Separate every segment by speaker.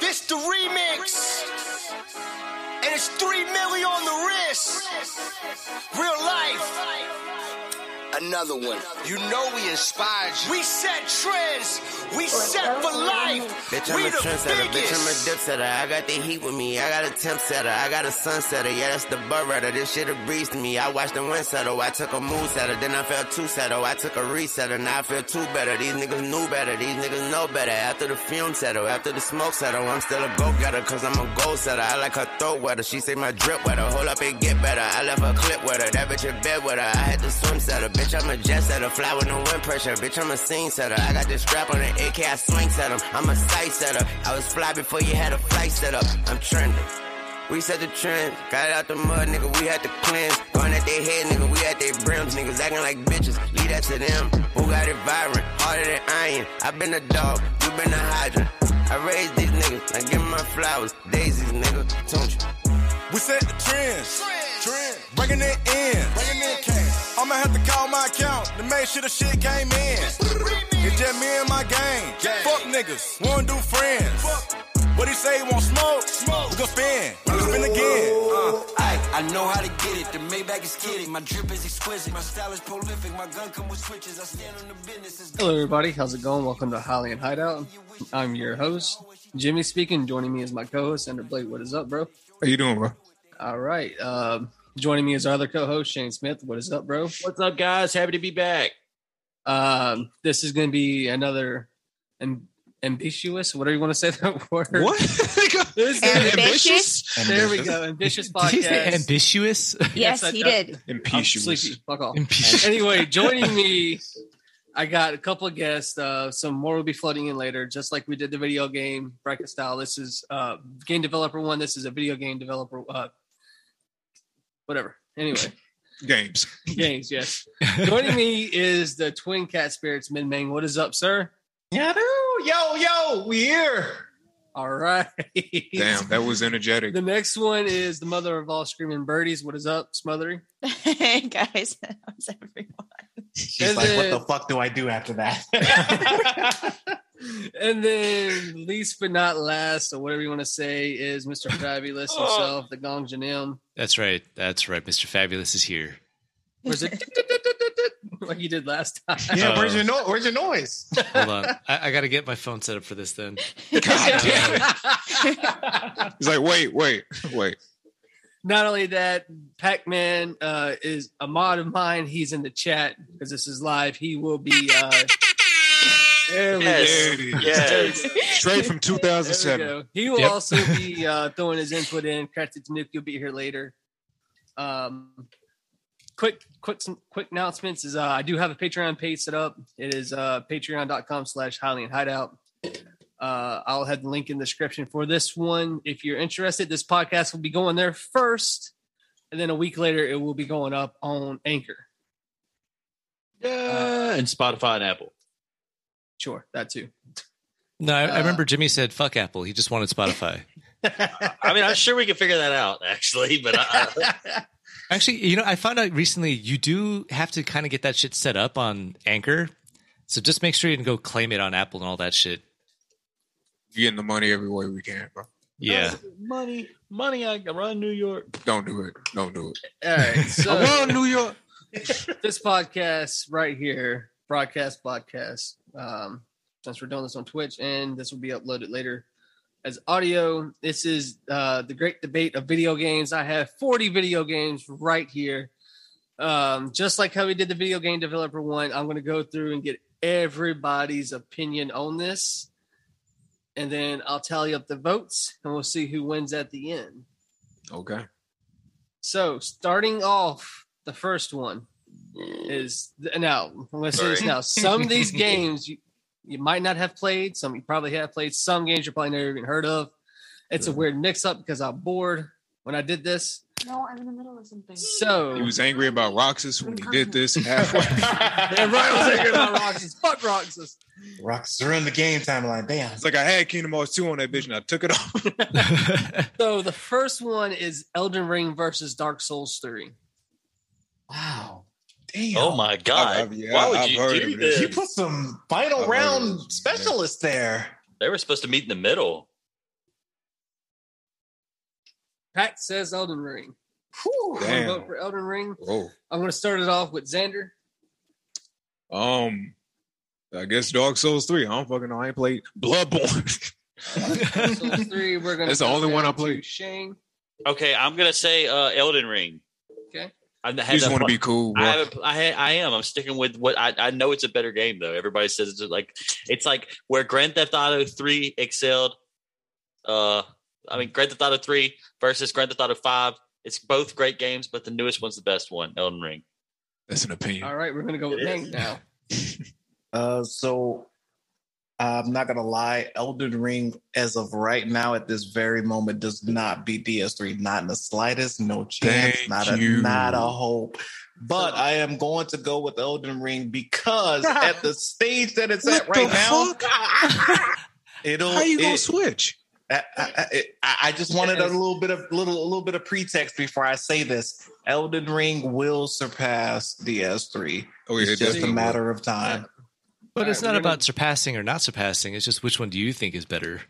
Speaker 1: It's the remix. And it's three million on the wrist. Real life. Another one. You know we inspired you. We set trends. We set for life.
Speaker 2: Bitch, I'm
Speaker 1: we
Speaker 2: a trendsetter.
Speaker 1: the
Speaker 2: Bitch, I'm a
Speaker 1: biggest.
Speaker 2: dipsetter. I got the heat with me. I got a temp setter. I got a sunsetter. Yeah, that's the butt rider. This shit a breeze to me. I watched the wind settle. I took a mood setter. Then I felt two settle. I took a resetter. Now I feel two better. These niggas knew better. These niggas know better. After the fume settle. After the smoke settle. I'm still a go getter. Cause I'm a goal setter. I like her throat wetter. She say my drip wetter. Hold up and get better. I left her clip with her. That bitch in bed with her. I had to swim setter. Bitch, I'm a jet setter. Fly with no wind pressure. Bitch, I'm a scene setter. I got this strap on an AK. I swing set 'em. I'm a sight setter. I was fly before you had a flight set up. I'm trending. We set the trend. Got it out the mud, nigga. We had to cleanse. Going at their head, nigga. We at their brims. Niggas acting like bitches. Leave that to them. Who got it vibrant? Harder than iron. i been a dog. You been a hydrant. I raised these niggas. I give 'em my flowers. Daisies, nigga. Don't you?
Speaker 3: We set the trends. Trends. Bringing it in. Bringing it I'ma have to call my account to make sure the shit came in. It's just me and my gang. Fuck niggas. We don't do friends. What he say? He want smoke? Smoke. We gon' spin. We gon' spin again.
Speaker 4: I, Uh. I know how to get it. The Maybach is kidding. My drip is exquisite. My style is prolific. My gun come with switches. I stand on the business. It's
Speaker 5: Hello, everybody. How's it going? Welcome to Holly and Hideout. I'm your host, Jimmy speaking. Joining me is my co-host, Ender Blake. What is up, bro?
Speaker 6: How you doing, bro?
Speaker 5: All right. Um, joining me is our other co-host, Shane Smith. What is up, bro?
Speaker 7: What's up, guys? Happy to be back.
Speaker 5: Um, this is going to be another am- ambitious, whatever you want to say that word. This is-
Speaker 8: Ambitious?
Speaker 5: There we go. Ambitious
Speaker 8: Did he say
Speaker 5: podcast.
Speaker 8: ambitious?
Speaker 5: Yes,
Speaker 8: Yes,
Speaker 5: I
Speaker 8: he
Speaker 5: know.
Speaker 8: did.
Speaker 5: I'm
Speaker 6: Impetuous.
Speaker 5: sleepy. Fuck off.
Speaker 8: Ambitious.
Speaker 5: anyway, joining me, I got a couple of guests. Uh, some more will be flooding in later, just like we did the video game breakfast style. This is uh, game developer one. This is a video game developer. Uh, whatever. Anyway,
Speaker 6: Games.
Speaker 5: games. Yes. joining me is the twin cat spirits, Min Mang. What is up, sir?
Speaker 7: Yadoo! Yo, yo, we here.
Speaker 5: All right.
Speaker 6: Damn, that was energetic.
Speaker 5: The next one is the mother of all screaming birdies. What is up, Smothering?
Speaker 8: hey guys, how's everyone?
Speaker 5: And
Speaker 7: She's like,
Speaker 5: then-
Speaker 7: what the fuck do I do after that?
Speaker 5: and then least but not last, or whatever you want to say, is Mr. Fabulous himself, the Gong Janim.
Speaker 9: That's right. That's right. Mr. Fabulous is here.
Speaker 5: Where's it like you did last time?
Speaker 7: yeah, where's your no- Where's your noise?
Speaker 9: Uh, Hold on. I, I got to get my phone set up for this then.
Speaker 6: He's like, wait, wait, wait.
Speaker 5: Not only that, Pac Man uh, is a mod of mine. He's in the chat because this is live. He will be. Uh, there we
Speaker 6: There it
Speaker 5: go.
Speaker 6: is.
Speaker 1: Yes.
Speaker 6: Straight from
Speaker 5: There we
Speaker 6: 2007.
Speaker 5: go. He will
Speaker 9: Yep.
Speaker 5: also be uh, throwing his input in. Crafted Nuke, you'll be here later. Um, quick, quick, some quick announcements is uh, I do have a Patreon page set up. It is uh, patreon.com slash Highland Hideout. Uh, I'll have the link in the description for this one. If you're interested, this podcast will be going there first, and then a week later it will be going up on Anchor.
Speaker 7: Yeah, and Spotify and Apple.
Speaker 5: Sure, that too.
Speaker 9: No, I,
Speaker 5: Uh,
Speaker 9: I remember Jimmy said, fuck Apple. He just wanted Spotify.
Speaker 10: I mean, I'm sure we can figure that out, actually. But I, I,
Speaker 9: Actually, you know, I found out recently you do have to kind of get that shit set up on Anchor. So just make sure you can go claim it on Apple and all that shit.
Speaker 6: We're Getting the money every way we can, bro.
Speaker 9: Yeah.
Speaker 7: money, money. I can run New York.
Speaker 6: Don't do it. Don't do it.
Speaker 5: All right, so
Speaker 6: Around New York.
Speaker 5: this podcast right here, broadcast podcast, um, since we're doing this on Twitch, and this will be uploaded later as audio. This is uh, the great debate of video games. I have 40 video games right here. Um, just like how we did the video game developer one, I'm going to go through and get everybody's opinion on this. And then I'll tally up the votes and we'll see who wins at the end.
Speaker 6: Okay.
Speaker 5: So starting off, the first one is now. I'm gonna say this
Speaker 10: Sorry.
Speaker 5: now. Some of these games you, you might not have played. Some you probably have played. Some games you're probably never even heard of. It's a weird mix-up because I'm bored when I did this.
Speaker 8: No, I'm in the middle of something.
Speaker 5: So
Speaker 6: He was angry about Roxas when he did this. Halfway.
Speaker 5: and Ryan was thinking about Roxas. Fuck Roxas.
Speaker 7: Rocks are in the game timeline. Damn.
Speaker 6: It's like I had Kingdom Hearts 2 on that bitch and I took it off.
Speaker 5: So the first one is Elden Ring versus Dark Souls Three.
Speaker 7: Wow.
Speaker 6: Damn.
Speaker 10: oh my god!
Speaker 6: I've- yeah,
Speaker 10: Why would
Speaker 6: I've
Speaker 10: you
Speaker 6: heard
Speaker 10: do
Speaker 6: of this.
Speaker 10: this?
Speaker 7: You put some final
Speaker 6: I've heard of
Speaker 7: round
Speaker 6: those,
Speaker 7: specialists there.
Speaker 10: They were supposed to meet in the middle.
Speaker 5: Pat says Elden Ring. I'm gonna
Speaker 6: Damn.
Speaker 5: vote for Elden Ring.
Speaker 6: Whoa.
Speaker 5: I'm going to start it off with Xander.
Speaker 6: Um, I guess Dark Souls three. I don't fucking know. I ain't played Bloodborne.
Speaker 5: Souls three. We're going.
Speaker 6: That's the only one I played.
Speaker 5: Shane.
Speaker 10: Okay, I'm gonna say uh, Elden Ring.
Speaker 5: Okay.
Speaker 10: I had
Speaker 6: You just
Speaker 10: that
Speaker 6: want to
Speaker 10: fu-
Speaker 6: be cool. Bro.
Speaker 10: I, haven't, I ha- I am. I'm sticking with what I, I know. It's a better game though. Everybody says it's like it's like where Grand Theft Auto Three excelled. Uh, I mean Grand Theft Auto Three versus Grand Theft Auto Five. It's both great games, but the newest one's the best one. Elden Ring.
Speaker 6: That's an opinion.
Speaker 5: All right, we're going to go with Hank now.
Speaker 11: Uh, so I'm not gonna lie, Elden Ring, as of right now at this very moment, does not beat DS3, not in the slightest, no chance,
Speaker 6: Thank
Speaker 11: not a
Speaker 6: you.
Speaker 11: not a hope. But I am going to go with Elden Ring because at the stage that it's at right now, it'll
Speaker 6: How you gonna
Speaker 11: it-
Speaker 6: switch?
Speaker 11: I, I, I- I just wanted a little bit of little a little bit of pretext before I say this. Elden Ring will surpass DS3.
Speaker 6: Oh, yeah,
Speaker 11: it's
Speaker 6: it
Speaker 11: just a
Speaker 6: definitely
Speaker 11: matter of time.
Speaker 9: But
Speaker 11: All
Speaker 9: it's
Speaker 11: right,
Speaker 9: not
Speaker 11: we're
Speaker 9: about surpassing or not surpassing. It's just which one do you think is better?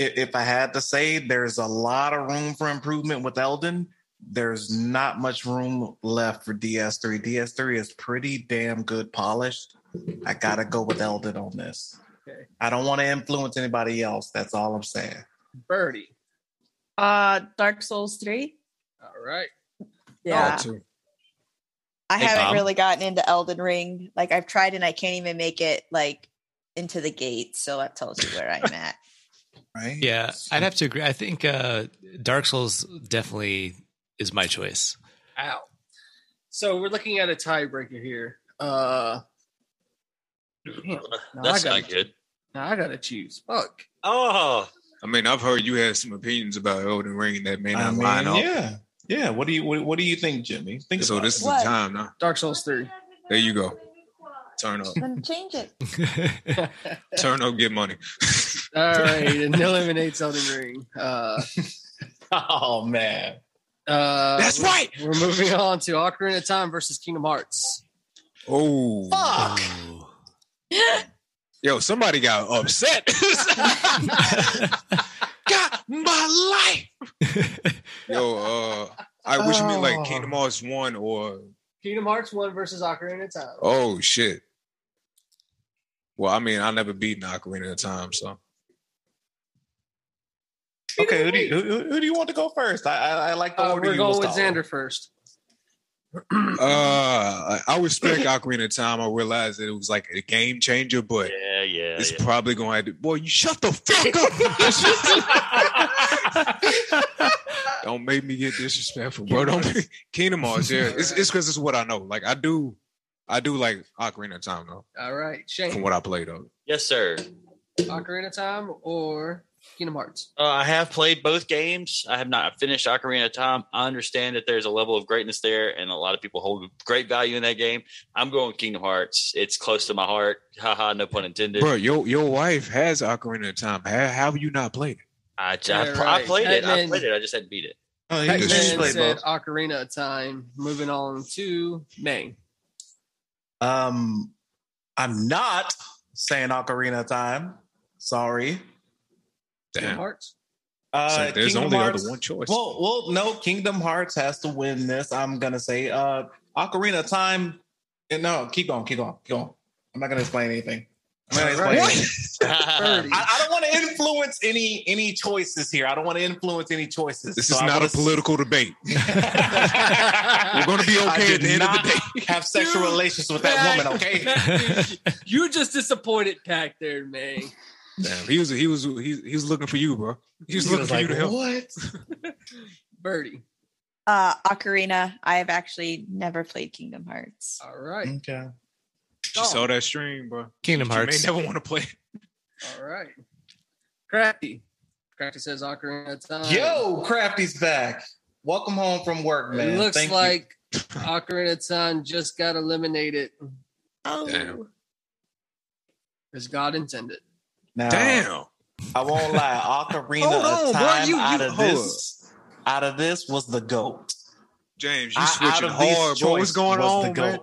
Speaker 11: i- if I had to say, there's a lot of room for improvement with Elden. There's not much room left for DS3. DS3 is pretty damn good polished. I gotta go with Elden on this.
Speaker 5: Okay.
Speaker 11: I don't want to influence anybody else. That's all I'm saying.
Speaker 5: Birdie.
Speaker 8: Uh, Dark Souls three.
Speaker 5: All right.
Speaker 6: Oh,
Speaker 8: Yeah, I
Speaker 5: Hey,
Speaker 8: haven't
Speaker 5: Bob.
Speaker 8: really gotten into Elden Ring. Like I've tried and I can't even make it like into the gate. So that tells you where I'm at.
Speaker 11: Right?
Speaker 9: Yeah, I'd have to agree. I think uh, Dark Souls definitely is my choice.
Speaker 5: Ow. So we're looking at a tiebreaker here. Uh, damn. Now I
Speaker 10: That's
Speaker 5: gotta-
Speaker 10: not good.
Speaker 5: Now I got to choose. Fuck.
Speaker 10: Oh,
Speaker 6: I mean, I've heard you had some opinions about Elden Ring that may
Speaker 11: I
Speaker 6: not
Speaker 11: mean,
Speaker 6: line up.
Speaker 11: yeah, yeah. What do you what, what do you think, Jimmy? Think
Speaker 6: So
Speaker 11: about
Speaker 6: this is
Speaker 11: it.
Speaker 6: the
Speaker 8: What?
Speaker 6: time now.
Speaker 5: Dark Souls 3.
Speaker 6: There you go. Turn up.
Speaker 8: Then change it.
Speaker 6: Turn up. Get money.
Speaker 5: All right. And eliminates Elden Ring. Uh,
Speaker 11: oh man,
Speaker 5: uh,
Speaker 6: That's
Speaker 5: we're-
Speaker 6: right.
Speaker 5: We're moving on to Ocarina of Time versus Kingdom Hearts.
Speaker 6: Oh,
Speaker 11: fuck!
Speaker 6: yo, somebody got upset. got my life. Yo, uh, I wish you meant like Kingdom Hearts one or
Speaker 5: Kingdom Hearts 1 versus Ocarina of Time.
Speaker 6: oh shit. Well, I mean, I never beat an Ocarina of Time, so
Speaker 11: Okay, who do you, who, who do you want to go first? I I, I like the
Speaker 5: Uh,
Speaker 11: order
Speaker 5: we're
Speaker 11: you
Speaker 5: going
Speaker 11: was
Speaker 5: with
Speaker 11: talking.
Speaker 5: Xander first.
Speaker 6: uh, I- I respect Ocarina of Time. I realized that it was like a game changer, but
Speaker 10: yeah, yeah.
Speaker 6: it's
Speaker 10: yeah.
Speaker 6: probably gonna have to. Boy, you shut the fuck up. don't make me get disrespectful, bro. Don't make, Kingdom Hearts. Yeah, it's it's because it's what I know. Like I do, I do like Ocarina of Time though.
Speaker 5: All right.
Speaker 6: From
Speaker 5: Shane,
Speaker 6: what I played of.
Speaker 10: yes, sir.
Speaker 5: Ocarina of Time or Kingdom Hearts?
Speaker 10: Uh, I have played both games. I have not finished Ocarina of Time. I understand that there's a level of greatness there, and a lot of people hold great value in that game. I'm going with Kingdom Hearts. It's close to my heart. Haha, no pun intended.
Speaker 6: Bro, your your wife has Ocarina of Time. How, how have you not played it?
Speaker 10: I, j- I,
Speaker 5: Yeah,
Speaker 10: pl- I
Speaker 5: right.
Speaker 10: played it. I
Speaker 5: Batman-
Speaker 10: played it. I just hadn't beat it.
Speaker 11: Oh, you-
Speaker 5: Pac-Man
Speaker 11: you
Speaker 6: Just-
Speaker 11: played
Speaker 5: said
Speaker 11: both.
Speaker 5: Ocarina of Time. Moving on to May.
Speaker 11: Um, I'm not saying Ocarina of Time. Sorry.
Speaker 5: Kingdom
Speaker 6: Damn.
Speaker 5: Hearts.
Speaker 11: Uh,
Speaker 6: So there's
Speaker 11: Kingdom
Speaker 6: only
Speaker 11: Hearts-
Speaker 6: other one choice.
Speaker 11: Well, well, no. Kingdom Hearts has to win this. I'm gonna say uh, Ocarina of Time. and no, keep going, keep going, keep going. I'm not gonna explain anything. I'm not gonna explain.
Speaker 5: Alright.
Speaker 11: anything.
Speaker 5: Birdie.
Speaker 11: I, I don't want to influence any any choices here. I don't want to influence any choices.
Speaker 6: this
Speaker 11: So
Speaker 6: is
Speaker 11: I
Speaker 6: not
Speaker 11: wanna
Speaker 6: a
Speaker 11: s-
Speaker 6: political debate. We're gonna be
Speaker 11: I
Speaker 6: okay
Speaker 11: did
Speaker 6: at the end of
Speaker 11: not
Speaker 6: the day.
Speaker 11: have sexual
Speaker 5: Dude,
Speaker 11: relations with that woman. Okay.
Speaker 5: you just disappointed Pac there, May.
Speaker 6: Damn, he was he was he, he was looking for you, bro. He was
Speaker 11: He
Speaker 6: looking
Speaker 11: was
Speaker 6: for you
Speaker 11: like,
Speaker 6: to help.
Speaker 11: what?
Speaker 5: Birdie.
Speaker 8: Uh, Ocarina. I have actually never played Kingdom Hearts.
Speaker 5: All right.
Speaker 11: Okay.
Speaker 6: She saw that stream, bro.
Speaker 9: Kingdom
Speaker 6: You may
Speaker 9: Hearts.
Speaker 6: never want to play.
Speaker 5: All right. Crafty. Crafty says Ocarina of
Speaker 6: Uh,
Speaker 5: Time.
Speaker 11: Yo, Crafty's back. Welcome home from work, man.
Speaker 5: It looks
Speaker 11: Thank you.
Speaker 5: like Ocarina of Time just got eliminated
Speaker 8: Oh,
Speaker 6: Damn.
Speaker 5: as God intended.
Speaker 11: Now,
Speaker 6: Damn.
Speaker 11: I won't lie. Ocarina of
Speaker 6: Hold on, bro.
Speaker 11: Time
Speaker 6: You- you-
Speaker 11: out of
Speaker 6: hold
Speaker 11: this, out of this was the goat.
Speaker 6: James, you
Speaker 11: I-
Speaker 6: switching
Speaker 11: these
Speaker 6: hard, bro. What's
Speaker 11: choice
Speaker 6: going
Speaker 11: was
Speaker 6: on, man?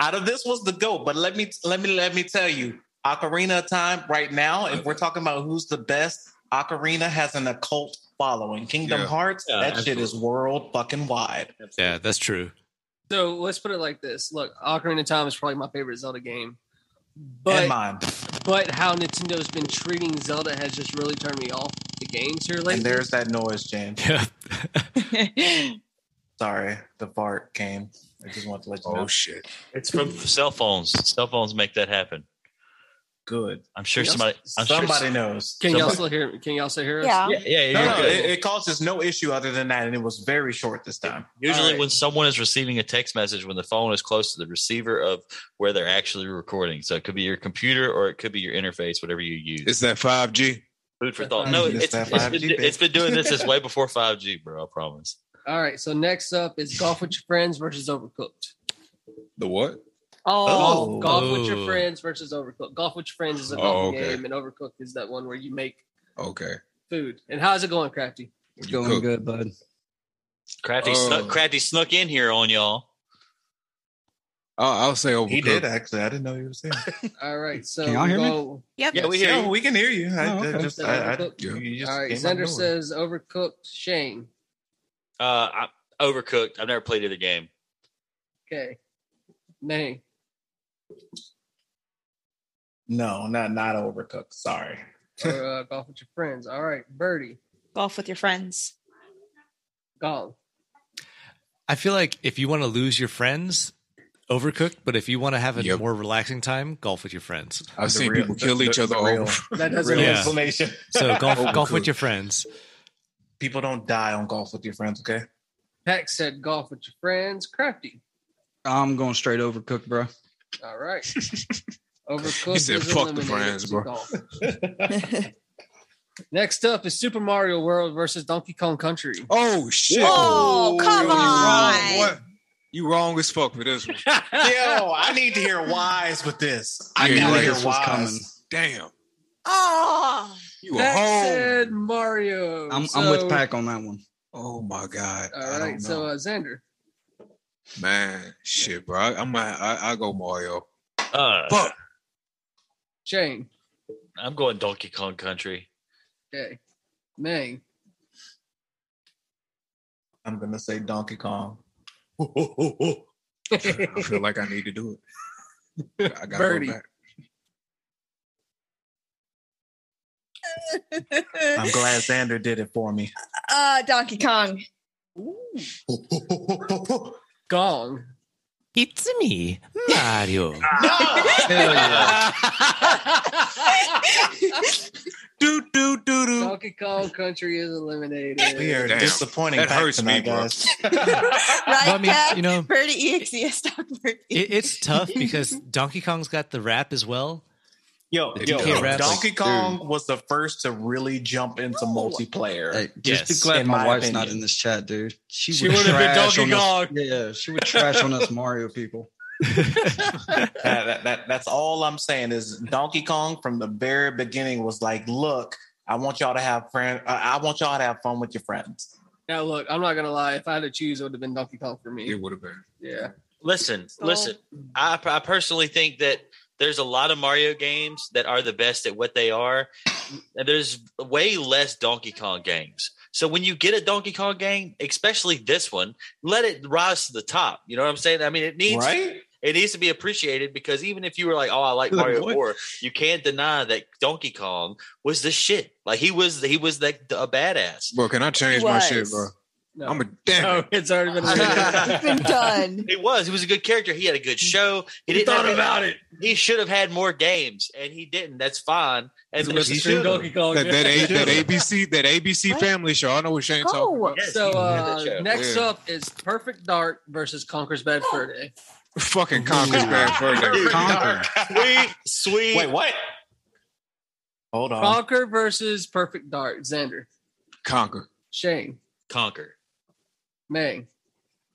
Speaker 11: Out of this was the goat. But let me let me let me tell you, Ocarina of Time right now. If we're talking about who's the best, Ocarina has an occult following. Kingdom
Speaker 9: Yeah.
Speaker 11: Hearts,
Speaker 9: Yeah,
Speaker 11: that shit is world fucking wide.
Speaker 9: Yeah, that's true.
Speaker 5: So let's put it like this: Look, Ocarina of Time is probably my favorite Zelda game, but
Speaker 11: and mine.
Speaker 5: but how Nintendo's been treating Zelda has just really turned me off the games here lately.
Speaker 11: And there's that noise, James. Sorry, the fart came. I just want to let you know.
Speaker 10: Oh, shit. It's from cell phones. Cell phones make that happen.
Speaker 11: Good.
Speaker 10: I'm sure
Speaker 5: Yes.
Speaker 10: somebody. I'm sure
Speaker 11: Somebody
Speaker 10: some-
Speaker 11: knows.
Speaker 5: Can y'all
Speaker 11: Somebody-
Speaker 5: still hear? Can y'all still hear us?
Speaker 10: Oh, Yeah. Yeah, yeah,
Speaker 11: No,
Speaker 10: you're
Speaker 11: no,
Speaker 10: good.
Speaker 11: it, it causes no issue other than that, and it was very short this time.
Speaker 10: Usually, when someone is receiving a text message, when the phone is close to the receiver of where they're actually recording, so it could be your computer or it could be your interface, whatever you use.
Speaker 6: It's that five G.
Speaker 10: Food for thought. No, it's, it's, been, it's been doing this since way before five G, bro. I promise.
Speaker 5: All right. So next up is Golf with Your Friends versus Overcooked.
Speaker 6: The what?
Speaker 5: Golf,
Speaker 6: Oh.
Speaker 5: golf with your
Speaker 6: Oh.
Speaker 5: friends versus Overcooked. Golf with your friends is a
Speaker 6: Oh,
Speaker 5: golfing
Speaker 6: okay.
Speaker 5: game, and Overcooked is that one where you make
Speaker 6: Okay.
Speaker 5: food. And how's it going, Crafty?
Speaker 10: It's
Speaker 12: going good, bud.
Speaker 10: Crafty, snuck, Crafty snuck in here on y'all.
Speaker 6: Oh, I'll say overcooked.
Speaker 11: He did actually. I didn't know you were saying.
Speaker 5: All right. So
Speaker 11: Can y'all hear me? Oh,
Speaker 5: go-
Speaker 11: Yep. Yeah, we hear
Speaker 5: Yeah,
Speaker 11: you. we can hear you. I- I
Speaker 5: okay.
Speaker 11: just-
Speaker 5: Said
Speaker 11: I- I-
Speaker 5: Overcooked.
Speaker 11: you- you just
Speaker 5: All right.
Speaker 11: came out of
Speaker 5: Xander
Speaker 11: nowhere.
Speaker 5: says Overcooked. Shane.
Speaker 10: Uh, I, overcooked. I've never played either game.
Speaker 5: Okay. Nay.
Speaker 11: No, not not overcooked. Sorry.
Speaker 5: Or uh, golf with your friends. All right. Birdie.
Speaker 8: Golf with your friends.
Speaker 5: Golf.
Speaker 9: I feel like if you want to lose your friends, overcooked. But if you want to have a more relaxing time, golf with your friends.
Speaker 6: I've seen people kill each other over.
Speaker 5: That
Speaker 11: doesn't real explanation.
Speaker 9: so golf, golf with
Speaker 11: Overcooked.
Speaker 9: your friends.
Speaker 11: People don't die on golf with your friends, okay?
Speaker 5: Peck said golf with your friends. Crafty.
Speaker 12: I'm going straight overcooked, bro.
Speaker 5: All right. Overcooked.
Speaker 6: He said,
Speaker 5: is
Speaker 6: "Fuck the
Speaker 5: eliminated
Speaker 6: friends,
Speaker 5: to
Speaker 6: bro."
Speaker 5: golf. Next up is Super Mario World versus Donkey Kong Country.
Speaker 6: Oh shit!
Speaker 8: Oh, come
Speaker 6: you wrong.
Speaker 8: on.
Speaker 6: What? You wrong as fuck for this one.
Speaker 11: Yo, I need to hear whys with this. I
Speaker 6: Yeah,
Speaker 11: gotta
Speaker 6: like
Speaker 11: hear
Speaker 6: this was
Speaker 11: whys.
Speaker 6: coming. Damn.
Speaker 8: Oh,
Speaker 6: You a
Speaker 5: That
Speaker 6: hoe.
Speaker 5: said Mario.
Speaker 12: I'm, I'm with
Speaker 5: So-
Speaker 12: Pack on that one.
Speaker 6: Oh my god.
Speaker 5: All right, so uh, Xander.
Speaker 6: Man, shit, bro. I, I'm I, I, I go Mario.
Speaker 10: Uh,
Speaker 6: Fuck.
Speaker 5: Shane.
Speaker 10: I'm going Donkey Kong Country.
Speaker 5: Okay. Meng.
Speaker 11: I'm gonna say Donkey Kong.
Speaker 6: I feel like I need to do it. I gotta
Speaker 5: Birdie.
Speaker 6: go back.
Speaker 11: I'm glad Xander did it for me.
Speaker 8: Uh, Donkey Kong.
Speaker 5: Gong.
Speaker 9: It's me, Mario.
Speaker 11: Ah! do do do do.
Speaker 5: Donkey Kong Country is eliminated.
Speaker 11: We are disappointing
Speaker 9: That
Speaker 11: Pac
Speaker 9: hurts me,
Speaker 11: tonight,
Speaker 9: bro.
Speaker 11: guys.
Speaker 8: Right,
Speaker 9: I mean,
Speaker 8: Pat?
Speaker 9: you know-
Speaker 8: Birdie EXE Stockbird.
Speaker 9: It, it's tough because Donkey Kong's got the rap as well.
Speaker 11: Yo,
Speaker 9: The
Speaker 11: yo,
Speaker 9: DK rap's like,
Speaker 11: Donkey Kong was the first to really jump into multiplayer.
Speaker 12: Hey, just be glad
Speaker 11: in
Speaker 12: my, wife's not
Speaker 11: opinion.
Speaker 12: in this chat, dude. She,
Speaker 11: She
Speaker 12: would
Speaker 11: would've been
Speaker 12: trash
Speaker 11: Donkey
Speaker 12: on us- Yeah, she would trash on us Mario people.
Speaker 11: that, that, that- that's all I'm saying is Donkey Kong from the very beginning was like, look, I want y'all to have friend. I I want y'all to have fun with your friends.
Speaker 5: Now, look, I'm not going to lie. If I had to choose, it would have been Donkey Kong for me.
Speaker 6: It would have been.
Speaker 5: Yeah.
Speaker 10: Listen, listen. I, I personally think that there's a lot of Mario games that are the best at what they are, and there's way less Donkey Kong games. So when you get a Donkey Kong game, especially this one, let it rise to the top. You know what I'm saying? I mean, it needs
Speaker 11: Right?
Speaker 10: it needs to be appreciated because even if you were like, "Oh, I like
Speaker 11: Like,
Speaker 10: Mario
Speaker 11: what?
Speaker 10: War," you can't deny that Donkey Kong was the shit. Like he was, he was like a badass.
Speaker 6: Bro, can I change my shit,
Speaker 10: was.
Speaker 6: bro?
Speaker 5: No.
Speaker 6: I'm a damn.
Speaker 11: Oh,
Speaker 5: No, it's already been
Speaker 10: eliminated.
Speaker 8: been done.
Speaker 10: He was. He was a good character. He had a good show. He
Speaker 5: You
Speaker 10: didn't
Speaker 5: thought
Speaker 10: have-
Speaker 5: about it.
Speaker 10: He should have had more games, and he didn't. That's fine. And
Speaker 6: That,
Speaker 10: there's-
Speaker 6: that, A- that ABC that ABC
Speaker 5: What?
Speaker 6: Family show. I know what Shane talking about.
Speaker 5: so uh,
Speaker 6: Yeah.
Speaker 5: next
Speaker 6: Yeah.
Speaker 5: up is Perfect Dark versus Conquer's Bad Fur
Speaker 8: Oh.
Speaker 5: Day.
Speaker 6: fucking Conquer's Bad Fur Day. Conquer.
Speaker 10: Sweet, sweet.
Speaker 11: Wait, what? Hold on.
Speaker 5: Conquer versus Perfect Dark. Xander.
Speaker 6: Conquer.
Speaker 5: Shane.
Speaker 10: Conquer.
Speaker 5: Meng.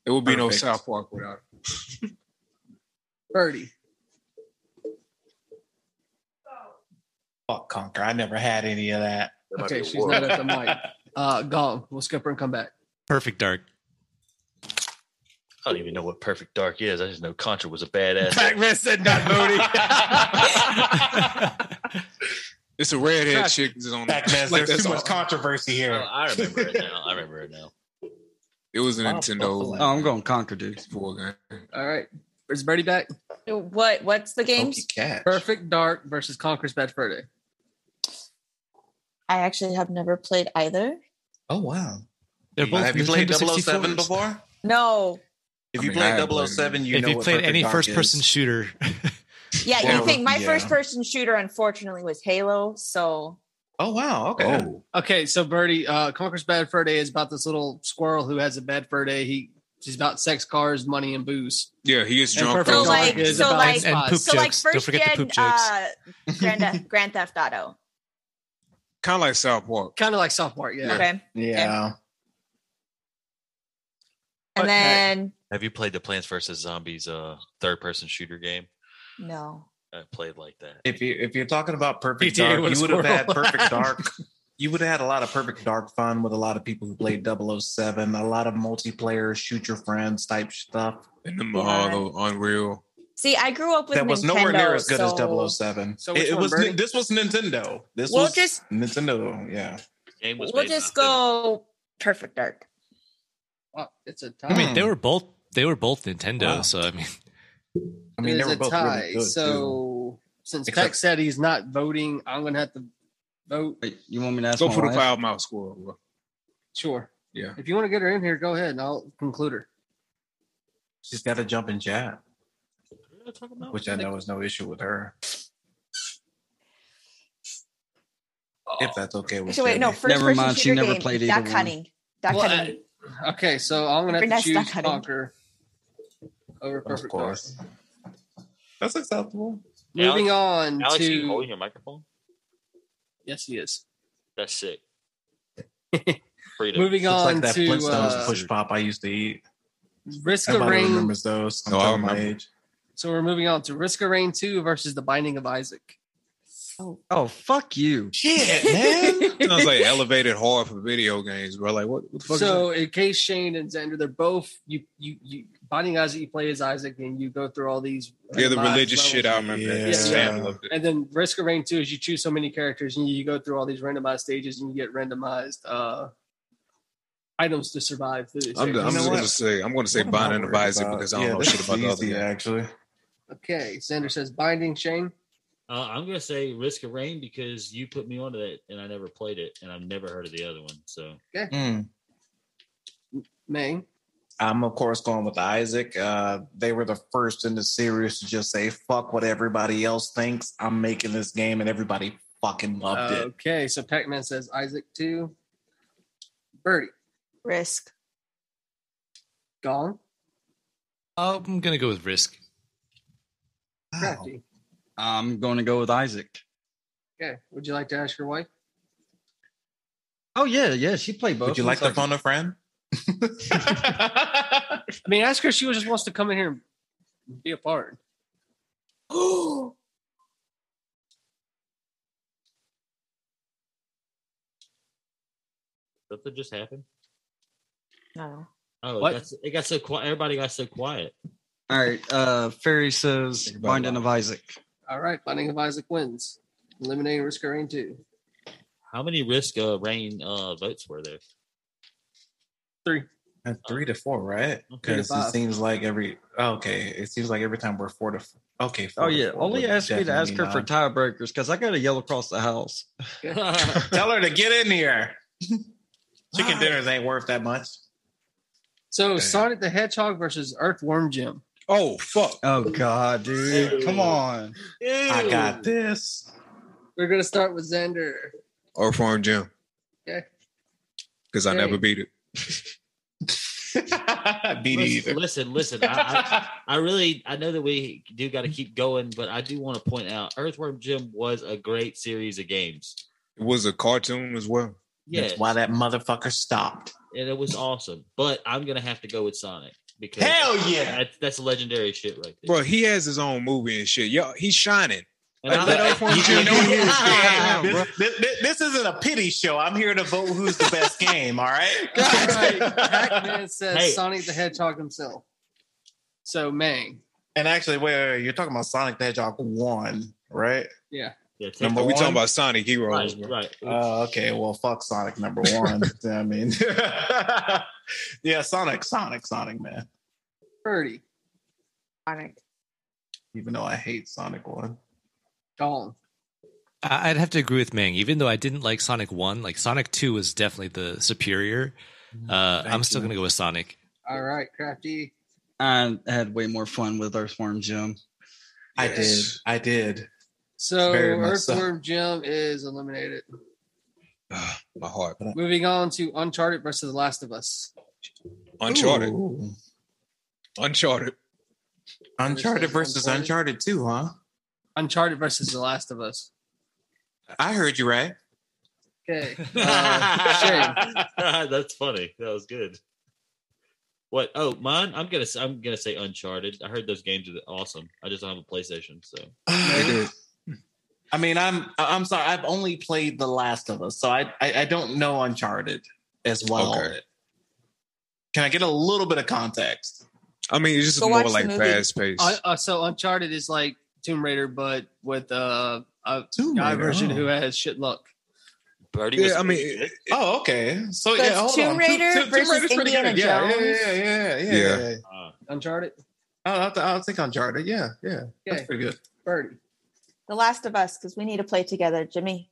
Speaker 6: It would be no
Speaker 5: Perfect.
Speaker 6: South Park without it.
Speaker 5: Birdie.
Speaker 11: Fuck Conquer. I never had any of that.
Speaker 5: Okay, she's not at the mic. Uh, Gong. We'll skip her and come back.
Speaker 9: Perfect Dark.
Speaker 10: I don't even know what Perfect Dark is. I just know Contra was a badass.
Speaker 5: Pac-Man said not Moody.
Speaker 6: It's a redhead
Speaker 11: Trash.
Speaker 6: chick. that's on
Speaker 11: Back, man,
Speaker 6: like,
Speaker 11: there's
Speaker 6: that's
Speaker 11: too much
Speaker 6: all.
Speaker 11: controversy here.
Speaker 9: Oh,
Speaker 10: Oh, I remember it now. I remember it now.
Speaker 6: It was a
Speaker 10: Wow,
Speaker 6: Nintendo.
Speaker 12: Oh, I'm going Conquer, dude.
Speaker 5: All right. Is Birdie back?
Speaker 8: What? What's the games?
Speaker 5: Perfect Dark versus Conquer's Bad Fur Day.
Speaker 8: I actually have never played either.
Speaker 11: Oh wow.
Speaker 9: They're both
Speaker 11: Have you played
Speaker 9: Nintendo
Speaker 11: 007
Speaker 9: 64s.
Speaker 11: before?
Speaker 8: No.
Speaker 11: If
Speaker 9: I
Speaker 11: you
Speaker 9: mean, I
Speaker 11: played
Speaker 9: haven't played
Speaker 11: 007, you
Speaker 9: if
Speaker 11: know
Speaker 9: you
Speaker 11: what
Speaker 9: played
Speaker 11: Perfect
Speaker 9: any
Speaker 11: Dark
Speaker 9: first
Speaker 11: is.
Speaker 9: person shooter,
Speaker 8: Yeah,
Speaker 9: Well,
Speaker 8: you think my
Speaker 9: yeah.
Speaker 8: first person shooter, unfortunately, was Halo. So
Speaker 11: Oh wow.
Speaker 5: Okay. Okay, so Birdie, uh, Conquer's Bad Fur Day is about this little squirrel who has a bad fur day. He he's about sex, cars, money, and booze.
Speaker 6: Yeah, he is
Speaker 5: And
Speaker 6: drunk.
Speaker 5: Perfect
Speaker 8: so
Speaker 5: Dark
Speaker 8: like
Speaker 5: is
Speaker 8: so
Speaker 9: Oh,
Speaker 5: about
Speaker 8: like
Speaker 5: his spots.
Speaker 8: so like first gen uh, Grand Theft- Grand Theft Auto.
Speaker 6: kind of like South Park.
Speaker 5: kind of like South Park. Yeah.
Speaker 8: Okay.
Speaker 11: Yeah.
Speaker 8: And then
Speaker 10: Have you played the Plants vs Zombies uh third person shooter game?
Speaker 8: no.
Speaker 10: I played like that.
Speaker 11: If you if you're talking about Perfect
Speaker 10: GTA
Speaker 11: Dark,
Speaker 10: with a
Speaker 11: you would have had
Speaker 10: squirrel.
Speaker 11: Perfect Dark. You would have had a lot of Perfect Dark fun with a lot of people who played 007, a lot of multiplayer shoot your friends type stuff.
Speaker 6: And the
Speaker 8: Mahalo,
Speaker 6: Unreal.
Speaker 8: See, I grew up with
Speaker 11: that was
Speaker 8: Nintendo,
Speaker 11: nowhere near as oh good
Speaker 8: so-
Speaker 11: as 007.
Speaker 8: So which
Speaker 11: it, it
Speaker 8: one,
Speaker 11: was
Speaker 8: Bernie?
Speaker 11: this was Nintendo. This
Speaker 8: We'll
Speaker 11: was
Speaker 8: just-
Speaker 11: Nintendo. Yeah.
Speaker 10: Game
Speaker 8: We'll just go Perfect Dark.
Speaker 5: Oh, it's a tie.
Speaker 9: I mean, they were both they were both Nintendo. So I mean,
Speaker 11: I
Speaker 5: It is a tie. so since
Speaker 9: Except-
Speaker 5: Peck said he's not voting, I'm gonna have to vote.
Speaker 12: you want me to ask?
Speaker 6: Go
Speaker 12: my
Speaker 6: for the
Speaker 12: wife?
Speaker 6: Cloud Mouse Squirrel. bro.
Speaker 5: Sure.
Speaker 6: Yeah.
Speaker 5: If you want to get her in here, go ahead and I'll conclude her.
Speaker 11: She's got a jump and jab,
Speaker 10: go.
Speaker 11: which I know is no issue with her.
Speaker 5: Oh.
Speaker 11: If that's okay with
Speaker 8: Actually, wait, no.
Speaker 11: Jamie.
Speaker 8: First person shooter game, Duck hunting. Duck
Speaker 5: Well,
Speaker 8: hunting.
Speaker 5: I- okay, so I'm gonna have
Speaker 8: Vanessa
Speaker 5: to choose
Speaker 8: Hudgens.
Speaker 5: Conquer over Perfect Dark.
Speaker 11: course. That's acceptable.
Speaker 5: Moving on
Speaker 10: Alex,
Speaker 5: to
Speaker 10: you holding your microphone?
Speaker 5: yes, he is.
Speaker 10: That's sick.
Speaker 5: Moving
Speaker 11: Looks
Speaker 5: on
Speaker 11: like that
Speaker 5: to,
Speaker 11: Flintstones
Speaker 5: uh,
Speaker 11: push pop I used to eat.
Speaker 5: Risk of
Speaker 11: Nobody
Speaker 5: Rain.
Speaker 11: remembers those. I'm
Speaker 6: No, I
Speaker 11: telling my
Speaker 6: remember.
Speaker 11: age.
Speaker 5: So we're moving on to Risk of Rain 2 versus The Binding of Isaac.
Speaker 12: Oh fuck you!
Speaker 11: Shit,
Speaker 6: Sounds like elevated hard for video games, bro. Like what, what the fuck?
Speaker 5: So
Speaker 6: is
Speaker 5: in case Shane and Xander, they're both you you you Binding Isaac, you play as Isaac and you go through all these
Speaker 6: that? yeah, the
Speaker 5: randomized
Speaker 6: religious
Speaker 5: levels.
Speaker 6: shit. I remember.
Speaker 11: Yeah.
Speaker 6: Yeah.
Speaker 5: Yeah. And then Risk of Rain 2 is you choose so many characters and you, you go through all these randomized stages and you get randomized uh items to survive through these
Speaker 6: I'm,
Speaker 5: stages.
Speaker 6: I'm just gonna say I'm gonna say
Speaker 11: What am I
Speaker 6: Binding of
Speaker 11: worried
Speaker 6: Isaac
Speaker 11: about?
Speaker 6: because I don't
Speaker 11: Yeah,
Speaker 6: know
Speaker 11: this
Speaker 6: shit
Speaker 11: is
Speaker 6: about the other
Speaker 11: easy,
Speaker 6: game.
Speaker 11: Actually,
Speaker 5: Okay, Xander says Binding Shane.
Speaker 10: Uh, I'm gonna say Risk of Rain because you put me onto that, and I never played it, and I've never heard of the other one. So
Speaker 11: Mm. Hmm.
Speaker 5: May.
Speaker 11: I'm of course going with Isaac. Uh, they were the first in the series to just say "fuck what everybody else thinks." I'm making this game, and everybody fucking loved it.
Speaker 5: Oh, Uh, Okay, so Pac-Man says Isaac 2. Birdie.
Speaker 8: Risk.
Speaker 5: Gong.
Speaker 9: I'm gonna go with Risk.
Speaker 5: Crafty.
Speaker 12: I'm going to go with Isaac.
Speaker 5: Okay. Would you like to ask your wife?
Speaker 12: Oh yeah, yeah. She played both.
Speaker 11: Would you like to phone a friend?
Speaker 5: I mean, ask her if she just wants to come in here and be a part.
Speaker 8: Oh.
Speaker 10: something just happened.
Speaker 8: No.
Speaker 10: Oh,
Speaker 12: What?
Speaker 10: It, got, so- it got so quiet. Everybody got so quiet.
Speaker 12: All right. Uh, Fairy says Binding of Isaac.
Speaker 5: All right. Binding of Isaac wins. Eliminating Risk of Rain 2.
Speaker 10: How many Risk of Rain uh, votes were there?
Speaker 5: Three.
Speaker 11: Uh, Three to four, right?
Speaker 10: Okay.
Speaker 11: Because
Speaker 10: Five.
Speaker 11: it seems like every oh, okay, it seems like every time we're four to okay. Four
Speaker 12: Oh
Speaker 11: to
Speaker 12: yeah.
Speaker 11: four
Speaker 12: Only
Speaker 11: would
Speaker 12: ask me to
Speaker 11: definitely
Speaker 12: ask her for
Speaker 11: not-
Speaker 12: tiebreakers because I got a yell across the house.
Speaker 11: Tell her to get in here. Chicken dinners ain't worth that much.
Speaker 5: So Sonic the Hedgehog versus Earthworm Jim.
Speaker 6: Oh fuck.
Speaker 12: Oh god, dude. Come on.
Speaker 11: I got this.
Speaker 5: We're gonna start with Xander.
Speaker 6: Or Farm Jim
Speaker 5: Okay.
Speaker 6: because I
Speaker 5: Hey.
Speaker 6: never beat it.
Speaker 11: beat
Speaker 10: listen,
Speaker 11: either.
Speaker 10: Listen, listen. I, I, I really, I know that we do got to keep going, but I do want to point out Earthworm Jim was a great series of games.
Speaker 6: It was a cartoon as well.
Speaker 10: Yes,
Speaker 11: That's why that motherfucker stopped.
Speaker 10: and it was awesome. But I'm gonna have to go with Sonic because
Speaker 11: Hell yeah!
Speaker 10: that's, that's legendary shit right there.
Speaker 6: Bro, he has his own movie and shit. Yo, he's shining.
Speaker 10: And I-
Speaker 6: Like, let
Speaker 10: I-
Speaker 6: Earth, Worm,
Speaker 10: you
Speaker 6: Jim
Speaker 10: know
Speaker 6: do
Speaker 10: what?
Speaker 6: his
Speaker 11: Ah,
Speaker 6: goddamn, bro.
Speaker 11: this, this- this- this isn't a pity show. I'm here to vote who's the best game. All right.
Speaker 5: Pac-Man says
Speaker 11: Hey.
Speaker 5: Sonic the Hedgehog himself. So Mang.
Speaker 11: And actually, wait, wait, wait, you're talking about Sonic the Hedgehog one, right?
Speaker 5: Yeah.
Speaker 10: Yeah,
Speaker 6: Number we talking about Sonic Heroes, bro.
Speaker 10: Right.
Speaker 11: Oh, okay. Well, fuck Sonic number one. I mean, yeah, Sonic, Sonic, Sonic, man.
Speaker 5: Birdie.
Speaker 8: Sonic.
Speaker 11: Even though I hate Sonic one.
Speaker 5: Gone.
Speaker 9: I- I'd have to agree with Ming. Even though I didn't like Sonic One, like Sonic Two was definitely the superior. Uh, I'm still gonna go with Sonic.
Speaker 5: All right, crafty.
Speaker 12: I had way more fun with Earthworm Jim.
Speaker 11: I did. I did.
Speaker 5: So
Speaker 12: Very much so.
Speaker 5: Earthworm Jim is eliminated.
Speaker 6: My heart.
Speaker 5: Moving on to Uncharted versus The Last of Us.
Speaker 6: Uncharted. Uncharted.
Speaker 11: Uncharted versus Uncharted 2, huh?
Speaker 5: Uncharted versus The Last of Us.
Speaker 11: I heard you right.
Speaker 5: Okay.
Speaker 10: That's funny. That was good. What? Oh, mine. I'm gonna. s- I'm gonna say Uncharted. I heard those games are awesome. I just don't have a PlayStation, so
Speaker 11: I mean, I'm I- I'm sorry. I've only played The Last of Us, so I I, I don't know Uncharted as well.
Speaker 6: Okay.
Speaker 11: Can I get a little bit of context?
Speaker 6: I mean, it's
Speaker 5: Go watch the movie. Uh, uh, so Uncharted is like Tomb Raider, but with uh, a guy
Speaker 11: Raider,
Speaker 5: version
Speaker 11: huh.
Speaker 5: who has shit luck.
Speaker 10: Birdie
Speaker 11: Yeah, was- I mean, Oh, okay. So,
Speaker 5: So
Speaker 11: yeah,
Speaker 5: it's
Speaker 11: hold
Speaker 5: Tomb
Speaker 11: on.
Speaker 5: Raider versus
Speaker 11: Raider's pretty
Speaker 5: Indiana
Speaker 11: good. Yeah, yeah,
Speaker 5: Jones.
Speaker 11: yeah, yeah, yeah,
Speaker 5: Yeah.
Speaker 11: yeah.
Speaker 5: Uncharted.
Speaker 11: I'll, have to- I'll take Uncharted. Yeah, yeah. That's pretty good.
Speaker 5: uh, Birdie.
Speaker 8: The Last of Us, because we need to play together, Jimmy.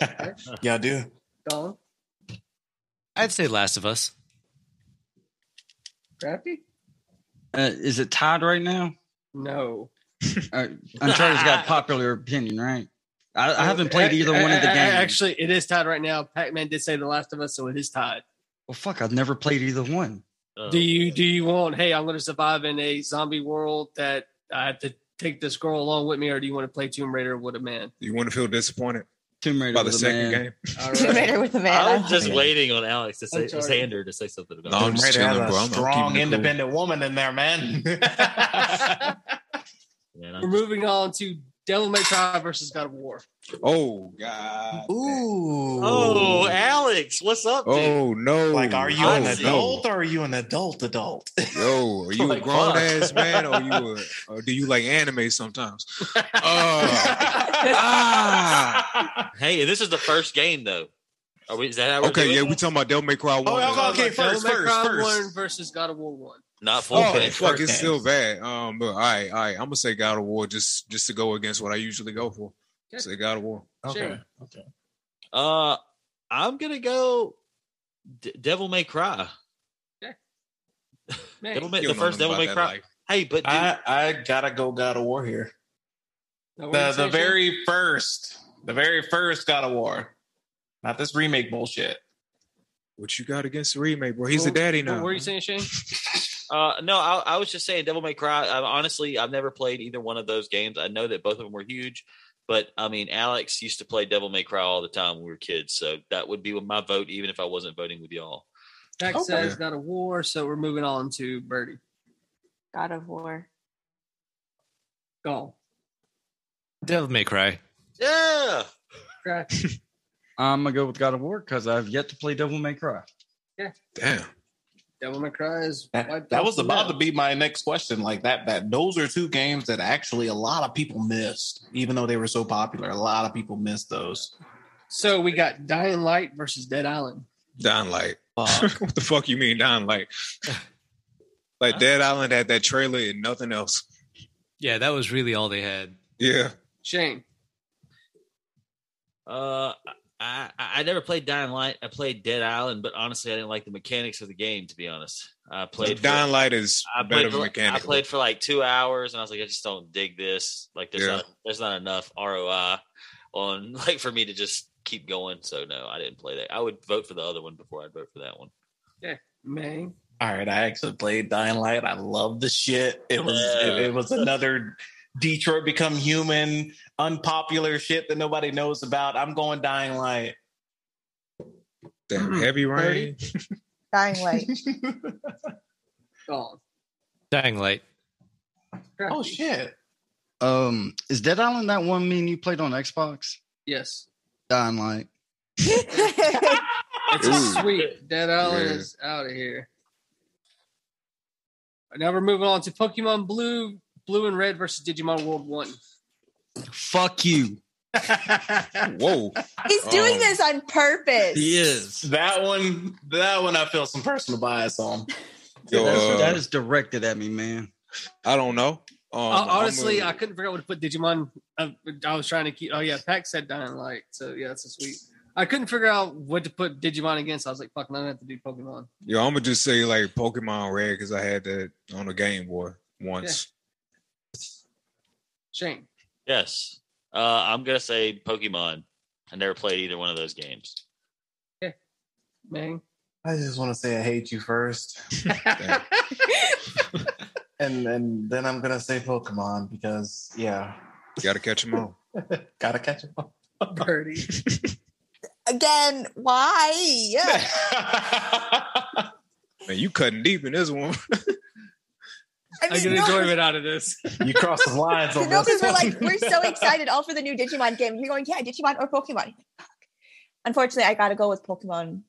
Speaker 11: Yeah, I do.
Speaker 5: Gone.
Speaker 9: I'd say Last of Us.
Speaker 5: Crafty?
Speaker 12: Uh, is it tied right now?
Speaker 5: No.
Speaker 12: Uh, Uncharted's got popular opinion, right? I, I haven't played
Speaker 5: A-
Speaker 12: either one
Speaker 5: a-
Speaker 12: of the
Speaker 5: a-
Speaker 12: games.
Speaker 5: Actually, it is tied right now. Pac Man did say The Last of Us, so it is tied.
Speaker 12: well, fuck, I've never played either one.
Speaker 10: Oh.
Speaker 5: Do you do you want? Hey, I'm going to survive in a zombie world that I have to take this girl along with me, or do you want to play Tomb Raider with a man?
Speaker 6: You want to feel disappointed
Speaker 12: Tomb Raider
Speaker 6: by the
Speaker 12: with a
Speaker 6: second
Speaker 12: man.
Speaker 6: game?
Speaker 5: Tomb
Speaker 8: Raider with a man.
Speaker 10: I was just
Speaker 8: Yeah.
Speaker 10: waiting on Alex to say
Speaker 8: Uncharted.
Speaker 10: Xander to say something about.
Speaker 6: No, I'm
Speaker 10: it.
Speaker 6: just
Speaker 11: Raider has a
Speaker 6: chilling, bro. I'm- I'm
Speaker 11: strong,
Speaker 6: keeping it cool.
Speaker 11: independent woman in there, man.
Speaker 5: We're moving on to Devil May Cry versus God of War.
Speaker 6: Oh God.
Speaker 11: Ooh.
Speaker 10: Oh, Alex, what's up? Dude?
Speaker 6: Oh no.
Speaker 11: Like, are you
Speaker 6: Oh,
Speaker 11: an
Speaker 6: no.
Speaker 11: adult or are you an adult adult?
Speaker 6: Yo, are you
Speaker 11: Like,
Speaker 6: a grown
Speaker 11: fuck.
Speaker 6: ass man or you a, or do you like anime sometimes? Uh, ah.
Speaker 10: Hey, this is the first game though. Are we? Is that Oh, how we're
Speaker 6: Okay,
Speaker 10: doing
Speaker 6: yeah,
Speaker 10: it?
Speaker 6: we talking about Devil May Cry one. uh,
Speaker 5: Talking about Devil May Cry One versus God of War One.
Speaker 10: Not full. game.
Speaker 6: Oh fuck, it's
Speaker 10: First game.
Speaker 6: still bad. Um, but all right, all right, I'm gonna say God of War just just to go against what I usually go for.
Speaker 5: Okay.
Speaker 6: Say God of War.
Speaker 10: Okay.
Speaker 11: Okay.
Speaker 10: Uh, I'm gonna go. D- Devil May Cry.
Speaker 5: Man,
Speaker 10: Devil May,
Speaker 11: You
Speaker 10: the
Speaker 11: don't know
Speaker 10: first Devil
Speaker 11: nothing
Speaker 10: May
Speaker 11: about
Speaker 10: Cry.
Speaker 11: that life.
Speaker 10: Hey, but dude,
Speaker 11: I, I gotta go God of War here.
Speaker 5: Now, what
Speaker 11: The
Speaker 5: you say,
Speaker 11: the
Speaker 5: Shane?
Speaker 11: very first, the very first God of War. Not this remake bullshit.
Speaker 6: What you got against the remake, bro? He's the
Speaker 5: What-
Speaker 6: daddy
Speaker 5: what
Speaker 6: now.
Speaker 5: were you saying, Shane?
Speaker 10: Uh, no, I, I was just saying Devil May Cry. I, honestly, I've never played either one of those games. I know that both of them were huge, but I mean, Alex used to play Devil May Cry all the time when we were kids, so that would be my vote, even if I wasn't voting with y'all.
Speaker 5: Jack
Speaker 10: Okay.
Speaker 5: says God of War, so we're moving on to Birdie.
Speaker 8: God of War.
Speaker 5: Gone.
Speaker 9: Devil May Cry.
Speaker 10: Yeah.
Speaker 5: Crafty.
Speaker 12: I'm gonna go with God of War because I've yet to play Devil May Cry.
Speaker 6: Damn.
Speaker 5: Devil May Cry is
Speaker 11: That, that was about to be my next question. Like that, that those are two games that actually a lot of people missed, even though they were so popular. A lot of people missed those.
Speaker 5: So we got Dying Light versus Dead Island.
Speaker 6: Don Light. what the fuck you mean Don Light? like Dead Island had that trailer and nothing else.
Speaker 9: Yeah, that was really all they had.
Speaker 6: Yeah.
Speaker 5: Shane.
Speaker 10: Uh, I, I I never played Dying Light. I played Dead Island, but honestly, I didn't like the mechanics of the game. To be honest, I played for-
Speaker 6: Dying Light is
Speaker 10: I
Speaker 6: better
Speaker 10: played,
Speaker 6: than
Speaker 10: for, like- I
Speaker 6: mechanical.
Speaker 10: played for like two hours, and I was like, I just don't dig this. Like, there's
Speaker 6: Yeah.
Speaker 10: not there's not enough ROI on like for me to just keep going. So no, I didn't play that. I would vote for the other one before I'd vote for that one.
Speaker 5: Yeah, man.
Speaker 11: All right, I actually played Dying Light. I love the shit. It was it, it was another Detroit Become Human, unpopular shit that nobody knows about. I'm going Dying Light.
Speaker 6: Damn,
Speaker 12: Mm-hmm.
Speaker 6: heavy rain.
Speaker 8: Dying Light.
Speaker 5: Gone.
Speaker 9: Dying Light.
Speaker 11: Oh shit.
Speaker 12: Um, is Dead Island that one mean you played on Xbox?
Speaker 5: Yes.
Speaker 12: Dying Light.
Speaker 5: It's a sweet. Dead Island
Speaker 12: Yeah.
Speaker 5: is out of here. Now we're moving on to Pokemon Blue, Blue and Red versus Digimon World One.
Speaker 12: Fuck you.
Speaker 6: Whoa. Oh,
Speaker 8: He's
Speaker 11: Um,
Speaker 8: doing this on purpose.
Speaker 7: is.
Speaker 11: That one, that one, I feel some personal bias on.
Speaker 6: Yo, uh,
Speaker 12: that is directed at me, man.
Speaker 6: I don't know. Um,
Speaker 11: Oh,
Speaker 5: Hon- Uh, honestly, I couldn't figure out what to put Digimon. I, I was trying to keep. Oh yeah, Pax said Dying Light. So yeah, that's a sweet. I couldn't figure out what to put Digimon against. I was like, fuck, I'm gonna have to do Pokemon.
Speaker 6: Yo, I'm gonna just say like Pokemon Red because I had that on a Game Boy once.
Speaker 5: Shane.
Speaker 10: Yes. Uh, I'm gonna say Pokemon. I never played either one of those games.
Speaker 5: Man.
Speaker 11: I just want to say I hate you first, and and then I'm gonna say Pokemon because yeah,
Speaker 6: Gotta catch them all.
Speaker 11: gotta catch them. all.
Speaker 5: Birdie.
Speaker 8: Again, why? Yeah.
Speaker 6: Man, you cutting deep in this one.
Speaker 8: I mean, no,
Speaker 5: out of this.
Speaker 11: You cross the lines on
Speaker 8: No,
Speaker 11: this.
Speaker 8: because we're like, we're so excited all for the new Digimon game. You're going, yeah, Digimon or Pokemon. Fuck. Unfortunately, I got to go with Pokemon.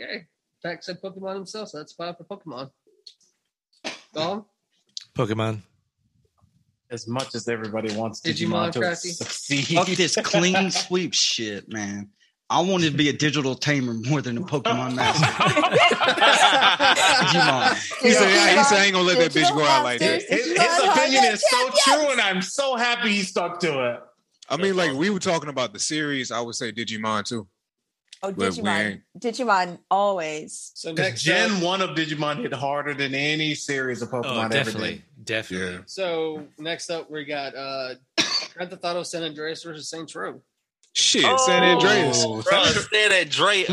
Speaker 5: Okay. Pax said Pokemon himself, so that's five for Pokemon. Dom.
Speaker 9: Pokemon.
Speaker 11: As much as everybody wants
Speaker 5: Digimon,
Speaker 11: Digimon, to
Speaker 5: Crafty?
Speaker 11: succeed,
Speaker 12: Fuck this clean sweep shit, man. I wanted to be a digital tamer more than a Pokemon master. Digimon.
Speaker 6: He said, yeah, he said, I ain't gonna let that bitch go out like that.
Speaker 11: His, his opinion is so true, and I'm so happy he stuck to it.
Speaker 6: I mean, like we were talking about the series, I would say Digimon too.
Speaker 8: Oh,
Speaker 6: But we
Speaker 8: Digimon.
Speaker 6: ain't.
Speaker 8: Digimon always.
Speaker 5: So
Speaker 11: Because Gen one of Digimon hit harder than any series of Pokemon ever did.
Speaker 9: Definitely.
Speaker 5: So next up, we got uh, Grand Theft Auto San Andreas versus Saints Row.
Speaker 6: Shit, San
Speaker 11: Oh.
Speaker 6: Andreas. Hmm,
Speaker 10: Bro, San
Speaker 11: Hmm,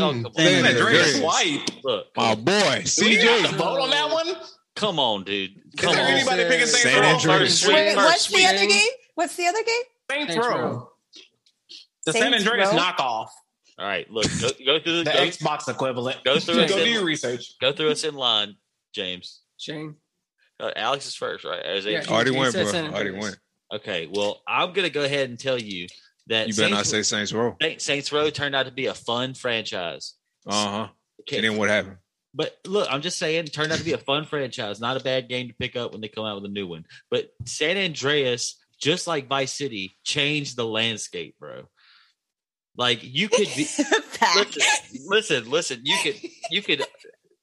Speaker 10: Andreas. Oh, come on.
Speaker 6: San Andreas.
Speaker 11: White.
Speaker 10: Look,
Speaker 6: My boy,
Speaker 11: Do we have to
Speaker 6: CJ.
Speaker 11: vote on that one?
Speaker 10: come on, dude.
Speaker 11: Is
Speaker 10: Come
Speaker 11: there
Speaker 10: on.
Speaker 11: anybody picking Saints
Speaker 6: San
Speaker 11: Row?
Speaker 6: Andreas.
Speaker 10: First
Speaker 8: Wait,
Speaker 10: week, first
Speaker 8: what's the
Speaker 10: week.
Speaker 8: other game? What's the other game?
Speaker 11: Saints
Speaker 5: Saints
Speaker 11: Row.
Speaker 5: Row.
Speaker 11: The San
Speaker 8: Saints
Speaker 11: Andreas
Speaker 8: Row?
Speaker 11: knockoff.
Speaker 10: All right, look, go, go through
Speaker 11: The
Speaker 10: the, go,
Speaker 11: Xbox equivalent.
Speaker 10: go through us
Speaker 11: Go do
Speaker 10: in,
Speaker 11: your research.
Speaker 10: go through us in line, James.
Speaker 5: Shane.
Speaker 10: Uh, Alex is first, right? Or is it-
Speaker 5: Yeah, he-
Speaker 6: Already
Speaker 5: he
Speaker 6: went,
Speaker 5: said
Speaker 6: bro.
Speaker 5: San
Speaker 6: Already
Speaker 5: Andreas.
Speaker 6: went.
Speaker 10: Okay, well, I'm gonna go ahead and tell you that
Speaker 6: You better not
Speaker 10: Saints-
Speaker 6: say Saints Row.
Speaker 10: Saint- Saints Row turned out to be a fun franchise.
Speaker 6: Uh huh.
Speaker 10: Okay,
Speaker 6: And then what happened?
Speaker 10: But look, I'm just saying, it turned out to be a fun franchise, not a bad game to pick up when they come out with a new one. But San Andreas, just like Vice City, changed the landscape, bro. Like you could be
Speaker 8: Pack.
Speaker 10: listen, listen, listen, you could you could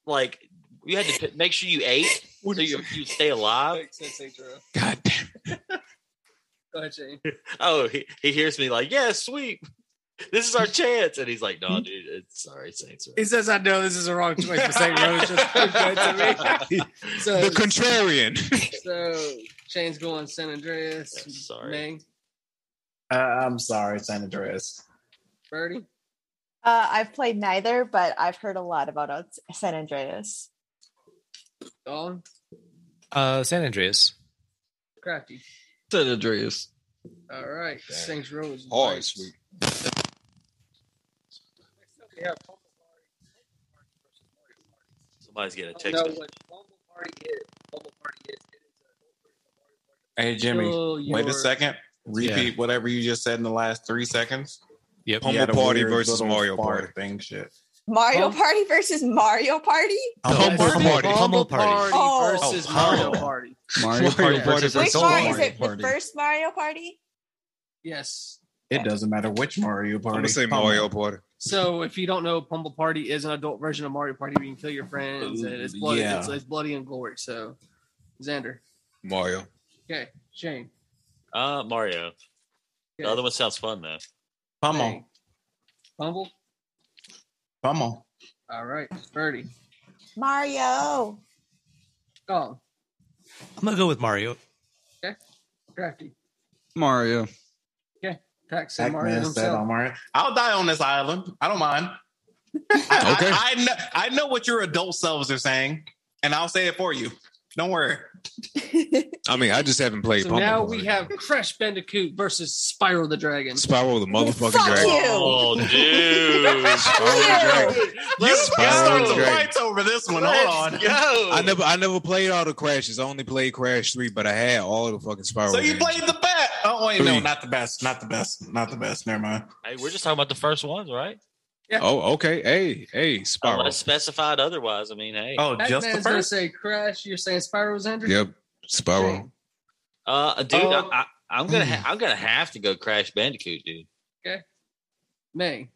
Speaker 10: like you had to p- make sure you ate so you you stay alive.
Speaker 5: Pax said Saints Row.
Speaker 6: God damn.
Speaker 5: Go ahead, Shane.
Speaker 10: Oh, he, he hears me like, yeah, sweet. This is our chance. And he's like, no, dude, it's sorry, Saints. Row."
Speaker 5: Hmm? He says, "I know this is the wrong choice, but Saints Row is just too good to me."
Speaker 6: The
Speaker 5: So,
Speaker 6: contrarian.
Speaker 5: so Shane's going San Andreas.
Speaker 10: Yeah, sorry.
Speaker 5: Mang,
Speaker 11: Uh, I'm sorry, San Andreas.
Speaker 5: Birdie.
Speaker 8: Uh, I've played neither, but I've heard a lot about Out- San Andreas.
Speaker 5: Dong.
Speaker 9: Uh, San Andreas.
Speaker 5: Crafty.
Speaker 12: San Andreas.
Speaker 5: All right. Saints Row is
Speaker 6: Hard,
Speaker 5: right.
Speaker 6: sweet.
Speaker 5: Next up, we have Bumble Party.
Speaker 10: Somebody's getting a
Speaker 5: I
Speaker 10: text.
Speaker 5: don't
Speaker 10: message.
Speaker 5: know what Bumble Party is. Bumble Party is. It is
Speaker 11: Hey Jimmy,
Speaker 5: Still
Speaker 11: wait
Speaker 5: your-
Speaker 11: a second. Repeat whatever you just said in the last three seconds.
Speaker 9: Yep.
Speaker 6: Humble
Speaker 11: Yeah, the
Speaker 6: Party
Speaker 11: weird
Speaker 6: versus
Speaker 11: little
Speaker 6: Mario
Speaker 11: fart
Speaker 6: Party.
Speaker 11: thing shit.
Speaker 8: Mario
Speaker 5: Bum-
Speaker 8: Party versus Mario Party?
Speaker 6: Humble
Speaker 5: Bumble
Speaker 6: Party.
Speaker 5: Party,
Speaker 9: Bumble Party.
Speaker 5: Party
Speaker 8: Oh.
Speaker 5: versus
Speaker 11: Oh,
Speaker 5: Mario
Speaker 11: Bumble.
Speaker 5: Party.
Speaker 12: Mario Party versus
Speaker 8: Which
Speaker 12: Super
Speaker 8: Mario
Speaker 12: Mario
Speaker 8: is it?
Speaker 12: Party.
Speaker 8: The first Mario Party?
Speaker 5: Yes.
Speaker 11: It doesn't matter which Mario
Speaker 6: I'm
Speaker 11: Party.
Speaker 6: gonna say
Speaker 11: Come on.
Speaker 6: Mario Party.
Speaker 5: So if you don't know, Bumble Party is an adult version of Mario Party where you can kill your friends and it's bloody,
Speaker 11: Yeah.
Speaker 5: it's, it's bloody and glory. So, Xander.
Speaker 6: Mario.
Speaker 5: Okay. Shane.
Speaker 10: Uh, Mario. The
Speaker 5: Okay.
Speaker 10: other one sounds fun though.
Speaker 11: Come on,
Speaker 5: Mang. Bumble.
Speaker 11: come on.
Speaker 5: All right. Birdie.
Speaker 8: Mario.
Speaker 5: Dong.
Speaker 9: I'm gonna go with Mario.
Speaker 5: Crafty.
Speaker 12: Mario.
Speaker 5: Pax and Mario
Speaker 11: Pac-Man said on
Speaker 5: himself.
Speaker 11: Mario. I'll die on this island. I don't mind. I, I-
Speaker 6: Okay.
Speaker 11: I, kn- I know what your adult selves are saying, and I'll say it for you. Don't worry.
Speaker 6: I mean, I just haven't played.
Speaker 5: So
Speaker 6: Bumble
Speaker 5: now
Speaker 6: Party.
Speaker 5: we have Crash Bandicoot versus Spiral the Dragon.
Speaker 6: Spiral the motherfucking
Speaker 8: Fuck
Speaker 6: dragon.
Speaker 8: you.
Speaker 10: Oh, dude.
Speaker 6: Spiral the
Speaker 8: Ew.
Speaker 6: dragon.
Speaker 11: Let's
Speaker 6: go.
Speaker 11: start some
Speaker 6: Great.
Speaker 11: fights over this one. Hold on.
Speaker 10: Let's go.
Speaker 6: I never, I never played all the crashes. I only played Crash Three, but I had all the fucking Spiral.
Speaker 11: So you
Speaker 6: games.
Speaker 11: played the best? Oh wait, no,
Speaker 6: Three.
Speaker 11: not the best. Not the best. Not the best. Never mind.
Speaker 10: Hey, we're just talking about the first ones, right?
Speaker 6: Oh, okay. Hey, hey, Spiral.
Speaker 10: Unless specified otherwise. I mean, hey.
Speaker 11: Oh, just the
Speaker 5: Pac-Man's going to
Speaker 11: first.
Speaker 5: say Crash. You're saying Spiral, Xander?
Speaker 6: Yep, Spiral.
Speaker 10: Uh, dude,
Speaker 5: Oh.
Speaker 8: Oh.
Speaker 11: Hmm.
Speaker 10: I, I, I'm gonna ha- I'm gonna have to go Crash Bandicoot, dude.
Speaker 5: Okay. May.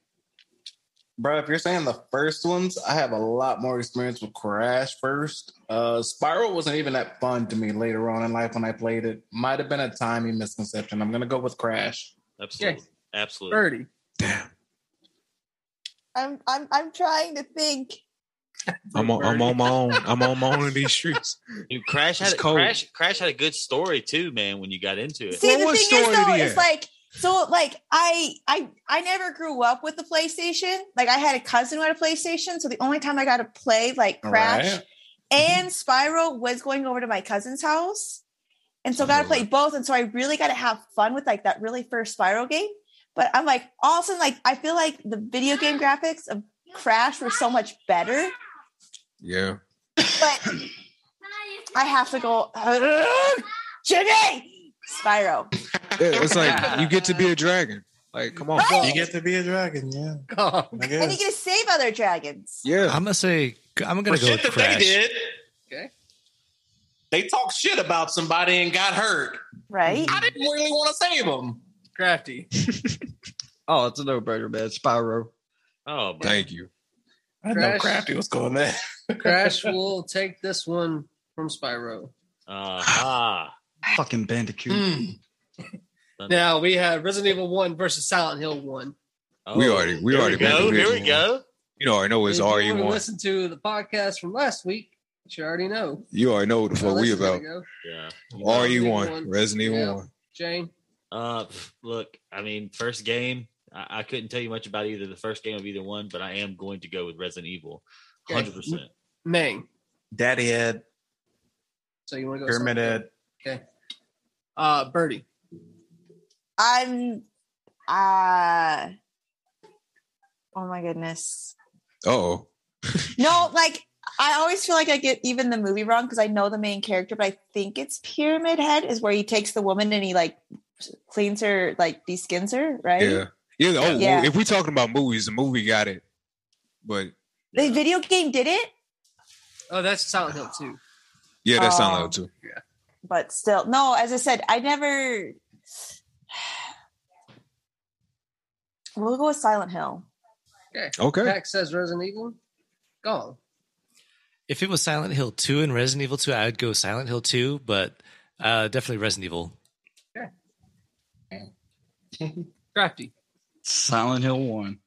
Speaker 11: Bro, if you're saying the first ones, I have a lot more experience with Crash first. Uh Spiral wasn't even that fun to me later on in life when I played it. Might have been a timing misconception. I'm gonna go with Crash.
Speaker 10: Absolutely. Absolutely.
Speaker 5: Birdie.
Speaker 8: I'm I'm I'm trying to think.
Speaker 6: I'm on, I'm on my own. I'm on my own in these streets.
Speaker 10: Dude, Crash
Speaker 6: It's
Speaker 10: had
Speaker 6: cold.
Speaker 10: Crash Crash had a good story too, man. When you got into it,
Speaker 8: See, the thing is though, it's like so like I I I never grew up with the PlayStation. Like I had a cousin who had a PlayStation, so the only time I got to play like Crash
Speaker 13: Right.
Speaker 8: and Spiral was going over to my cousin's house. And so got to play both. And so I really got to have fun with like that really first Spiral game. But I'm like, all of a sudden, like, I feel like the video game graphics of Crash were so much better.
Speaker 6: Yeah.
Speaker 8: I have to go, Jimmy! Spyro.
Speaker 6: Yeah, it's like you get to be a dragon. Like, come on,
Speaker 8: Right.
Speaker 11: You get to be a dragon, yeah.
Speaker 5: I
Speaker 8: And you get to save other dragons.
Speaker 6: Yeah.
Speaker 9: I'm gonna say I'm gonna
Speaker 11: For
Speaker 9: go
Speaker 11: shit
Speaker 9: with
Speaker 11: that they
Speaker 9: Crash.
Speaker 11: did.
Speaker 5: Okay.
Speaker 11: They talk shit about somebody and got hurt.
Speaker 8: Right?
Speaker 11: I didn't really want to save them.
Speaker 5: Crafty.
Speaker 12: Oh, it's a no brainer, man. Spyro.
Speaker 10: Oh,
Speaker 6: thank you.
Speaker 11: I
Speaker 5: know Crash.
Speaker 11: Crafty was going there.
Speaker 5: Crash will take this one from Spyro.
Speaker 11: Uh,
Speaker 10: Ah,
Speaker 12: fucking Bandicoot.
Speaker 5: Mm. Now we have Resident Evil 1 versus Silent Hill 1.
Speaker 6: we already, we
Speaker 10: Oh, there
Speaker 6: already.
Speaker 10: we go,
Speaker 6: made the
Speaker 10: there we
Speaker 6: original.
Speaker 10: go.
Speaker 6: You know, I know it's
Speaker 5: If you
Speaker 6: RE
Speaker 5: wanna
Speaker 6: one.
Speaker 5: Listen to the podcast from last week, which you already know.
Speaker 6: You already know what the fuck we
Speaker 5: Listen, there
Speaker 6: about.
Speaker 5: you go.
Speaker 10: Yeah.
Speaker 6: RE E one, Resident Evil
Speaker 5: Yeah.
Speaker 6: one.
Speaker 5: Jane.
Speaker 10: Uh, pff, look, I mean, first game, I, I couldn't tell you much about either the first game of either one, but I am going to go with Resident Evil,
Speaker 5: Okay.
Speaker 10: hundred percent.
Speaker 5: Ming.
Speaker 11: Daddy Ed,
Speaker 5: So you want to go?
Speaker 11: Pyramid
Speaker 5: Silent Hill?
Speaker 11: Ed.
Speaker 5: Okay. Uh, Birdie.
Speaker 8: I'm, uh, oh my goodness.
Speaker 6: Oh,
Speaker 8: No, like, I always feel like I get even the movie wrong because I know the main character, but I think it's Pyramid Head is where he takes the woman and he like cleans her, like deskins her, right?
Speaker 6: yeah, yeah. Oh, well,
Speaker 8: Yeah.
Speaker 6: if we talking about movies, the movie got it. But
Speaker 8: The video game did it,
Speaker 5: Oh, that's Silent Hill 2.
Speaker 6: yeah, that sound
Speaker 8: Oh.
Speaker 6: loud too.
Speaker 8: but still, no. As I said, I never. We'll go with Silent Hill.
Speaker 5: Okay.
Speaker 6: Okay.
Speaker 5: Max says Resident Evil. Gone.
Speaker 9: If it was Silent Hill 2 and Resident Evil 2, I would go Silent Hill 2, but uh, definitely Resident Evil.
Speaker 5: Crafty.
Speaker 12: Silent Hill one.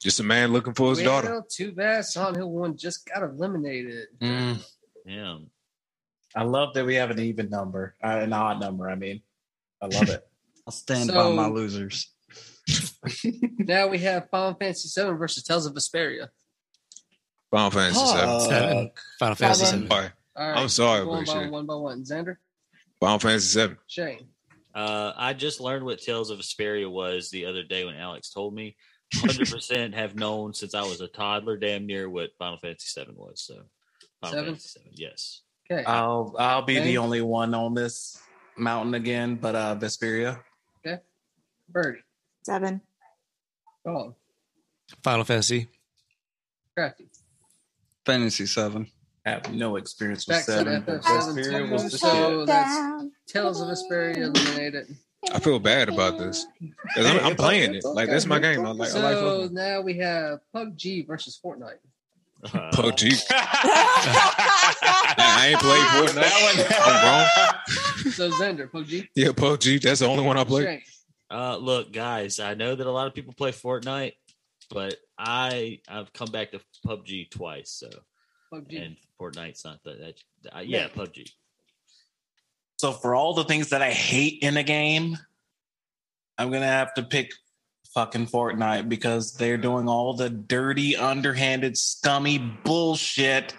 Speaker 6: Just a man looking for his daughter.
Speaker 5: Well, too bad Silent Hill 1 just got eliminated. Mm.
Speaker 10: Yeah.
Speaker 11: I love that we have an even number, uh, an odd number. I mean, I love it.
Speaker 12: I'll stand
Speaker 5: So-
Speaker 12: by my losers.
Speaker 5: now we have Final Fantasy 7 versus Tales of Vesperia.
Speaker 6: Final Fantasy
Speaker 5: Fuck.
Speaker 6: seven.
Speaker 5: Seven.
Speaker 9: Final
Speaker 5: Fantasy
Speaker 6: I'm
Speaker 5: seven.
Speaker 6: sorry.
Speaker 5: All right,
Speaker 6: I'm sorry,
Speaker 5: Going
Speaker 6: but
Speaker 5: by
Speaker 6: shit.
Speaker 5: one by one. Xander,
Speaker 6: Final Fantasy seven.
Speaker 5: Shane.
Speaker 10: Uh, I just learned what Tales of Asperia was the other day when Alex told me. 100% have known since I was a toddler, damn near what Final Fantasy VII was. So, Final
Speaker 5: Seven?
Speaker 10: Fantasy VII, yes.
Speaker 5: Okay.
Speaker 11: I'll I'll be
Speaker 5: Okay.
Speaker 11: the only one on this mountain again, but uh Vesperia.
Speaker 5: Okay. Birdie.
Speaker 8: Seven.
Speaker 5: Gone.
Speaker 9: Final Fantasy.
Speaker 5: Crafty.
Speaker 12: Fantasy seven.
Speaker 11: have no experience
Speaker 5: Back to FF7 2. So that's Tales of Vesperia eliminated.
Speaker 6: I feel bad about this. 'Cause I'm, I'm playing it. Like that's my game. I like. I like
Speaker 5: So now we have PUBG versus Fortnite.
Speaker 6: PUBG. I ain't played Fortnite. I'm wrong.
Speaker 5: So Xander, PUBG.
Speaker 6: Yeah, PUBG. That's the only one I play.
Speaker 5: Shane.
Speaker 10: Uh, look, guys, I know that a lot of people play Fortnite, but I I've come back to PUBG twice, so
Speaker 5: PUBG.
Speaker 10: and Fortnite's not that. that I, yeah, PUBG.
Speaker 11: So for all the things that I hate in a game, I'm gonna have to pick fucking Fortnite because they're doing all the dirty, underhanded, scummy bullshit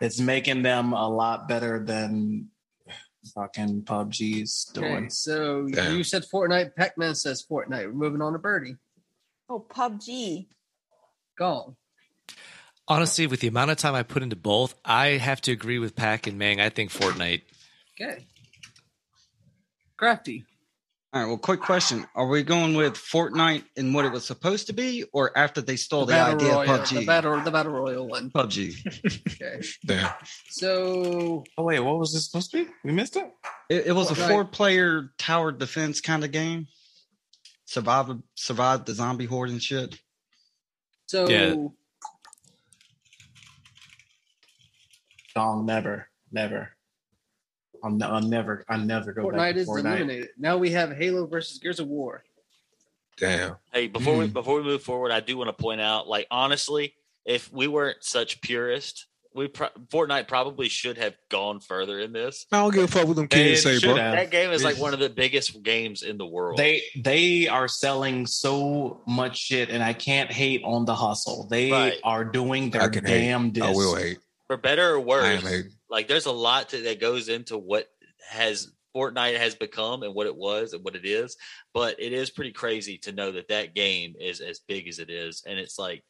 Speaker 11: that's making them a lot better than fucking PUBG's
Speaker 5: Okay,
Speaker 11: doing.
Speaker 5: so
Speaker 11: Damn.
Speaker 5: you said Fortnite. Pac-Man says Fortnite. We're moving on to Birdie.
Speaker 8: Oh, PUBG.
Speaker 5: Gone.
Speaker 9: Honestly, with the amount of time I put into both, I have to agree with Pac and Mang. I think Fortnite.
Speaker 5: Okay. Crafty.
Speaker 12: All right. Well, quick question: Are we going with Fortnite and what it was supposed to be, or after they stole Oh, the,
Speaker 5: Battle
Speaker 12: idea
Speaker 5: Royale,
Speaker 12: of
Speaker 5: The
Speaker 12: PUBG?
Speaker 5: battle, the battle royal one.
Speaker 12: PUBG.
Speaker 5: Okay.
Speaker 6: Damn.
Speaker 5: So
Speaker 11: Oh wait, what was this supposed to be? We missed it.
Speaker 12: It, it was a
Speaker 5: Fortnite.
Speaker 12: four-player tower defense kind of game. survive survive the zombie horde and shit.
Speaker 5: So
Speaker 12: Yeah.
Speaker 11: Dong, never, never. I'm no, I'll never, I never go back
Speaker 5: Fortnite
Speaker 11: to
Speaker 5: is
Speaker 11: Fortnite.
Speaker 5: eliminated. Now we have Halo versus Gears of War.
Speaker 6: Damn. Hmm.
Speaker 10: Hey, before we before we move forward, I do want to point out, like honestly, if we weren't such purists, we pro- Fortnite probably should have gone further in this.
Speaker 6: I don't give a fuck what them kids
Speaker 10: It
Speaker 6: say,
Speaker 10: should
Speaker 6: bro.
Speaker 10: have. That game is like one of the biggest games in the world.
Speaker 11: They they are selling so much shit, and I can't hate on the hustle. They are doing their
Speaker 6: can hate.
Speaker 11: damnedest.
Speaker 6: I will hate.
Speaker 10: for better or worse,
Speaker 6: hating.
Speaker 10: like there's a lot to, that goes into what has Fortnite has become and what it was and what it is. But it is pretty crazy to know that that game is as big as it is, and it's like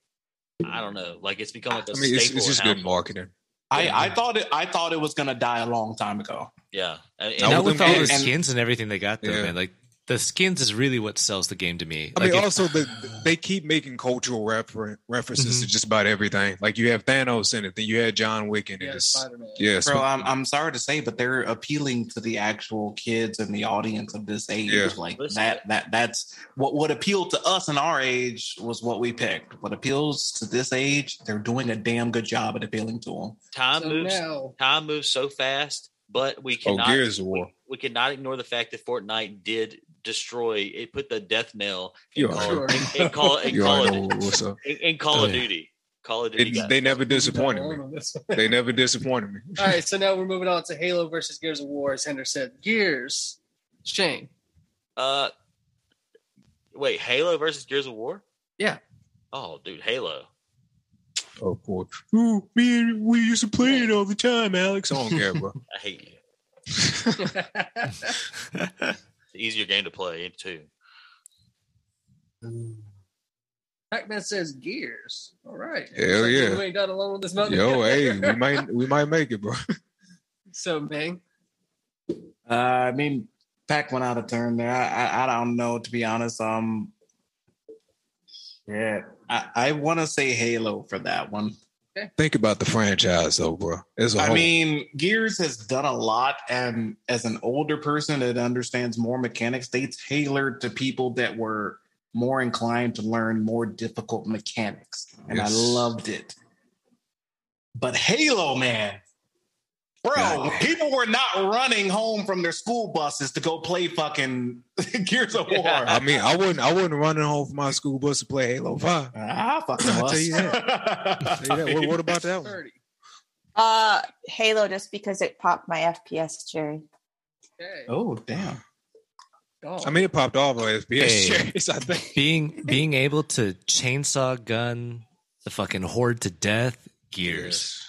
Speaker 10: I don't know, like it's become like a
Speaker 6: I mean, it's,
Speaker 10: staple.
Speaker 6: it's just
Speaker 10: in how-
Speaker 6: good marketing.
Speaker 11: I, I thought it I thought it was gonna die a long time ago.
Speaker 10: yeah, and, and-
Speaker 9: Not with all the
Speaker 11: and-
Speaker 9: skins and everything they got though,
Speaker 11: Yeah.
Speaker 9: man. Like the skins is really what sells the game to me.
Speaker 6: I
Speaker 9: Like,
Speaker 6: mean,
Speaker 9: if- Mhm.
Speaker 6: also the, they keep making cultural refer- references
Speaker 9: Mm-hmm.
Speaker 6: to just about everything. Like you have Thanos in it, then you had John Wick in it. It's, yes,
Speaker 11: bro. I'm I'm sorry to say, but they're appealing to the actual kids and the audience of this age.
Speaker 6: Yeah.
Speaker 11: Like that that that's what what appealed to us in our age was what we picked. What appeals to this age, they're doing a damn good job at appealing to them.
Speaker 10: time moves
Speaker 5: now-
Speaker 10: time moves so fast but we
Speaker 11: Oh,
Speaker 10: cannot
Speaker 11: Gears of War.
Speaker 10: We, we cannot ignore the fact that fortnite did destroy it put the death knell in
Speaker 6: You
Speaker 10: call,
Speaker 6: already know.
Speaker 10: in, in call, in
Speaker 6: You
Speaker 10: call,
Speaker 6: already
Speaker 10: of,
Speaker 6: know what's up.
Speaker 10: in, in call
Speaker 6: Oh,
Speaker 10: of
Speaker 6: yeah.
Speaker 10: duty call of duty
Speaker 6: It,
Speaker 10: got-
Speaker 6: they never disappointed me. They never disappointed me.
Speaker 5: All right, so now we're moving on to Halo versus Gears of War. As Hender said, Gears, Shane.
Speaker 10: uh wait halo versus gears of war
Speaker 5: Yeah.
Speaker 10: oh dude halo
Speaker 6: Of course. Ooh, me, we used to play it all the time, Alex. I don't care, bro.
Speaker 10: i hate you it's an easier game to play too
Speaker 5: Pac-Man says Gears. All right.
Speaker 6: Hell
Speaker 5: Looks like
Speaker 6: yeah.
Speaker 5: We ain't not alone on this mountain.
Speaker 6: Yo, hey, we might we might make it, bro.
Speaker 5: So, Ming,
Speaker 11: Uh, I mean, Pac went out of turn there. I, I I don't know to be honest. Um, yeah, I I want to say Halo for that one.
Speaker 6: Think about the franchise, though, bro. As a
Speaker 11: I
Speaker 6: whole,
Speaker 11: mean, Gears has done a lot, and as an older person that understands more mechanics, they tailored to people that were more inclined to learn more difficult mechanics, and
Speaker 6: Yes.
Speaker 11: I loved it. But Halo, man, bro, people were not running home from their school buses to go play fucking Gears of War.
Speaker 6: I mean, I wouldn't I wouldn't running home from my school bus to play Halo Five.
Speaker 11: I fucking
Speaker 6: I'll tell
Speaker 11: was.
Speaker 6: you that. I'll tell you that. What, what about that one?
Speaker 8: Uh, Halo, just because it popped my FPS, Jerry.
Speaker 11: Oh damn!
Speaker 6: I mean, it popped off on SBS.
Speaker 9: Hey.
Speaker 6: series, I think.
Speaker 9: being being able to chainsaw gun the fucking horde to death gears.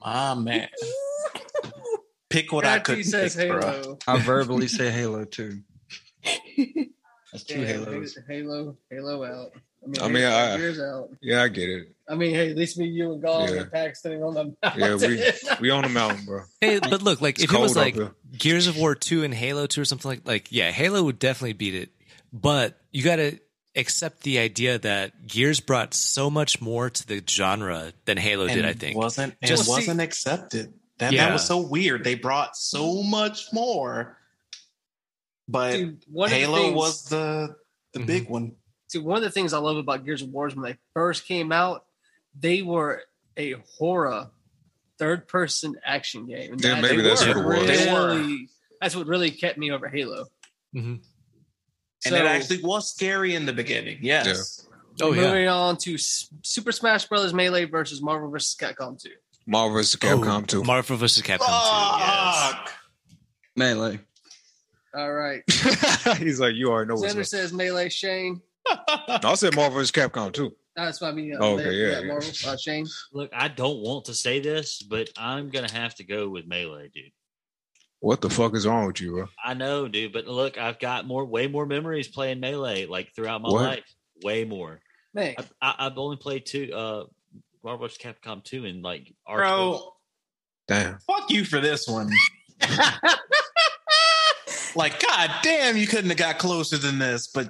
Speaker 11: Ah man. Pick what
Speaker 5: I could says pick, bruh. Halo.
Speaker 12: I verbally say Halo too. That's two
Speaker 5: Yeah,
Speaker 12: Halos.
Speaker 5: Halo, Halo out.
Speaker 6: I mean, I,
Speaker 5: Gears out.
Speaker 6: yeah, I get it.
Speaker 5: I mean, hey, at least me, you, and Gong
Speaker 6: Yeah.
Speaker 5: and Pac sitting on the
Speaker 6: Yeah,
Speaker 5: mountain.
Speaker 6: we we on the mountain, bro.
Speaker 9: Hey, but look, like
Speaker 6: It's
Speaker 9: if it was
Speaker 6: cold up
Speaker 9: like
Speaker 6: here.
Speaker 9: Gears of War two and Halo two or something like like yeah, Halo would definitely beat it. But you got to accept the idea that Gears brought so much more to the genre than Halo did.
Speaker 11: And
Speaker 9: I think
Speaker 11: wasn't and
Speaker 9: Just see-
Speaker 11: wasn't accepted. That
Speaker 9: Yeah.
Speaker 11: that was so weird. They brought so much more, but
Speaker 5: one of the
Speaker 11: Halo
Speaker 5: things-
Speaker 11: was the the
Speaker 9: Mm-hmm.
Speaker 11: big one.
Speaker 5: See, one of the things I love about Gears of War is when they first came out, they were a horror third person action game. And
Speaker 6: Yeah,
Speaker 5: that-
Speaker 6: maybe
Speaker 5: they
Speaker 6: that's
Speaker 5: were
Speaker 6: what it was. They were.
Speaker 5: really- that's what really kept me over Halo.
Speaker 11: And
Speaker 5: So-
Speaker 11: it actually was scary in the beginning. Yes.
Speaker 9: Oh,
Speaker 5: Moving on to S- Super Smash Brothers Melee versus Marvel vs. Capcom 2.
Speaker 6: Marvel vs. Capcom two.
Speaker 9: Oh, Marvel vs. Capcom
Speaker 12: Melee.
Speaker 5: All right.
Speaker 6: He's like, you already know what's
Speaker 5: Xander
Speaker 6: up.
Speaker 5: says Melee Shane.
Speaker 6: No, I said Marvel vs. Capcom two.
Speaker 5: That's what I mean. Uh,
Speaker 6: Oh, okay,
Speaker 5: Melee-
Speaker 6: yeah, yeah.
Speaker 5: Marvel, uh, Shane.
Speaker 10: look i don't want to say this but i'm gonna have to go with melee dude
Speaker 6: What the fuck is wrong with you, bro?
Speaker 10: I know, dude, but look, I've got more, way more memories playing melee, like throughout my
Speaker 6: What?
Speaker 10: life, way more.
Speaker 5: Man.
Speaker 10: I, I, I've only played two, uh, Marvel vs. Capcom two, and like, our
Speaker 11: Bro,
Speaker 6: Damn.
Speaker 11: fuck you for this one. like, god damn, you couldn't have got closer than this, but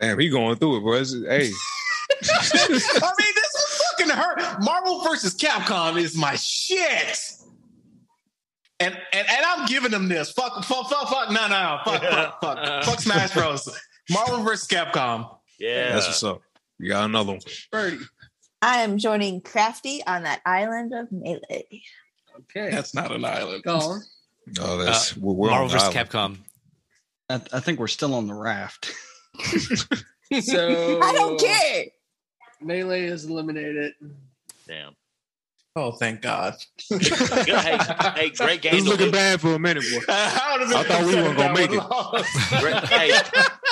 Speaker 6: Damn, he going through it, bro. It's- hey,
Speaker 11: I mean, this was fucking hurt. Marvel versus Capcom is my shit. And, and and I'm giving them this. Fuck, fuck, fuck, fuck. No, no, fuck, fuck,
Speaker 10: Uh.
Speaker 11: fuck, fuck. Smash Bros. Marvel vs. Capcom.
Speaker 10: Yeah,
Speaker 6: that's what's up. You got another one.
Speaker 5: Birdie.
Speaker 8: I am joining Crafty on that island of melee.
Speaker 5: Okay.
Speaker 11: That's not an island.
Speaker 5: Gone.
Speaker 6: Oh,
Speaker 12: that's-
Speaker 6: we're- we're on
Speaker 12: Marvel
Speaker 6: the
Speaker 12: vs.
Speaker 6: island.
Speaker 9: Capcom.
Speaker 12: I, I think we're still on the raft.
Speaker 5: So
Speaker 8: I don't care.
Speaker 5: Melee is eliminated.
Speaker 10: Damn.
Speaker 11: Oh, thank God.
Speaker 10: hey, hey, great
Speaker 6: This
Speaker 10: game.
Speaker 6: is
Speaker 10: To
Speaker 6: looking
Speaker 10: lose.
Speaker 6: bad for a minute, boy. I thought we weren't gonna make it.
Speaker 10: Great- hey,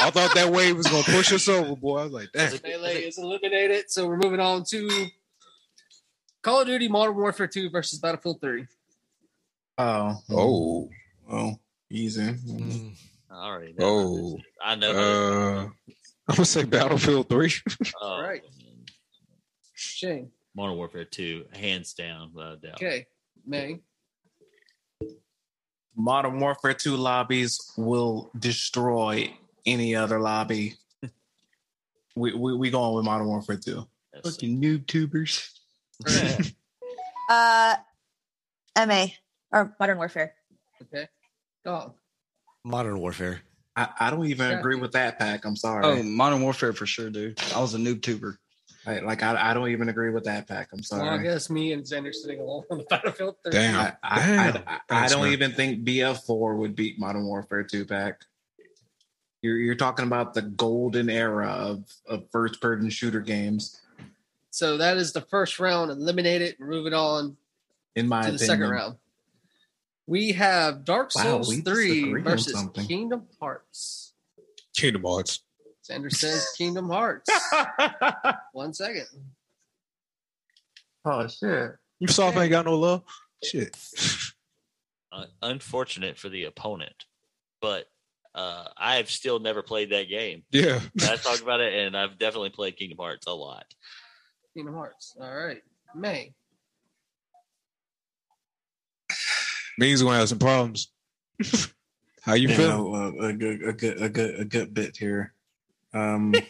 Speaker 6: I thought that wave was gonna push us over, boy. I was like, damn.
Speaker 5: Melee is eliminated. So we're moving on to Call of Duty Modern Warfare 2 versus Battlefield 3.
Speaker 11: Oh.
Speaker 6: Oh.
Speaker 11: Oh. Easy.
Speaker 10: all right.
Speaker 6: Oh.
Speaker 10: I know.
Speaker 6: Uh, I'm gonna say Battlefield Three.
Speaker 10: Oh,
Speaker 5: Right. Shane.
Speaker 10: Modern Warfare 2, hands down, without a doubt.
Speaker 5: Okay. May.
Speaker 11: Modern Warfare 2 lobbies will destroy any other lobby. we, we we going with Modern Warfare 2.
Speaker 12: Fucking noob tubers.
Speaker 8: Uh, MA or Modern Warfare.
Speaker 5: Okay. Dog.
Speaker 9: Modern Warfare.
Speaker 11: I, I don't even agree with that pack. I'm sorry.
Speaker 12: Oh, Modern Warfare for sure, dude. I was a noob tuber.
Speaker 11: Like, like, I, I don't even agree with that pack. I'm
Speaker 5: Well, I
Speaker 11: sorry.
Speaker 5: guess me and Xander sitting alone on the Battlefield 3.
Speaker 11: I, I, I, I
Speaker 6: Thanks,
Speaker 11: don't
Speaker 6: man.
Speaker 11: even think BF4 would beat Modern Warfare 2 pack. You're you're talking about the golden era of, of first person shooter games,
Speaker 5: So that is the first round eliminated. We're moving on
Speaker 11: in my
Speaker 5: to the
Speaker 11: opinion.
Speaker 5: second round. We have Dark
Speaker 11: Wow,
Speaker 5: Souls
Speaker 11: we
Speaker 5: 3
Speaker 11: disagree on
Speaker 5: versus
Speaker 11: something.
Speaker 5: Kingdom Hearts.
Speaker 6: Kingdom Hearts.
Speaker 5: Xander says Kingdom Hearts. One second.
Speaker 11: Oh shit!
Speaker 6: You soft ain't got no love. Shit.
Speaker 10: Uh, unfortunate for the opponent, but uh, I have still never played that game.
Speaker 6: Yeah.
Speaker 10: I talked about it, and I've definitely played Kingdom Hearts a lot.
Speaker 5: Kingdom Hearts. All right. May.
Speaker 6: Means gonna have some problems. How you
Speaker 11: You
Speaker 6: feeling?
Speaker 11: know, uh, a good, a good, a good, a good bit here. Um,
Speaker 5: Big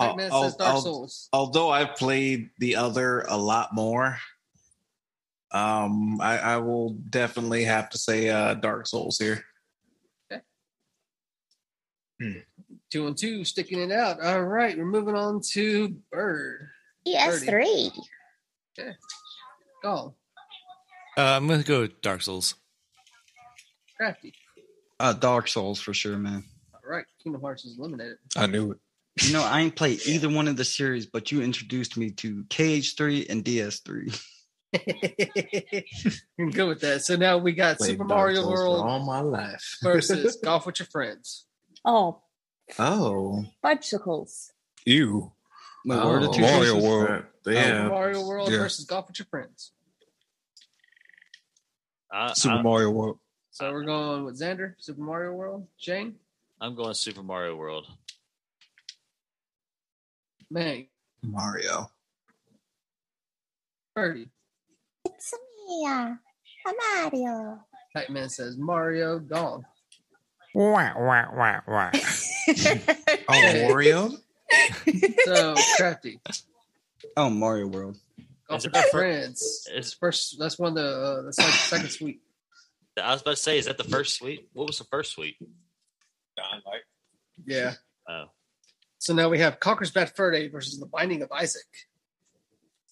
Speaker 11: al-
Speaker 5: Man
Speaker 11: al-
Speaker 5: says Dark
Speaker 11: al-
Speaker 5: Souls.
Speaker 11: although I've played the other a lot more, um, I, I will definitely have to say uh, Dark Souls here.
Speaker 5: Two and two sticking it out. All right. We're moving on to Bird. PS3. Okay. Go.
Speaker 9: Uh, I'm gonna go with Dark Souls.
Speaker 5: Crafty.
Speaker 12: Uh, Dark Souls for sure, man.
Speaker 5: All right. Kingdom Hearts is eliminated.
Speaker 6: I knew it.
Speaker 12: You know, I ain't played either one of the series, but you introduced me to KH3 and DS3.
Speaker 5: I'm good with that. So now we got
Speaker 11: Played
Speaker 5: Super
Speaker 11: Dark
Speaker 5: Mario
Speaker 11: Souls for all
Speaker 5: World
Speaker 11: my life.
Speaker 5: versus Golf with Your Friends.
Speaker 8: Oh,
Speaker 11: Oh,
Speaker 8: fudgesicles.
Speaker 6: you.
Speaker 12: Wait, what were the two
Speaker 6: Mario
Speaker 12: choices?
Speaker 6: World.
Speaker 5: Super Mario World
Speaker 6: Yeah.
Speaker 5: versus Golf with Your Friends.
Speaker 10: I,
Speaker 6: Super
Speaker 13: Uh,
Speaker 10: I,
Speaker 6: Mario World.
Speaker 5: So we're going with Xander, Super Mario World, Shane,
Speaker 10: I'm going Super Mario World.
Speaker 5: May,
Speaker 11: Mario.
Speaker 5: Birdie.
Speaker 13: It's me, uh,
Speaker 11: Oh,
Speaker 13: Mario.
Speaker 5: Pac Man says Mario, gone.
Speaker 13: Wah, wah, wah, wah.
Speaker 11: Oh, Mario.
Speaker 5: So crafty.
Speaker 12: Oh, Mario World.
Speaker 5: Golf
Speaker 10: Is it
Speaker 5: with Your
Speaker 10: the fir-
Speaker 5: Friends. It's
Speaker 10: is-
Speaker 5: first. That's one of the uh, that's like the second suite.
Speaker 10: I was about to say, is that the first suite? What was the first suite?
Speaker 5: Yeah.
Speaker 10: Oh,
Speaker 5: So now we have Conker's Bad Fur Day versus The Binding of Isaac.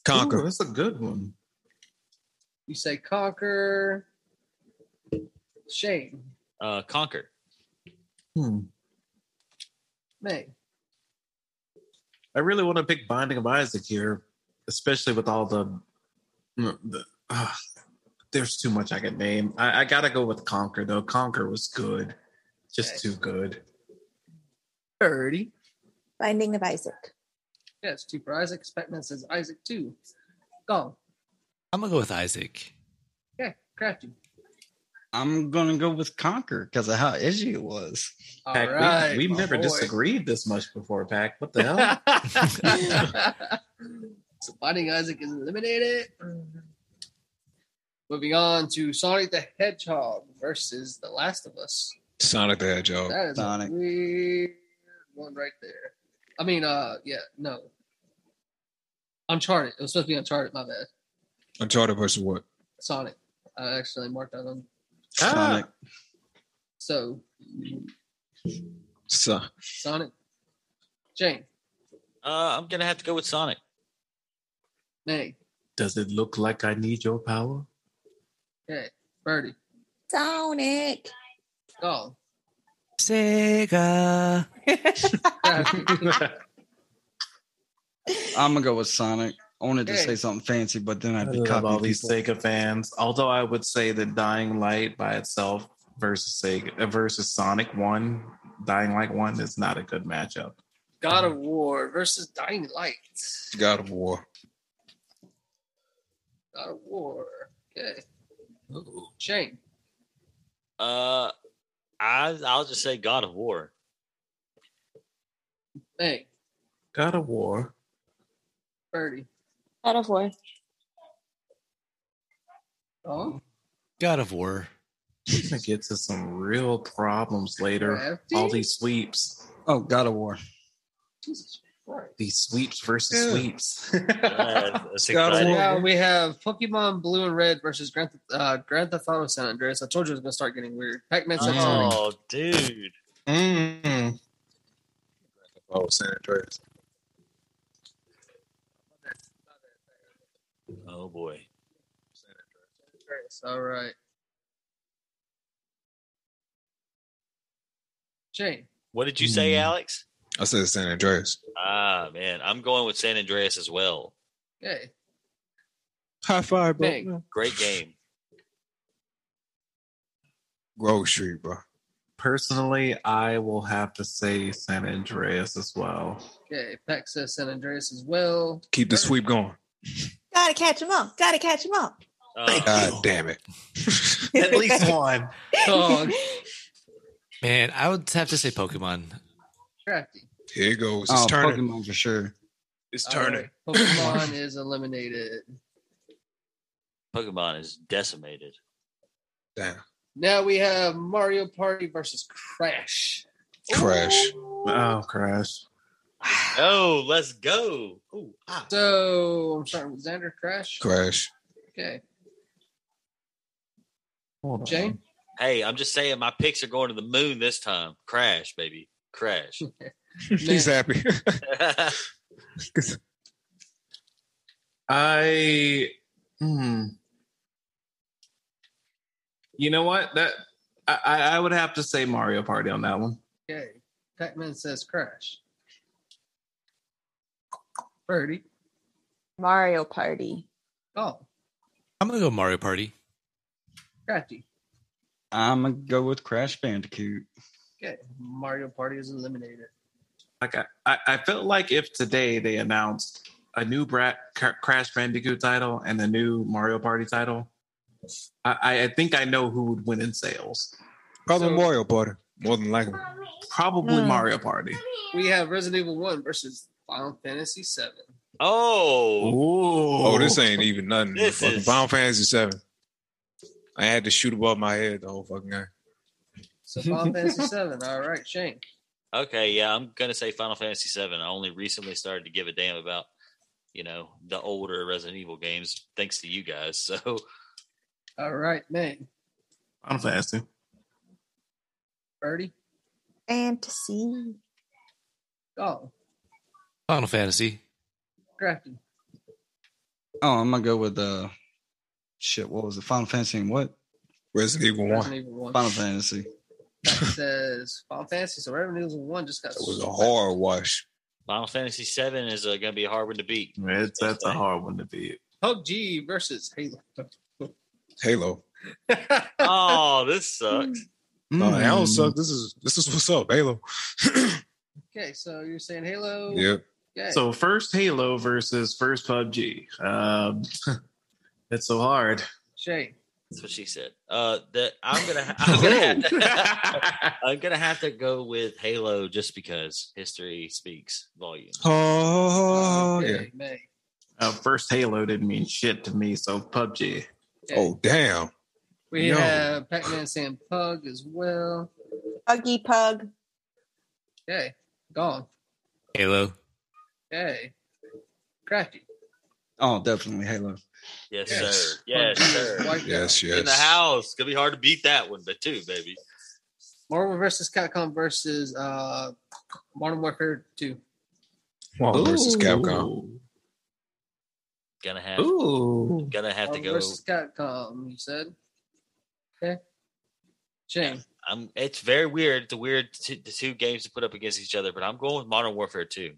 Speaker 11: Conquer. that's a good one.
Speaker 5: You say Conquer. Shane,
Speaker 10: uh, Conquer.
Speaker 11: Hmm.
Speaker 5: May.
Speaker 11: I really want to pick Binding of Isaac here, especially with all the. the uh, there's too much I could name. I, I gotta go with Conquer though. Conquer was good, just
Speaker 5: Okay.
Speaker 11: too good.
Speaker 5: Birdie.
Speaker 8: Binding of Isaac.
Speaker 5: Yeah, it's two for Isaac. Pac Man says Isaac too. Gone.
Speaker 9: I'm gonna go with Isaac.
Speaker 5: Yeah, crafty.
Speaker 12: I'm gonna go with Conquer because of how edgy it was.
Speaker 5: All
Speaker 11: Pac,
Speaker 5: right,
Speaker 11: we,
Speaker 5: my
Speaker 11: we've never
Speaker 5: boy.
Speaker 11: disagreed this much before, Pack. What the hell?
Speaker 5: so Binding Isaac is eliminated. Moving on to Sonic the Hedgehog versus The Last of Us.
Speaker 6: Sonic the Hedgehog.
Speaker 5: That is
Speaker 12: Sonic.
Speaker 5: a weird one right there. I mean, uh, yeah, no. Uncharted. It was supposed to be Uncharted. My bad.
Speaker 6: Uncharted versus what?
Speaker 5: Sonic. I actually marked that on.
Speaker 12: Sonic.
Speaker 5: So
Speaker 12: So
Speaker 5: Sonic, Jane,
Speaker 10: Uh, I'm gonna have to go with Sonic.
Speaker 5: Nay,
Speaker 7: Does it look like I need your power?
Speaker 5: okay, Birdie, Oh,
Speaker 8: Sonic.
Speaker 5: Skull,
Speaker 12: Sega. I'm gonna go with Sonic. I wanted to
Speaker 11: Hey.
Speaker 12: say something fancy, but then I'd
Speaker 11: I
Speaker 12: be
Speaker 11: love all
Speaker 12: copying
Speaker 11: these
Speaker 12: people.
Speaker 11: Sega fans. Although I would say that Dying Light by itself versus Sega uh, versus Sonic One, Dying Light One is not a good matchup.
Speaker 5: God of War versus Dying Light.
Speaker 11: God of War.
Speaker 5: God of War. Okay. Shane.
Speaker 10: Uh, I I'll just say God of War.
Speaker 5: Hey,
Speaker 11: God of War.
Speaker 5: Birdie.
Speaker 8: Out of war.
Speaker 5: Oh.
Speaker 11: God of War. We're gonna get to some real problems later.
Speaker 5: Crafty?
Speaker 11: All these sweeps. Oh, God of War.
Speaker 5: Jesus Christ.
Speaker 11: These sweeps versus
Speaker 5: Yeah.
Speaker 11: sweeps.
Speaker 10: that's
Speaker 5: Now we have Pokemon Blue and Red versus Grand, Theft- uh, Grand Theft Auto San Andreas. I told you it was going to start getting weird. Pac Man
Speaker 10: Oh, dude.
Speaker 11: Mm.
Speaker 6: Oh, San Andreas.
Speaker 10: Oh boy.
Speaker 5: All right. Shane.
Speaker 10: What did you say,
Speaker 6: Hmm.
Speaker 10: Alex?
Speaker 6: I said San Andreas.
Speaker 10: Ah man, I'm going with San Andreas as well.
Speaker 5: Okay.
Speaker 6: High five, bro.
Speaker 5: Bang.
Speaker 10: Great game.
Speaker 6: Grove Street, bro.
Speaker 11: Personally, I will have to say San Andreas as well.
Speaker 5: Okay. Pac says San Andreas as well.
Speaker 11: Keep the sweep going.
Speaker 8: Gotta catch him up. Gotta catch him up.
Speaker 6: God damn it.
Speaker 11: At least one.
Speaker 5: Oh,
Speaker 9: Man, I would have to say Pokemon.
Speaker 5: crafty.
Speaker 6: Here it goes.
Speaker 9: It's
Speaker 12: oh,
Speaker 9: turning.
Speaker 12: Pokemon for sure.
Speaker 6: It's
Speaker 5: All right. Pokemon is eliminated.
Speaker 10: Pokemon is decimated.
Speaker 6: Damn.
Speaker 5: Now we have Mario Party versus Crash.
Speaker 6: Crash.
Speaker 11: Oh, Crash.
Speaker 10: Oh, let's go. Ooh,
Speaker 5: So I'm starting with Xander Crash.
Speaker 6: Crash.
Speaker 5: Okay. Jane?
Speaker 10: Hey, I'm just saying my picks are going to the moon this time. Crash, baby. Crash.
Speaker 6: He's happy.
Speaker 11: I hmm. You know what? That I, I I would have to say Mario Party on that one.
Speaker 5: Okay. Pac Man says Crash. Birdie.
Speaker 8: Mario Party.
Speaker 5: Oh,
Speaker 9: I'm gonna go Mario Party.
Speaker 5: Crafty.
Speaker 12: I'm gonna go with Crash Bandicoot.
Speaker 5: Okay. Mario Party is eliminated.
Speaker 11: Like I, I, I felt like if today they announced a new Bra- Cra- Crash Bandicoot title and a new Mario Party title, I- I, I think I know who would win in sales.
Speaker 6: Probably Mario Party. More than likely.
Speaker 11: Probably
Speaker 5: Hmm.
Speaker 11: Mario Party.
Speaker 5: We have Resident Evil 1 versus Final Fantasy 7.
Speaker 10: Oh.
Speaker 6: Oh, this ain't even nothing.
Speaker 10: This
Speaker 6: fucking
Speaker 10: is-
Speaker 6: Final Fantasy Seven. I had to shoot above my head the whole fucking game.
Speaker 5: So Final Fantasy 7. All right, Shane.
Speaker 10: Okay, yeah, I'm gonna say Final Fantasy VII. I only recently started to give a damn about, you know, the older Resident Evil games, thanks to you guys. So
Speaker 5: All right, man.
Speaker 11: I'm fasting.
Speaker 5: Birdie.
Speaker 8: Fantasy.
Speaker 5: Oh,
Speaker 9: Final Fantasy.
Speaker 5: Crafty.
Speaker 12: Oh, I'm gonna go with uh, shit. What was it? Final Fantasy and what?
Speaker 6: Resident Evil
Speaker 5: Resident Evil 1.
Speaker 12: Final Fantasy.
Speaker 5: Pac says Final Fantasy. So Resident Evil 1 just got. That
Speaker 6: was a hard wash.
Speaker 10: Final Fantasy VII is uh, gonna be a hard one to beat.
Speaker 11: It's, that's a hard one to beat.
Speaker 5: PUBG versus Halo.
Speaker 6: Halo.
Speaker 10: oh, this sucks.
Speaker 6: No, that don't suck. Uh, This is this is what's up, Halo.
Speaker 5: Okay, so you're saying Halo? Okay.
Speaker 11: So first Halo versus first PUBG. Um, it's so hard.
Speaker 5: Shane.
Speaker 10: That's what she said. Uh, that I'm gonna, ha- I'm, gonna have to, I'm gonna have to go with Halo just because history speaks volumes.
Speaker 6: Oh, yeah.
Speaker 5: May.
Speaker 11: Uh, first Halo didn't mean shit to me, so PUBG.
Speaker 6: Oh damn!
Speaker 5: We
Speaker 11: Yo.
Speaker 5: have Pac Man saying Pug as well.
Speaker 8: Puggy Pug.
Speaker 5: Okay, gone.
Speaker 9: Halo.
Speaker 5: Okay. Crafty.
Speaker 12: Oh, definitely Halo.
Speaker 10: Yes,
Speaker 12: Yes.
Speaker 10: sir. Yes, sir.
Speaker 12: Yes,
Speaker 10: In the
Speaker 12: yes.
Speaker 10: house. Gonna be hard to beat that one, but two, baby.
Speaker 5: Marvel versus Capcom versus uh, Modern Warfare 2.
Speaker 6: Marvel versus
Speaker 5: Ooh.
Speaker 6: Capcom.
Speaker 10: Gonna have
Speaker 6: Ooh.
Speaker 10: gonna have to
Speaker 5: Marvel
Speaker 10: go.
Speaker 5: versus Capcom, you said? Okay. Shame.
Speaker 10: I'm it's very weird. It's a weird t- the two games to put up against each other, but I'm going with Modern Warfare 2.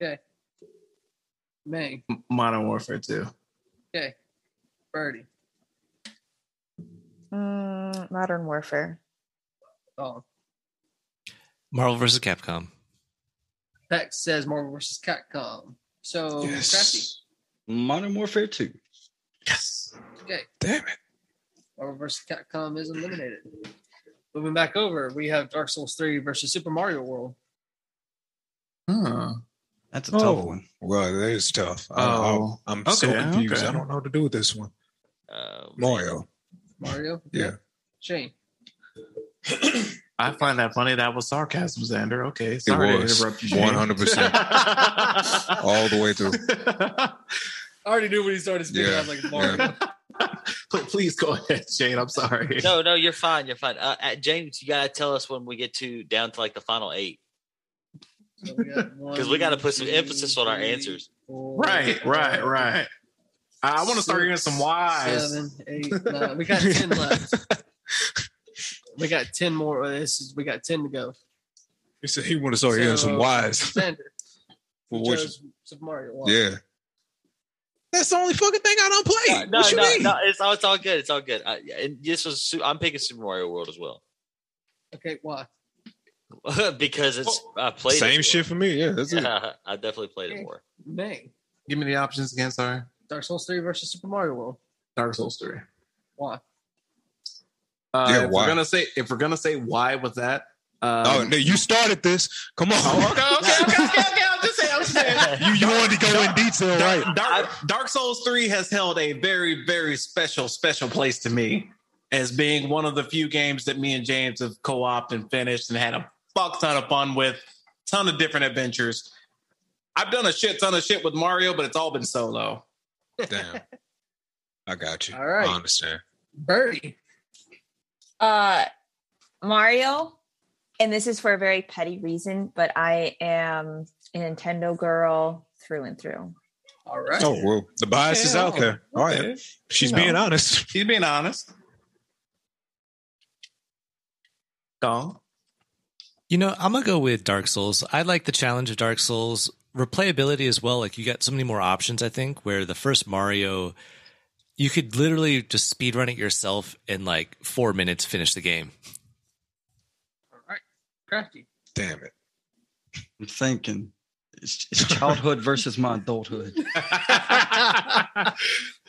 Speaker 5: Okay. May.
Speaker 11: Modern Warfare 2.
Speaker 5: Okay. Birdie.
Speaker 8: Mm, Modern Warfare.
Speaker 5: Oh.
Speaker 9: Marvel versus Capcom.
Speaker 5: Peck says Marvel versus Capcom. So
Speaker 12: Modern Warfare 2.
Speaker 5: crafty. Okay.
Speaker 6: Damn it.
Speaker 5: Marvel versus Capcom is eliminated. Moving back over, we have Dark Souls 3 versus Super Mario World.
Speaker 12: That's
Speaker 6: a tough one. Oh. Well, that is tough.
Speaker 11: Oh.
Speaker 6: Oh, I, am so
Speaker 11: Okay,
Speaker 6: confused.
Speaker 11: okay.
Speaker 6: I don't know what to do with this one. Mario.
Speaker 5: Mario?
Speaker 6: Yeah.
Speaker 5: Shane.
Speaker 11: I find that funny. That was sarcasm, Xander. Okay, sorry
Speaker 6: was.
Speaker 11: to interrupt you. Shane.
Speaker 6: 100%. All the way through.
Speaker 5: I already knew when he started speaking. I was like, Mario.
Speaker 11: Pl- Please go ahead, Shane. I'm sorry.
Speaker 10: No, no, you're fine. You're fine. Uh, uh, James, you gotta tell us when we get to down to like the final eight. Because we gotta put some emphasis on our answers.
Speaker 11: Right, right, right. I want to start hearing some whys.
Speaker 5: Seven, eight, nine. We got 10 left. We got 10 more. Uh, This is, we got 10 to go.
Speaker 6: He said he want to start hearing some
Speaker 5: So,
Speaker 6: whys.
Speaker 5: Xander,
Speaker 6: For
Speaker 5: you
Speaker 6: which-
Speaker 5: chose Super Mario World.
Speaker 6: yeah. That's the only fucking thing I don't play.
Speaker 10: No,
Speaker 6: What you
Speaker 10: no,
Speaker 6: mean?
Speaker 10: no. It's all, it's all good. It's all good. I, and this was su- I'm picking Super Mario World as well
Speaker 5: Okay, why?
Speaker 10: because it's I played
Speaker 6: Same
Speaker 10: it
Speaker 6: shit for me. Yeah, that's
Speaker 10: more.
Speaker 6: it.
Speaker 10: Yeah, I definitely played it more.
Speaker 5: May.
Speaker 11: Give me the options again. Sorry,
Speaker 5: Dark Souls 3 versus Super Mario World.
Speaker 11: Dark Souls Three.
Speaker 5: Why?
Speaker 11: Uh,
Speaker 6: Yeah,
Speaker 11: if
Speaker 6: why?
Speaker 11: we're gonna say if we're gonna say why was that? Oh, Um,
Speaker 6: oh, no, you started this. Come on.
Speaker 11: I'm just saying. I'm just saying.
Speaker 6: you, you wanted to go in detail, right?
Speaker 11: Dark, Dark Souls 3 has held a very, very special, special place to me as being one of the few games that me and James have co opted and finished and had a fuck ton of fun with, ton of different adventures. I've done a shit ton of shit with Mario, but it's all been solo.
Speaker 6: Damn. I got you.
Speaker 5: All right.
Speaker 6: I understand.
Speaker 5: Birdie.
Speaker 14: Uh, Mario, and this is for a very petty reason, but I am a Nintendo girl through and through.
Speaker 5: All right.
Speaker 6: Oh, well, the bias is out there. All right. She's
Speaker 11: You know.
Speaker 6: being honest.
Speaker 11: She's being honest. Dong.
Speaker 9: You know, I'm gonna go with Dark Souls. I like the challenge of Dark Souls replayability as well. Like you got so many more options. I think where the first Mario, you could literally just speed run it yourself in like four minutes, finish the game.
Speaker 5: Crafty.
Speaker 6: Damn it.
Speaker 12: I'm thinking. It's, it's childhood versus my adulthood.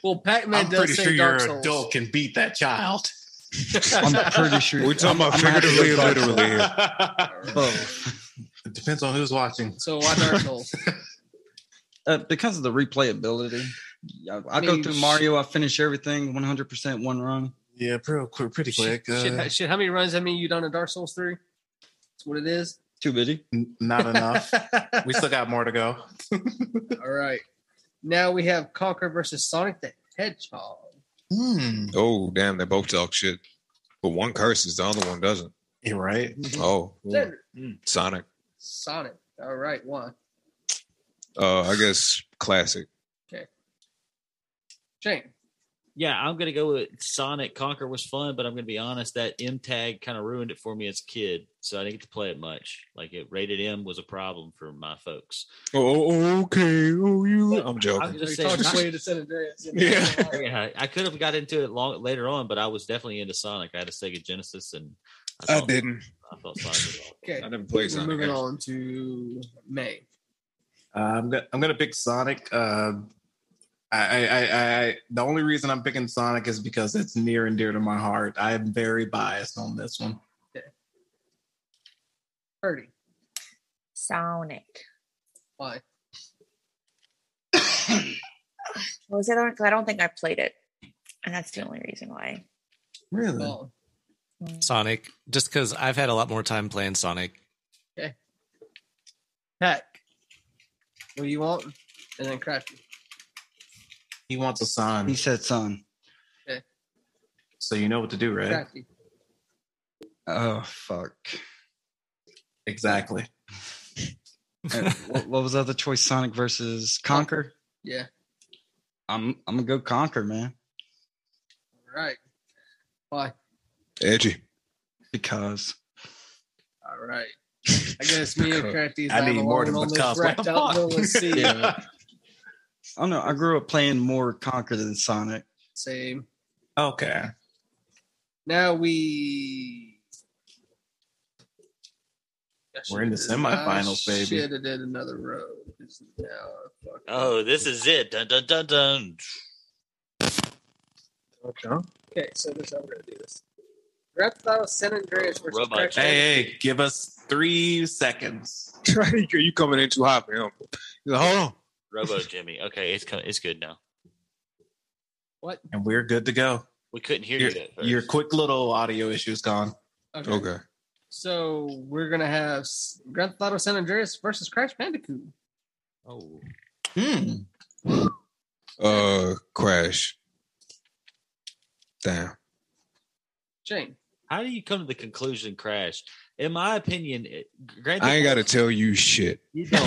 Speaker 5: Well, Pac Man
Speaker 11: I'm
Speaker 5: does
Speaker 11: pretty
Speaker 5: say
Speaker 11: sure your
Speaker 5: Dark Souls.
Speaker 11: adult can beat that child.
Speaker 12: I'm pretty sure.
Speaker 6: We're talking
Speaker 12: I'm-
Speaker 6: about
Speaker 12: I'm happy
Speaker 6: figuratively
Speaker 12: with
Speaker 6: or
Speaker 12: Dark Souls.
Speaker 6: literally here.
Speaker 11: It depends on who's watching.
Speaker 5: So why Dark Souls?
Speaker 12: Uh, because of the replayability. I, I
Speaker 5: I
Speaker 12: go
Speaker 5: mean,
Speaker 12: through
Speaker 5: sh-
Speaker 12: Mario. I finish everything 100% one run.
Speaker 11: Yeah, pretty quick, Uh, pretty
Speaker 5: shit, shit, shit, how many runs that mean you done in Dark Souls 3? That's what it is.
Speaker 12: Too busy.
Speaker 11: Not enough. we still got more to go.
Speaker 5: All right. Now we have Conker versus Sonic the Hedgehog.
Speaker 6: Oh, damn. They both talk shit. But one curses, the other one doesn't.
Speaker 11: You're right.
Speaker 6: Oh, ooh.
Speaker 5: Xander.
Speaker 6: Sonic.
Speaker 5: Sonic. All right, one.
Speaker 6: Uh, I guess classic.
Speaker 5: Shane.
Speaker 10: Yeah, I'm gonna go with Sonic Conquer was fun, but I'm gonna be honest that M tag kind of ruined it for me as a kid, so I didn't get to play it much. Like it rated M was a problem for my folks.
Speaker 6: Oh, oh, okay. Oh, you. I'm
Speaker 10: I'm
Speaker 6: joking.
Speaker 10: just
Speaker 5: Talk
Speaker 10: saying,
Speaker 5: his way to San Andreas.
Speaker 10: yeah. I could have got into it long later on, but I was definitely into Sonic. I had a Sega Genesis, and
Speaker 6: I didn't.
Speaker 10: I thought Sonic was
Speaker 5: Okay.
Speaker 6: I never played
Speaker 5: We're
Speaker 6: Sonic,
Speaker 5: Moving
Speaker 6: actually.
Speaker 5: on to May.
Speaker 11: Uh, I'm gonna I'm gonna pick Sonic. Uh, I, I, I, I the only reason I'm picking Sonic is because it's near and dear to my heart. I'm very biased on this one.
Speaker 5: Birdie.
Speaker 14: Sonic.
Speaker 5: Why?
Speaker 14: What was the other one? 'Cause I don't think I played it, and that's the only reason why.
Speaker 11: Really?
Speaker 12: Mm.
Speaker 9: Sonic, just because I've had a lot more time playing Sonic.
Speaker 5: Heck. What do you want? And then Crafty.
Speaker 11: He wants a son. He
Speaker 12: said son.
Speaker 5: Okay.
Speaker 11: So you know what to do, right?
Speaker 5: Exactly.
Speaker 12: Oh fuck.
Speaker 11: Exactly.
Speaker 12: Uh, what, what was the other choice? Sonic versus Conquer.
Speaker 5: Yeah.
Speaker 12: I'm I'm gonna go Conquer, man.
Speaker 5: All right. Why?
Speaker 6: Edgy.
Speaker 12: Because
Speaker 5: All right. I guess me and Crafty.
Speaker 12: I need more than
Speaker 5: on this
Speaker 12: because. What
Speaker 5: wrapped
Speaker 12: the
Speaker 5: out
Speaker 12: fuck?
Speaker 5: little sea.
Speaker 12: Yeah. I don't know. Oh, I grew up playing more Conquer than Sonic.
Speaker 5: Same.
Speaker 11: Okay.
Speaker 5: Now we.
Speaker 11: We're in the
Speaker 10: semifinals,
Speaker 5: I
Speaker 10: baby.
Speaker 5: Should have did another road. This is now a fuck.
Speaker 10: Oh, this is it. Dun dun dun dun.
Speaker 11: Okay.
Speaker 5: Okay, so this I'm gonna do this. Grand Theft Auto San Andreas versus
Speaker 11: Hey,
Speaker 5: Crash Bandicoot.
Speaker 11: hey, give us three seconds.
Speaker 6: you coming in too hot for him. He's like, hold on.
Speaker 10: Robo Jimmy. Okay, it's co- it's good now.
Speaker 5: What?
Speaker 11: And we're good to go.
Speaker 10: We couldn't hear
Speaker 11: Your,
Speaker 10: you. at first.
Speaker 11: your quick little audio issue's gone.
Speaker 5: Okay. Okay. So we're gonna have S- Grand Theft Auto San Andreas versus Crash Bandicoot.
Speaker 6: Oh.
Speaker 11: Hmm.
Speaker 6: Uh, crash. Damn.
Speaker 5: Shane.
Speaker 10: How do you come to the conclusion, Crash? In my opinion, it, Grand
Speaker 6: I ain't got to tell you shit.
Speaker 10: You don't.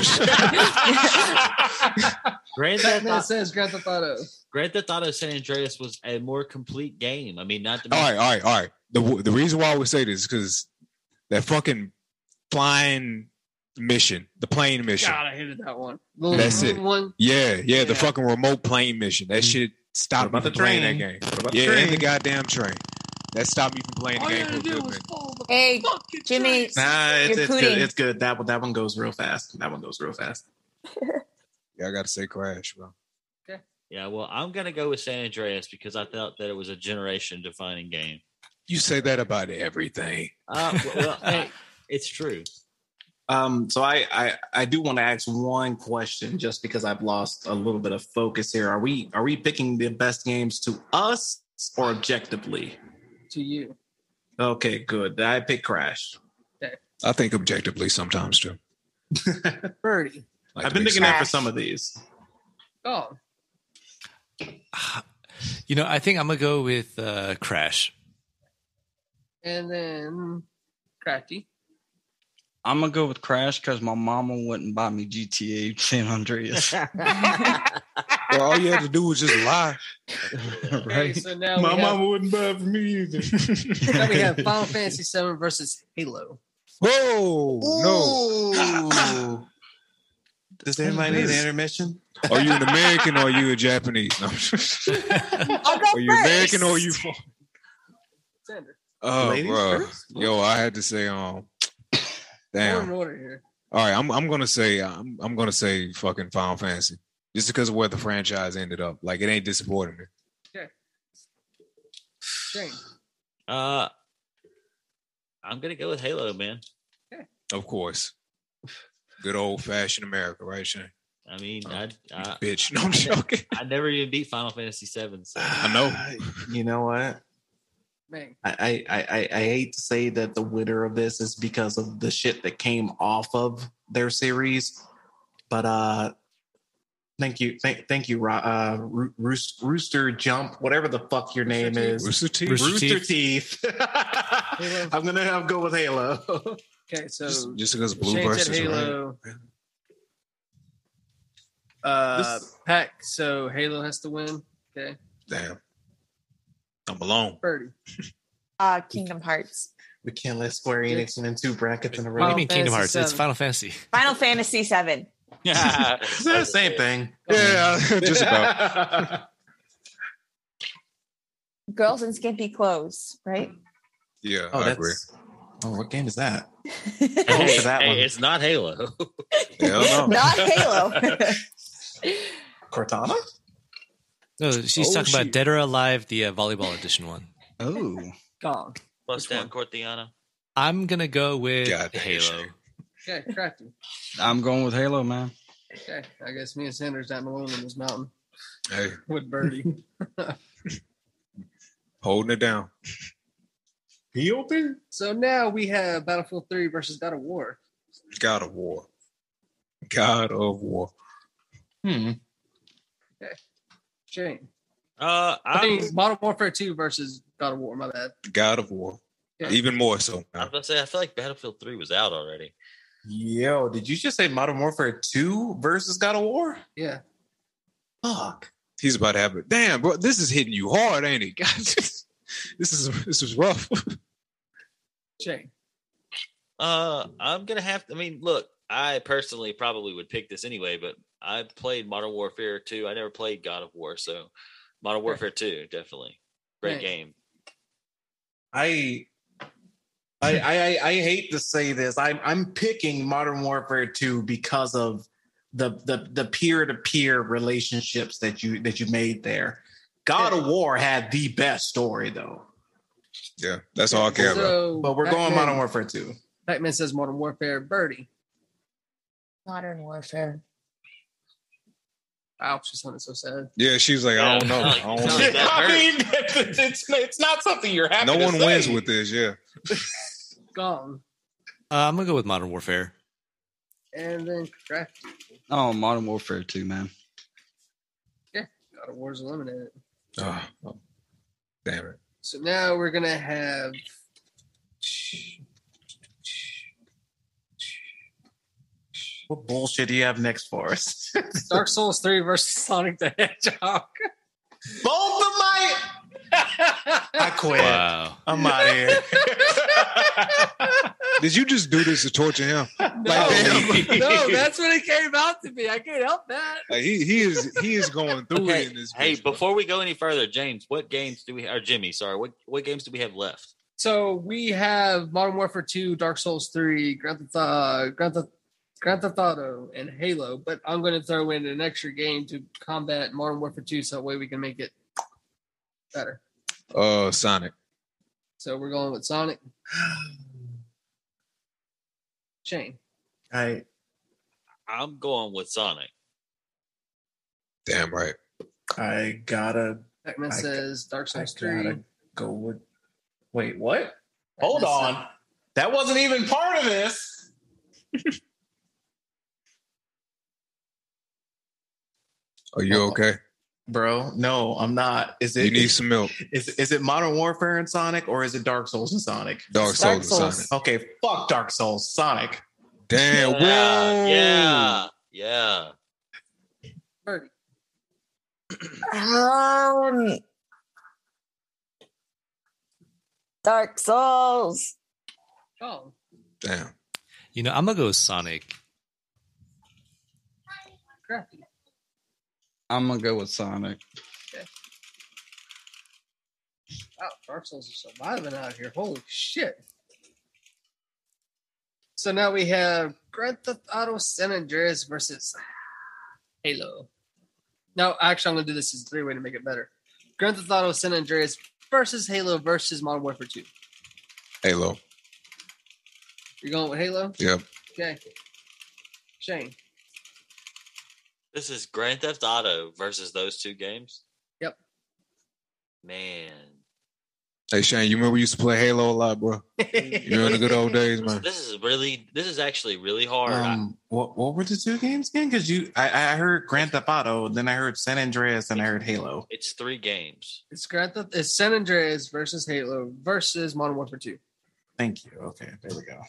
Speaker 10: Grand Theft,
Speaker 5: Batman
Speaker 10: Auto,
Speaker 5: says Grand Theft Auto.
Speaker 10: Grand Theft Auto San Andreas was a more complete game. I mean, not to
Speaker 6: All right, all right, all right. The the reason why I would say this is because that fucking flying mission, the plane mission.
Speaker 5: God, I hated that one. The
Speaker 6: That's it.
Speaker 5: little One.
Speaker 6: Yeah, yeah, the fucking remote plane mission. That shit stopped
Speaker 11: Mm-hmm.
Speaker 6: me
Speaker 11: What about
Speaker 6: from
Speaker 11: the
Speaker 6: playing that
Speaker 11: train?
Speaker 6: game.
Speaker 11: What about the
Speaker 6: yeah, and the
Speaker 11: train?
Speaker 6: goddamn train. That stopped me from playing the game for a good minute.
Speaker 14: Hey, Jimmy,
Speaker 11: Nah, it's,
Speaker 14: you're
Speaker 11: it's good.
Speaker 14: pooting.
Speaker 11: It's good. That one, that one goes real fast. That one goes real fast.
Speaker 6: Yeah, I got to say Crash, bro.
Speaker 10: Yeah, well, I'm gonna go with San Andreas because I thought that it was a generation-defining game.
Speaker 6: You say that about everything.
Speaker 10: Uh, well, well, hey, it's true.
Speaker 11: Um, so I, I I do want to ask one question just because I've lost a little bit of focus here. Are we are we picking the best games to us or objectively?
Speaker 5: To you.
Speaker 11: Okay, good. I pick Crash.
Speaker 6: I think objectively sometimes too.
Speaker 5: Birdie.
Speaker 6: Like
Speaker 11: I've been
Speaker 6: to
Speaker 11: thinking
Speaker 6: make
Speaker 11: that for
Speaker 6: sense.
Speaker 11: some of these.
Speaker 5: Oh.
Speaker 9: You know, I think I'm gonna go with uh, Crash.
Speaker 5: And then Crafty.
Speaker 12: I'm gonna go with Crash because my mama wouldn't buy me GTA San Andreas.
Speaker 6: Well, all you had to do was just lie.
Speaker 5: Okay,
Speaker 12: right?
Speaker 5: so now we, have,
Speaker 11: wouldn't buy for me either.
Speaker 5: now we have Final Fantasy VII versus Halo.
Speaker 6: Whoa,
Speaker 11: no. Does anybody need an
Speaker 6: This-
Speaker 11: intermission?
Speaker 6: no. Are you an American or are you a Japanese? No. are you American or are you foreign?
Speaker 5: Sander.
Speaker 6: Oh,
Speaker 11: Ladies
Speaker 6: bro.
Speaker 11: first?
Speaker 6: Yo, I had to say, um,
Speaker 5: We're in
Speaker 6: damn.
Speaker 5: order here.
Speaker 6: All right, I'm I'm gonna say uh, I'm I'm gonna say fucking Final Fantasy just because of where the franchise ended up. Like it ain't disappointing me.
Speaker 5: Shane.
Speaker 10: Uh, I'm gonna go with Halo, man.
Speaker 6: Of course, good old fashioned America, right, Shane?
Speaker 10: I mean, I, I,
Speaker 6: Oh, Bitch, no, I'm joking.
Speaker 10: I never even beat Final Fantasy VII. So.
Speaker 6: I know.
Speaker 11: Uh, You know what?
Speaker 5: Man.
Speaker 11: I, I, I, I hate to say that the winner of this is because of the shit that came off of their series, but uh, thank you, thank, thank you, Ro- uh, Roo- Roos- Rooster Jump, whatever the fuck your name is,
Speaker 6: Rooster Teeth.
Speaker 9: Rooster
Speaker 11: Rooster Teeth.
Speaker 5: Halo.
Speaker 11: I'm gonna have go with Halo.
Speaker 5: Okay, so
Speaker 6: Just, just because Blue
Speaker 5: Shane
Speaker 6: versus
Speaker 5: said
Speaker 6: Red.
Speaker 5: Halo. Uh,
Speaker 11: This-
Speaker 5: Pack. So Halo has to win. Okay,
Speaker 6: Damn, I'm alone.
Speaker 5: Birdie.
Speaker 14: uh, Kingdom Hearts,
Speaker 11: we can't let Square Enix win two brackets in a
Speaker 9: What do
Speaker 11: row.
Speaker 9: you mean Kingdom Hearts?
Speaker 5: Fantasy
Speaker 9: It's
Speaker 5: VII.
Speaker 9: Final Fantasy.
Speaker 14: Final Fantasy VII.
Speaker 11: It's the same thing.
Speaker 6: Yeah, just about.
Speaker 14: Girls in skimpy clothes, right?
Speaker 6: Yeah,
Speaker 11: Oh,
Speaker 6: I agree.
Speaker 11: that's. Oh, what game is that?
Speaker 10: Hey,
Speaker 11: Vote for that
Speaker 10: hey,
Speaker 11: one.
Speaker 10: it's not Halo.
Speaker 6: Hell no.
Speaker 14: Not Halo.
Speaker 11: Cortana?
Speaker 9: No, she's
Speaker 6: Oh,
Speaker 9: talking
Speaker 6: shoot.
Speaker 9: about Dead or Alive, the uh, volleyball edition one.
Speaker 12: Oh,
Speaker 5: Gone.
Speaker 10: Plus
Speaker 5: Which
Speaker 10: down Cortiana.
Speaker 9: I'm gonna go with
Speaker 6: God damn,
Speaker 9: Halo.
Speaker 6: Shane.
Speaker 5: Okay, crafty.
Speaker 12: I'm going with Halo, man.
Speaker 5: Okay, I guess me and Sanders not alone in this mountain
Speaker 6: Hey,
Speaker 5: with Birdie.
Speaker 6: holding it down.
Speaker 11: He open?
Speaker 5: so now we have Battlefield 3 versus God of War.
Speaker 6: God of War. God of War.
Speaker 11: Hmm.
Speaker 5: Shane.
Speaker 10: Uh,
Speaker 5: I mean, Modern Warfare 2 versus God of War. My bad.
Speaker 6: God of War.
Speaker 5: Yeah.
Speaker 6: Even more so.
Speaker 10: I was about to say, I feel like Battlefield 3 was out already.
Speaker 11: Yo, did you just say Modern Warfare 2 versus God of War?
Speaker 5: Yeah.
Speaker 11: Fuck.
Speaker 6: He's about to have it. Damn, bro, this is hitting you hard, ain't it? God, this is this is rough.
Speaker 5: Shane.
Speaker 10: Uh, I'm gonna have to. I mean, look, I personally probably would pick this anyway, but I played Modern Warfare 2. I never played God of War, so Modern Warfare 2 definitely great
Speaker 11: Right.
Speaker 10: game.
Speaker 11: I I, I I- I hate to say this. I'm I'm picking Modern Warfare 2 because of the the the peer to peer relationships that you that you made there. God of War had the best story though.
Speaker 6: Yeah, that's all I care
Speaker 5: So,
Speaker 6: about.
Speaker 11: But we're
Speaker 5: back
Speaker 11: going
Speaker 5: then-
Speaker 11: Modern Warfare 2.
Speaker 5: Pac-Man says Modern Warfare. Birdie.
Speaker 14: Modern Warfare.
Speaker 5: Ouch, she sounded so sad.
Speaker 6: Yeah, she was like, I don't know. I don't know.
Speaker 11: I mean, it's, it's, it's not something you're happy
Speaker 6: No
Speaker 11: to
Speaker 6: one
Speaker 11: say.
Speaker 6: wins with this, yeah.
Speaker 5: Gone.
Speaker 9: Uh, I'm gonna go with Modern Warfare.
Speaker 5: And then Craft
Speaker 12: Oh, Modern Warfare 2, man.
Speaker 5: God of War's eliminated.
Speaker 6: damn it.
Speaker 5: So now we're gonna have
Speaker 11: What bullshit do you have next for us?
Speaker 5: Dark Souls 3 versus Sonic the Hedgehog.
Speaker 11: Both of my I quit.
Speaker 9: Wow.
Speaker 11: I'm out of here.
Speaker 6: Did you just do this to torture him?
Speaker 5: No.
Speaker 6: Like, damn.
Speaker 5: no, that's what it came out to be. I can't help that.
Speaker 6: Like, he, he is he is going through it in this.
Speaker 10: Hey, before we go any further, James, what games do we or Jimmy, sorry, what what games do we have left?
Speaker 5: So we have Modern Warfare 2, Dark Souls 3, Grand Theft, uh, Grand Theft, Grand Theft Auto, and Halo. But I'm going to throw in an extra game to combat Modern Warfare 2 so that way we can make it better.
Speaker 6: Uh, Sonic.
Speaker 5: So we're going with Sonic. Shane.
Speaker 11: I
Speaker 10: I'm going with Sonic.
Speaker 6: Damn right.
Speaker 11: I gotta
Speaker 5: Pac-Man
Speaker 11: I-
Speaker 5: says Dark Souls
Speaker 11: gotta
Speaker 5: 3.
Speaker 11: go with. Wait, what? Hold
Speaker 5: That's
Speaker 11: on. That wasn't even part of this.
Speaker 6: Are you okay?
Speaker 11: Uh, Bro, no, I'm not. Is it
Speaker 6: You need some milk.
Speaker 11: Is is it Modern Warfare and Sonic or is it Dark Souls and Sonic?
Speaker 6: Dark Souls and Souls.
Speaker 11: Okay, fuck Dark Souls, Sonic.
Speaker 6: Damn.
Speaker 10: Yeah,
Speaker 6: whoa.
Speaker 10: yeah, yeah.
Speaker 5: Birdie.
Speaker 15: Um, Dark Souls.
Speaker 5: Oh.
Speaker 6: Damn.
Speaker 9: You know, I'm gonna go with Sonic.
Speaker 5: Crafty.
Speaker 12: I'm gonna go with Sonic.
Speaker 5: Wow, Oh, Dark Souls are surviving out here. Holy shit. So now we have Grand Theft Auto San Andreas versus Halo. No, actually, I'm going to do this as a three way to make it better. Grand Theft Auto San Andreas versus Halo versus Modern Warfare 2.
Speaker 6: Halo.
Speaker 5: You're going with Halo?
Speaker 6: Yep.
Speaker 5: Okay. Shane.
Speaker 10: This is Grand Theft Auto versus those two games.
Speaker 5: Yep.
Speaker 10: Man.
Speaker 6: Hey Shane, you remember we used to play Halo a lot, bro? You remember the good old days, man.
Speaker 10: This is really this is actually really hard.
Speaker 11: Um, what what were the two games again? Because you, I, I heard Grand Theft Auto, then I heard San Andreas, and I heard Halo.
Speaker 10: it's three games.
Speaker 5: It's Grand Theft it's San Andreas versus Halo versus Modern Warfare 2.
Speaker 11: Thank you. Okay, there we go.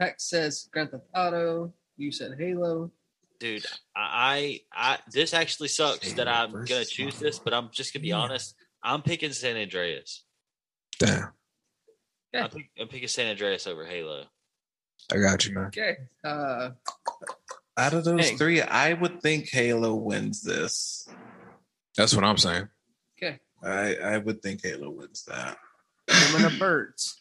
Speaker 5: Peck says Grand Theft Auto. You said Halo.
Speaker 10: Dude, I I I- this actually sucks that I'm gonna choose this, but I'm just gonna be honest. I'm picking San Andreas. Damn. I'm, pick- I'm picking San Andreas over Halo.
Speaker 6: I got you, man.
Speaker 5: Okay. Uh,
Speaker 11: Out of those
Speaker 5: Hey.
Speaker 11: three, I would think Halo wins this.
Speaker 6: That's what I'm saying.
Speaker 5: okay.
Speaker 11: I I would think Halo wins that.
Speaker 5: Women of Birds.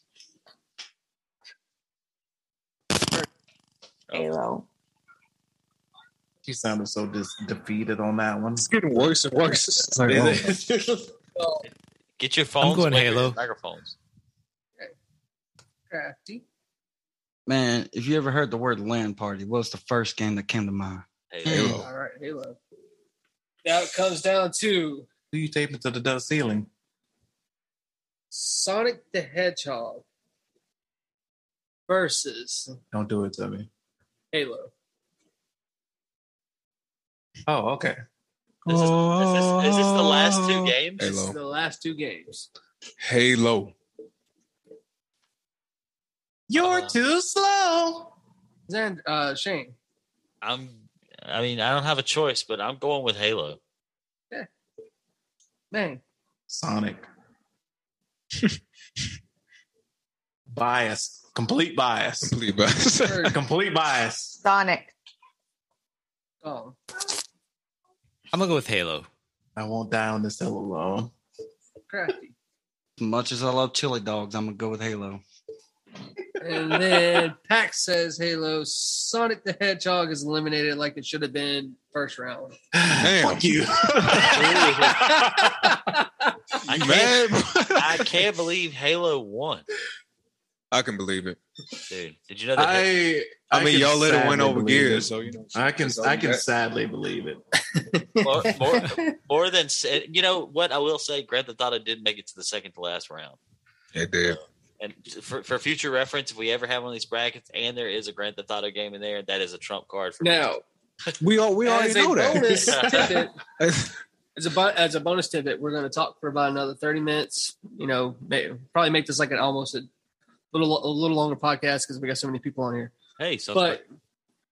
Speaker 14: Halo.
Speaker 11: She sounded so dis- defeated on that one. It's
Speaker 6: getting worse and worse. It's like,
Speaker 10: Get your phones.
Speaker 12: going
Speaker 10: away from
Speaker 12: Halo.
Speaker 10: your Microphones.
Speaker 5: Crafty.
Speaker 12: Man, if you ever heard the word land party, what was the first game that came to mind?
Speaker 5: Halo. All right, Halo. Now it comes down to
Speaker 11: Who you taping to the dust ceiling?
Speaker 5: Sonic the Hedgehog versus
Speaker 11: Don't do it to me.
Speaker 5: Halo.
Speaker 11: Oh, okay.
Speaker 10: Is this, is this, is this the last
Speaker 11: Oh.
Speaker 10: two games?
Speaker 5: This is the last two games.
Speaker 6: Halo.
Speaker 10: Uh-huh.
Speaker 11: You're too slow.
Speaker 5: Then uh, Shane.
Speaker 10: I'm. I mean, I don't have a choice, but I'm going with Halo.
Speaker 5: Man,
Speaker 11: Sonic. bias. Complete bias.
Speaker 6: Complete bias.
Speaker 11: Complete bias.
Speaker 14: Sonic.
Speaker 5: Oh.
Speaker 9: I'm gonna go with Halo.
Speaker 11: I won't die on this hill alone.
Speaker 5: Crafty.
Speaker 12: As much as I love chili dogs, I'm gonna go with Halo.
Speaker 5: And then Pax says Halo. Sonic the Hedgehog is eliminated like it should have been first round.
Speaker 6: Fuck you.
Speaker 10: I can't, I can't believe Halo won,
Speaker 6: I can believe it.
Speaker 10: dude. Did you know that?
Speaker 6: I mean,
Speaker 11: can
Speaker 6: y'all let it
Speaker 11: sadly
Speaker 6: win over
Speaker 11: believe
Speaker 6: gears,
Speaker 11: it.
Speaker 6: so, you know,
Speaker 11: I can
Speaker 6: that's all
Speaker 11: I
Speaker 6: we
Speaker 11: can
Speaker 6: got.
Speaker 11: sadly believe it.
Speaker 10: more, more, more than sa- you know what I will say. Grand Theft Auto did make it to the second to last round.
Speaker 6: It did.
Speaker 10: And for, for future reference, if we ever have one of these brackets, and there is a Grand Theft Auto game in there, that is a trump card for me.
Speaker 5: Now,
Speaker 6: we all we
Speaker 5: as
Speaker 6: already know
Speaker 5: a
Speaker 6: that.
Speaker 5: bonus tidbit, as a bu- as a bonus tidbit, we're going to talk for about another thirty minutes. You know, may, probably make this like an almost a little a little longer podcast because we got so many people on here.
Speaker 10: Hey, so
Speaker 5: but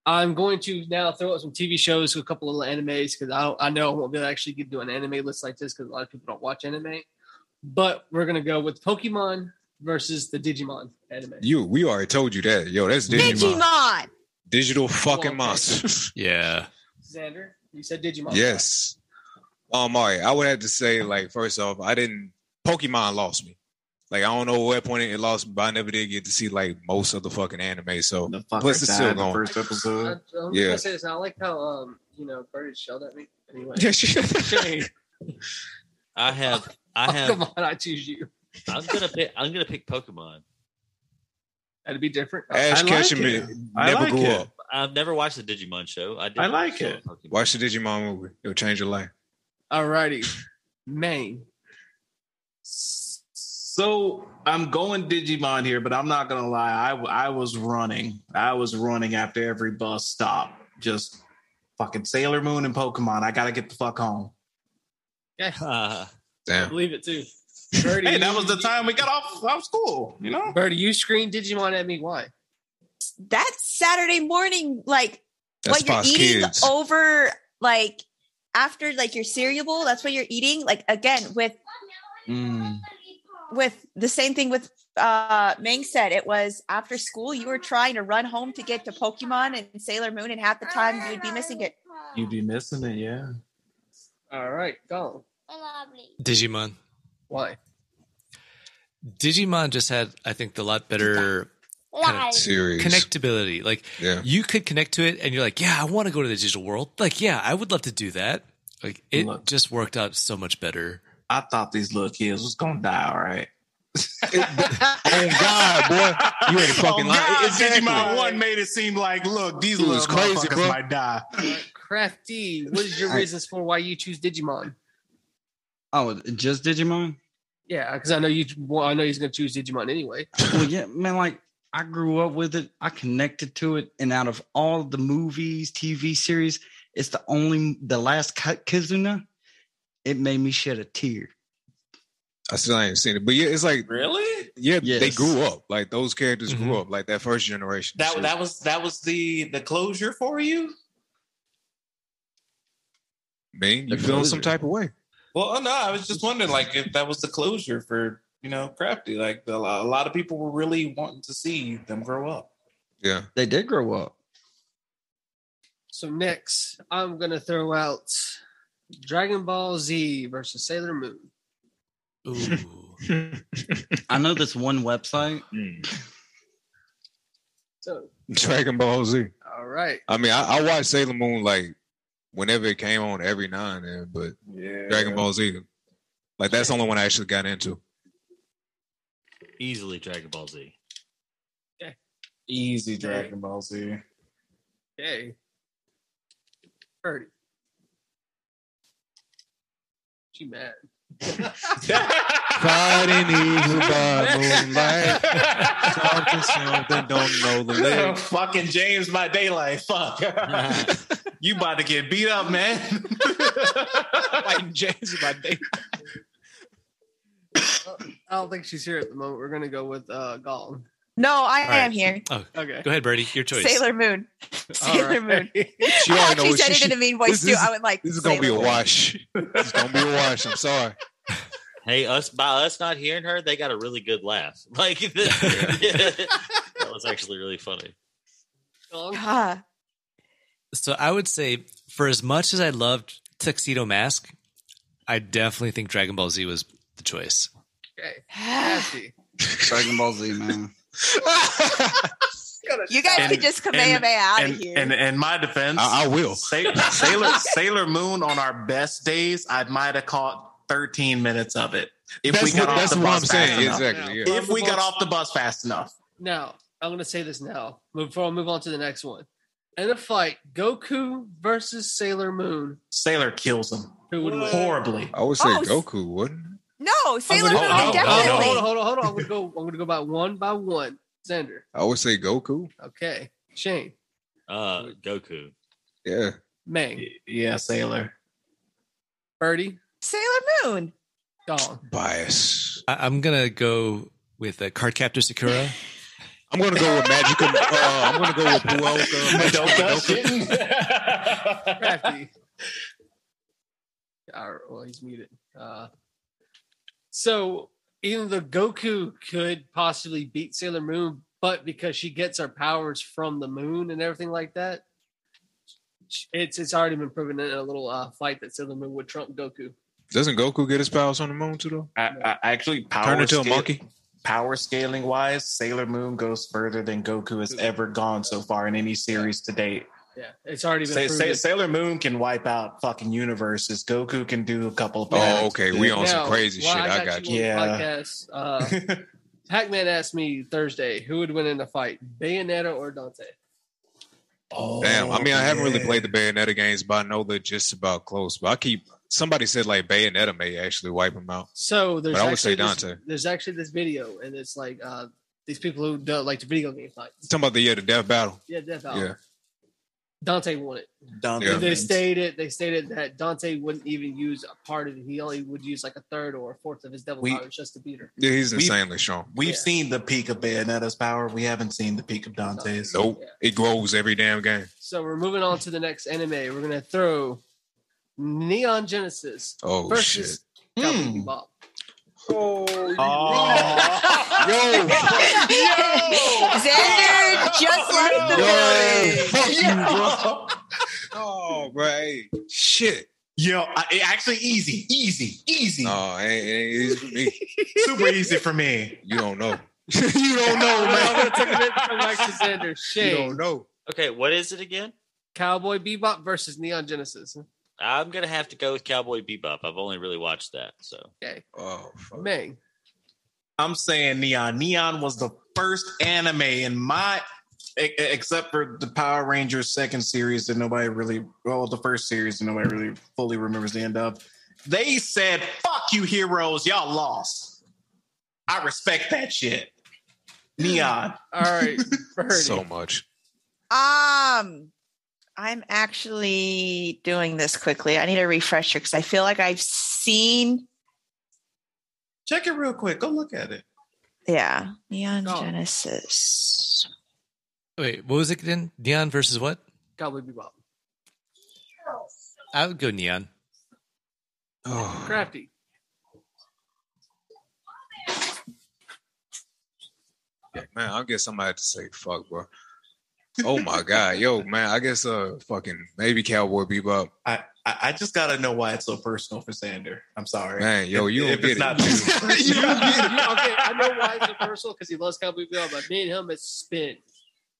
Speaker 5: I'm going to now throw out some TV shows, a couple little animes, because I don't, I know I won't be able to actually get to an anime list like this because a lot of people don't watch anime. But we're gonna go with Pokemon versus the Digimon anime.
Speaker 6: You, we already told you that. Yo, that's Digimon.
Speaker 15: Digimon.
Speaker 6: Digital fucking monsters.
Speaker 9: yeah.
Speaker 5: Xander, you said Digimon.
Speaker 6: Yes. Um, all right. I would have to say, like, first off, I didn't Pokemon lost me. Like, I don't know what point it lost, me, but I never did get to see like most of the fucking anime. So plus it's still going.
Speaker 11: First
Speaker 5: I,
Speaker 11: episode.
Speaker 5: I'm just
Speaker 6: Yeah.
Speaker 5: gonna say this. and I like how um you know Bird shelled at me. Anyway,
Speaker 6: Yeah, she-
Speaker 5: Shane,
Speaker 10: I have, I
Speaker 5: Oh, come
Speaker 10: have,
Speaker 5: on, I choose you.
Speaker 10: I'm gonna pick, I'm gonna pick Pokemon.
Speaker 5: That'd be different.
Speaker 6: Ash Ketchum it. never grew up.
Speaker 10: I've never watched the Digimon show. I, did
Speaker 6: I like
Speaker 10: watch
Speaker 6: it. Watch the Digimon movie. It'll change your life.
Speaker 5: Alrighty, Maine.
Speaker 11: So I'm going Digimon here, but I'm not gonna lie. I w- I was running. I was running after every bus stop. Just fucking Sailor Moon and Pokemon. I gotta get the fuck home.
Speaker 5: Okay.
Speaker 11: Uh,
Speaker 5: I
Speaker 6: Damn.
Speaker 5: believe it too.
Speaker 11: Hey, that was the time we got off off school. You know,
Speaker 5: Birdie, you screamed Digimon at me. Why?
Speaker 8: That's Saturday morning, like
Speaker 6: That's
Speaker 8: what you're
Speaker 6: Fox
Speaker 8: eating
Speaker 6: Kids.
Speaker 8: over, like after like your cereal bowl. That's what you're eating. Like again with
Speaker 12: Mm.
Speaker 8: with the same thing with uh Meng said it was after school you were trying to run home to get to Pokemon and Sailor Moon and half the time you'd be missing it.
Speaker 11: You'd be missing it, yeah.
Speaker 5: All right, go.
Speaker 9: Digimon.
Speaker 5: Why?
Speaker 9: Digimon just had, I think, the lot better kind of
Speaker 6: Series.
Speaker 9: connectability. Like you could connect to it, and you're like, yeah, I want to go to the digital world. Like, yeah, I would love to do that. Like it
Speaker 11: Look.
Speaker 9: just worked out so much better.
Speaker 11: I thought these little kids was gonna die. All right.
Speaker 6: oh God, boy, you ain't fucking lying.
Speaker 11: God,
Speaker 6: Exactly.
Speaker 11: Oh, Digimon One made it seem like, look, these
Speaker 6: It
Speaker 11: little
Speaker 6: was crazy,
Speaker 11: motherfuckers
Speaker 6: bro.
Speaker 11: might die.
Speaker 5: Crafty, what is your
Speaker 12: I-
Speaker 5: reasons for why you choose Digimon?
Speaker 12: Oh, just Digimon?
Speaker 5: Yeah, because I know you. Well, I know he's going to choose Digimon anyway.
Speaker 12: Well, yeah, man. Like I grew up with it. I connected to it, and out of all the movies, TV series, it's the only the last Ka- Kizuna. It made me shed a tear.
Speaker 6: I still ain't seen it, but yeah, it's like
Speaker 11: Really? Mm-hmm.
Speaker 6: yeah, they
Speaker 12: Yes.
Speaker 6: grew up. Like those characters grew up. Like that first generation.
Speaker 11: That
Speaker 6: Shit.
Speaker 11: that was that was the the closure for you.
Speaker 6: man, you
Speaker 11: the
Speaker 6: feeling some
Speaker 11: closure.
Speaker 6: type of way?
Speaker 11: Well, no, I was just wondering, like, if that was the closure for you know, crafty. Like, a lot, a lot of people were really wanting to see them grow up.
Speaker 6: Yeah,
Speaker 12: they did grow up.
Speaker 5: So next, I'm going to throw out Dragon Ball Z versus Sailor Moon.
Speaker 9: Ooh.
Speaker 12: I know this one website.
Speaker 5: Mm. So,
Speaker 6: Dragon Ball Z.
Speaker 5: all right,
Speaker 6: I mean, I, I watched Sailor Moon like whenever it came on every now and then, but
Speaker 11: Yeah.
Speaker 6: Dragon Ball Z, like that's the only one I actually got into.
Speaker 10: easily Dragon Ball Z.
Speaker 11: Easy Dragon Ball Z.
Speaker 5: okay. Birdie, she mad.
Speaker 6: Fighting evil by moonlight, talking something don't know the lyrics.
Speaker 11: Fucking James by daylight. Fuck. You about to get beat up, man.
Speaker 6: Fighting James by day.
Speaker 5: I don't think she's here at the moment. We're gonna go with uh, Gong.
Speaker 8: No, I
Speaker 9: All right.
Speaker 8: am here.
Speaker 9: Oh,
Speaker 5: Okay.
Speaker 9: Go ahead, Birdie. Your choice.
Speaker 8: Sailor Moon. Sailor Moon.
Speaker 6: She
Speaker 8: I
Speaker 6: already know
Speaker 8: actually
Speaker 6: what
Speaker 8: said
Speaker 6: she-
Speaker 8: it in a mean voice
Speaker 6: this
Speaker 8: too.
Speaker 6: is-
Speaker 8: I went like,
Speaker 6: This is gonna be a wash. It's gonna be a wash. I'm sorry.
Speaker 10: Hey, us by us not hearing her, they got a really good laugh. Like that was actually really funny.
Speaker 8: Ah,
Speaker 9: So I would say, for as much as I loved Tuxedo Mask, I definitely think Dragon Ball Z was the choice.
Speaker 5: Okay. Nasty.
Speaker 12: Dragon Ball Z, man.
Speaker 8: you guys
Speaker 11: And-
Speaker 8: can just
Speaker 11: and-
Speaker 8: Kamehameha out
Speaker 11: and,
Speaker 8: of here.
Speaker 11: And in my defense,
Speaker 6: I, I will.
Speaker 11: Sa- Sailor Sailor Moon on our best days, I might have caught 13 minutes of it. If
Speaker 6: That's
Speaker 11: we got
Speaker 6: what-
Speaker 11: off
Speaker 6: that's
Speaker 11: the
Speaker 6: what
Speaker 11: bus
Speaker 6: I'm
Speaker 11: fast
Speaker 6: saying,
Speaker 11: enough.
Speaker 6: exactly, yeah.
Speaker 11: If we got off the bus fast enough.
Speaker 5: Now, I'm going to say this now before I move on to the next one. In a fight, Goku versus Sailor Moon.
Speaker 11: Sailor kills him
Speaker 5: Who would win?
Speaker 11: horribly.
Speaker 6: I would say
Speaker 5: Oh, s-
Speaker 6: Goku, wouldn't? it?
Speaker 8: no, Sailor
Speaker 5: I'm
Speaker 8: Moon,
Speaker 5: gonna- hold on, hold on,
Speaker 8: definitely.
Speaker 5: Hold on, hold on, hold on. I'm going to go. I'm going to go by one by one. Xander.
Speaker 6: I would say Goku.
Speaker 5: Okay. Shane.
Speaker 10: Uh Goku.
Speaker 6: Yeah.
Speaker 5: Mang.
Speaker 11: Yeah, Sailor.
Speaker 5: Birdie.
Speaker 8: Sailor Moon.
Speaker 5: Gong.
Speaker 6: Bias.
Speaker 9: I- I'm gonna go with uh, Card Captor Sakura.
Speaker 6: I'm gonna go with Magical. Uh, I'm gonna go with Puelka. Magical Madoka.
Speaker 5: Crafty. All right, well, he's muted. Uh, so even though Goku could possibly beat Sailor Moon, but because she gets her powers from the moon and everything like that, it's it's already been proven in a little uh, fight that Sailor Moon would trump Goku.
Speaker 6: Doesn't Goku get his powers on the moon too? Though
Speaker 11: I, I actually power
Speaker 6: Turn into a
Speaker 11: scale-
Speaker 6: monkey?
Speaker 11: Power scaling wise, Sailor Moon goes further than Goku has ever gone so far in any series to date.
Speaker 5: Yeah, it's already been
Speaker 11: Say,
Speaker 5: proven.
Speaker 11: say, Sailor Moon can wipe out fucking universes. Goku can do a couple of.
Speaker 6: Oh,
Speaker 11: planets.
Speaker 6: okay, we on some crazy
Speaker 5: while
Speaker 6: shit. I got you.
Speaker 5: on the
Speaker 11: Yeah.
Speaker 5: Podcast, uh, Pac-Man asked me Thursday who would win in a fight, Bayonetta or Dante.
Speaker 6: Damn. I mean, I haven't really
Speaker 5: Oh,
Speaker 6: played the Bayonetta games, but I know they're just about close. But I keep somebody said like Bayonetta may actually wipe him out.
Speaker 5: So there's
Speaker 6: But I would say
Speaker 5: actually This,
Speaker 6: Dante.
Speaker 5: there's actually this video, and it's like uh, these people who do, like the video game fights.
Speaker 6: Talking about the yeah, the death battle.
Speaker 5: Yeah, Death Hour.
Speaker 6: Yeah.
Speaker 5: Dante won it.
Speaker 11: Dante
Speaker 6: Yeah.
Speaker 5: They
Speaker 11: wins.
Speaker 5: stated they stated that Dante wouldn't even use a part of it. He only would use like a third or a fourth of his devil
Speaker 11: We-
Speaker 5: powers just to beat her.
Speaker 6: Yeah, he's
Speaker 11: We've-
Speaker 6: insanely strong.
Speaker 11: We've seen the peak of Bayonetta's power. We haven't seen the peak of Dante's.
Speaker 6: Nope. It grows every damn game.
Speaker 5: So we're moving on to the next anime. We're gonna throw Neon Genesis
Speaker 6: Oh
Speaker 5: versus
Speaker 11: Hmm.
Speaker 5: Cowboy Bebop. Oh,
Speaker 11: Oh.
Speaker 6: Yo,
Speaker 8: Xander just left the building.
Speaker 6: bro. Oh, bro. Hey, shit.
Speaker 11: Yo, I, it actually easy, easy, easy.
Speaker 6: No, it ain't, it ain't easy for me.
Speaker 11: Super easy for me.
Speaker 6: You don't know. you
Speaker 10: Oh,
Speaker 6: don't know, man.
Speaker 5: I'm gonna take a minute to come back to Xander.
Speaker 6: You
Speaker 5: Shane,
Speaker 6: don't know.
Speaker 10: Okay, what is it again?
Speaker 5: Cowboy Bebop versus Neon Genesis.
Speaker 10: I'm gonna have to go with Cowboy Bebop. I've only really watched that, so
Speaker 5: Okay,
Speaker 6: Oh, fuck.
Speaker 5: Meng.
Speaker 11: I'm saying Neon. Neon was the first anime in my, e- except for the Power Rangers second series that nobody really, well, the first series that nobody really fully remembers the end of. They said, "Fuck you, heroes, y'all lost." I respect that shit. Neon.
Speaker 5: All right, Birdie.
Speaker 6: so much.
Speaker 8: Um, I'm actually doing this quickly. I need a refresher because I feel like I've seen.
Speaker 11: Check it real quick. Go look at it.
Speaker 8: Yeah, Neon
Speaker 5: Oh.
Speaker 8: Genesis.
Speaker 9: Wait, what was it again? Neon versus what?
Speaker 5: Cowboy Bebop.
Speaker 9: I would go Neon.
Speaker 6: Oh,
Speaker 5: Crafty.
Speaker 6: man, I guess I'm gonna have to say fuck, bro. Oh my god, yo, man, I guess uh fucking maybe Cowboy Bebop.
Speaker 11: I, I I just gotta know why it's so personal for Sander. I'm sorry,
Speaker 6: Man, yo, you
Speaker 11: If-
Speaker 6: don't
Speaker 11: if
Speaker 6: get
Speaker 11: it's
Speaker 6: it.
Speaker 11: not
Speaker 5: you, you, okay, I know why it's a personal because he loves Cowboy Bebop, but me and him has spent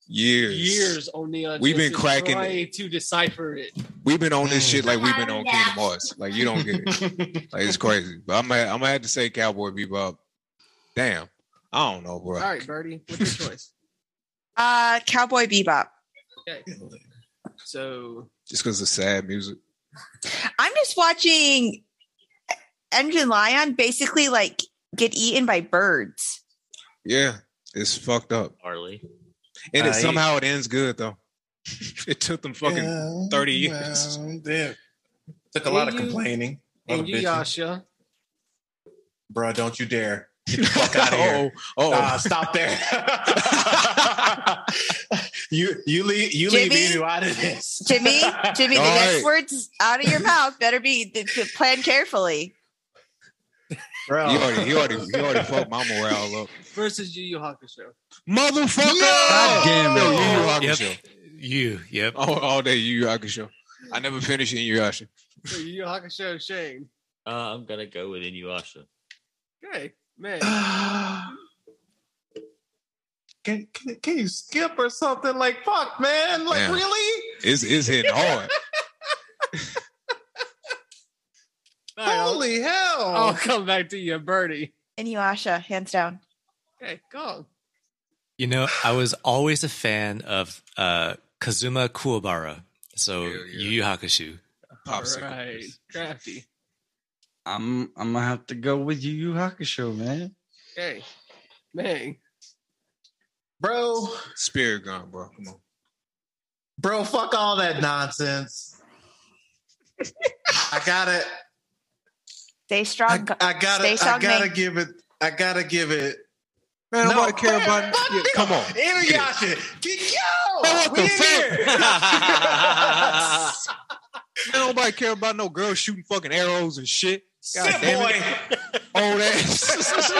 Speaker 6: Years.
Speaker 5: years on Neon.
Speaker 6: We've been
Speaker 5: Genesis
Speaker 6: cracking
Speaker 5: trying to decipher it.
Speaker 6: We've been on
Speaker 11: Mm.
Speaker 6: this shit like we've been on Kingdom Hearts. Like you don't get it. Like it's crazy. But I'm gonna, I'm gonna have to say Cowboy Bebop. Damn. I don't know, bro.
Speaker 5: All right, Birdie, what's your choice?
Speaker 8: Uh, Cowboy Bebop.
Speaker 5: So
Speaker 6: Just because of sad music.
Speaker 8: I'm just watching Engine Lion basically like get eaten by birds.
Speaker 6: Yeah, it's fucked up.
Speaker 10: Harley.
Speaker 6: And it,
Speaker 11: Uh,
Speaker 6: somehow it ends good though. It took them fucking
Speaker 11: Yeah,
Speaker 6: 30 years.
Speaker 11: well, yeah. Took a lot of
Speaker 5: And you-
Speaker 11: complaining. a lot
Speaker 5: And
Speaker 11: of
Speaker 5: you,
Speaker 11: bitching.
Speaker 5: Yasha.
Speaker 11: Bruh, don't you dare. Get the fuck out of here.
Speaker 6: Oh,
Speaker 11: Nah, stop there. you you leave you
Speaker 8: Jimmy?
Speaker 11: leave Emu out of this.
Speaker 8: Jimmy, Jimmy, the
Speaker 11: All
Speaker 8: next
Speaker 11: right.
Speaker 8: words out of your mouth better be th- to plan carefully.
Speaker 11: Bro.
Speaker 6: He already, he already, he already fucked my morale up.
Speaker 5: Versus Yu Yu Hakusho.
Speaker 6: Motherfucker!
Speaker 8: Oh.
Speaker 6: God
Speaker 9: damn it.
Speaker 6: Yu Yu
Speaker 9: Yep. You,
Speaker 6: Hakusho.
Speaker 9: yep.
Speaker 6: All, all day Yu Yu Hakusho. I never finished Yu Yu Hakusho.
Speaker 5: So Yu Yu Hakusho, Shane.
Speaker 10: Uh, I'm gonna go with Inuyasha.
Speaker 5: Okay, man.
Speaker 11: Can, can, can you skip or something? Like fuck, man. Like
Speaker 6: Damn.
Speaker 11: really?
Speaker 6: It's, it's hitting hard.
Speaker 11: Holy hell.
Speaker 5: I'll come back to you, Birdie.
Speaker 8: And you, Asha, hands down.
Speaker 5: Okay, go.
Speaker 9: You know, I was always a fan of uh, Kazuma Kuwabara. So Yu Yu Hakusho.
Speaker 12: Popsicle.
Speaker 5: All right, crafty.
Speaker 12: I'm I'm gonna have to go with Yu Yu Hakusho, man.
Speaker 5: Okay, man.
Speaker 11: Bro,
Speaker 6: Spirit gun, bro. Come on.
Speaker 11: bro, fuck all that nonsense. I gotta
Speaker 8: Stay strong.
Speaker 11: I gotta
Speaker 8: Stay strong,
Speaker 11: I gotta
Speaker 8: mate.
Speaker 11: give it I gotta give it
Speaker 6: Man,
Speaker 11: No,
Speaker 6: nobody care
Speaker 11: man,
Speaker 6: about
Speaker 11: fuck
Speaker 6: yeah,
Speaker 11: you.
Speaker 6: Come on.
Speaker 11: Inuyasha. Get- Yo!
Speaker 6: What
Speaker 11: we
Speaker 6: the
Speaker 11: in here.
Speaker 10: Ah,
Speaker 6: fuck? Man, nobody care about no girl shooting fucking arrows and shit.
Speaker 11: Sit, boy.
Speaker 6: Old ass.
Speaker 11: we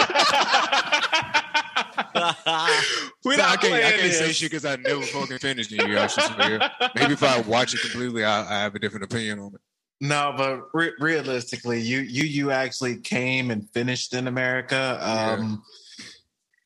Speaker 6: Nah, I
Speaker 11: not
Speaker 6: can't, I
Speaker 11: playing
Speaker 6: can't say
Speaker 11: this.
Speaker 6: shit because I never fucking finished New York. Maybe if I watch it completely, I, I have a different opinion on it.
Speaker 11: No, but re- realistically, you you you actually came and finished in America. Um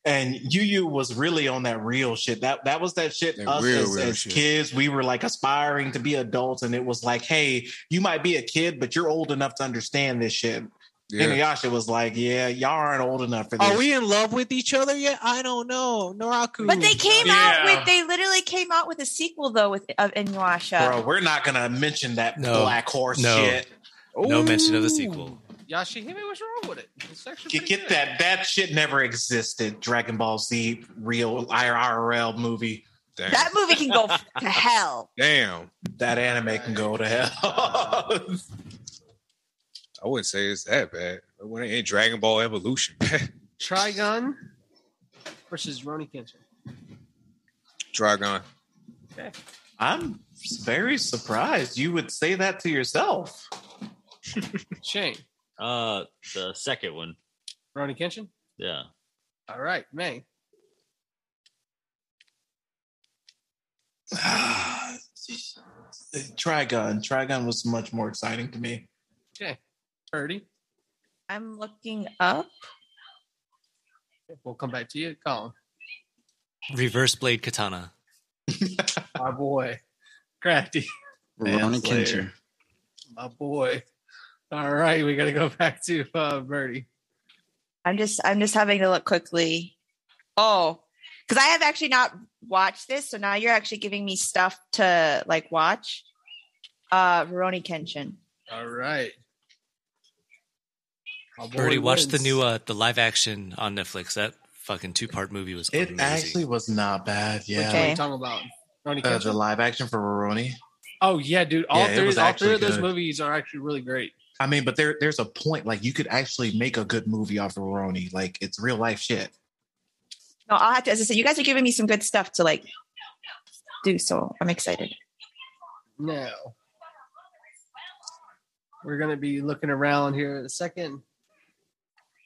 Speaker 11: And you you was really on that real shit. That that was that shit.
Speaker 6: That
Speaker 11: us
Speaker 6: real,
Speaker 11: as,
Speaker 6: real
Speaker 11: as
Speaker 6: shit.
Speaker 11: kids, we were like aspiring to be adults, and it was like, hey, you might be a kid, but you're old enough to understand this shit.
Speaker 6: Yeah.
Speaker 11: Inuyasha was like, yeah, y'all aren't old enough for this.
Speaker 6: in love with each other yet? I don't know. Noraku.
Speaker 8: But they came out
Speaker 11: Yeah.
Speaker 8: with they literally came out with a sequel though with of Inuyasha.
Speaker 11: Bro, we're not gonna mention that
Speaker 9: No.
Speaker 11: black horse
Speaker 9: No.
Speaker 11: shit.
Speaker 9: No mention of the sequel.
Speaker 5: Yashihime, what's wrong with it? It's actually
Speaker 11: Get,
Speaker 5: pretty
Speaker 11: get
Speaker 5: good.
Speaker 11: that. That shit never existed. Dragon Ball Z real IRL movie.
Speaker 6: Damn.
Speaker 8: That movie can go f- to hell.
Speaker 6: Damn.
Speaker 11: That anime can go to hell.
Speaker 6: I wouldn't say it's that bad. When it ain't Dragon Ball Evolution,
Speaker 5: Trigun versus Roni Kenshin.
Speaker 6: Dragon.
Speaker 11: I'm very surprised you would say that to yourself.
Speaker 5: Shane,
Speaker 10: Uh, the second one.
Speaker 5: Roni Kenshin.
Speaker 10: Yeah.
Speaker 5: All right, man.
Speaker 11: Trigun. Trigun was much more exciting to me.
Speaker 5: Okay, Birdie.
Speaker 8: I'm looking up.
Speaker 5: We'll come back to you, Colin.
Speaker 9: Reverse Blade Katana.
Speaker 5: My boy, Crafty.
Speaker 12: Ronnie
Speaker 5: Slayer.
Speaker 12: Kenshin.
Speaker 5: My boy. All right, we gotta go back to uh, Birdie.
Speaker 8: I'm just I'm just having to look quickly. Oh, because I have actually not watched this, so now you're actually giving me stuff to like watch. Uh, Roni Kenshin.
Speaker 5: All right. My boy
Speaker 9: Birdie, watch the
Speaker 5: wins.
Speaker 9: new uh, the live action on Netflix. That fucking two part movie was
Speaker 11: It
Speaker 9: amazing.
Speaker 11: actually was not bad. Yeah.
Speaker 5: Which one are you talking about? Roni
Speaker 11: Uh,
Speaker 5: Kenshin.
Speaker 11: the live action for Roroni.
Speaker 5: oh yeah, dude. All
Speaker 11: Yeah, it
Speaker 5: three,
Speaker 11: was
Speaker 5: all three
Speaker 11: actually
Speaker 5: of those
Speaker 11: good.
Speaker 5: movies are actually really great.
Speaker 11: I mean, but there, there's a point. Like, you could actually make a good movie off of Roroni. Like, it's real life shit.
Speaker 8: No, I'll have to. As I said, you guys are giving me some good stuff to like do, so I'm excited.
Speaker 5: Now we're gonna be looking around here in a second,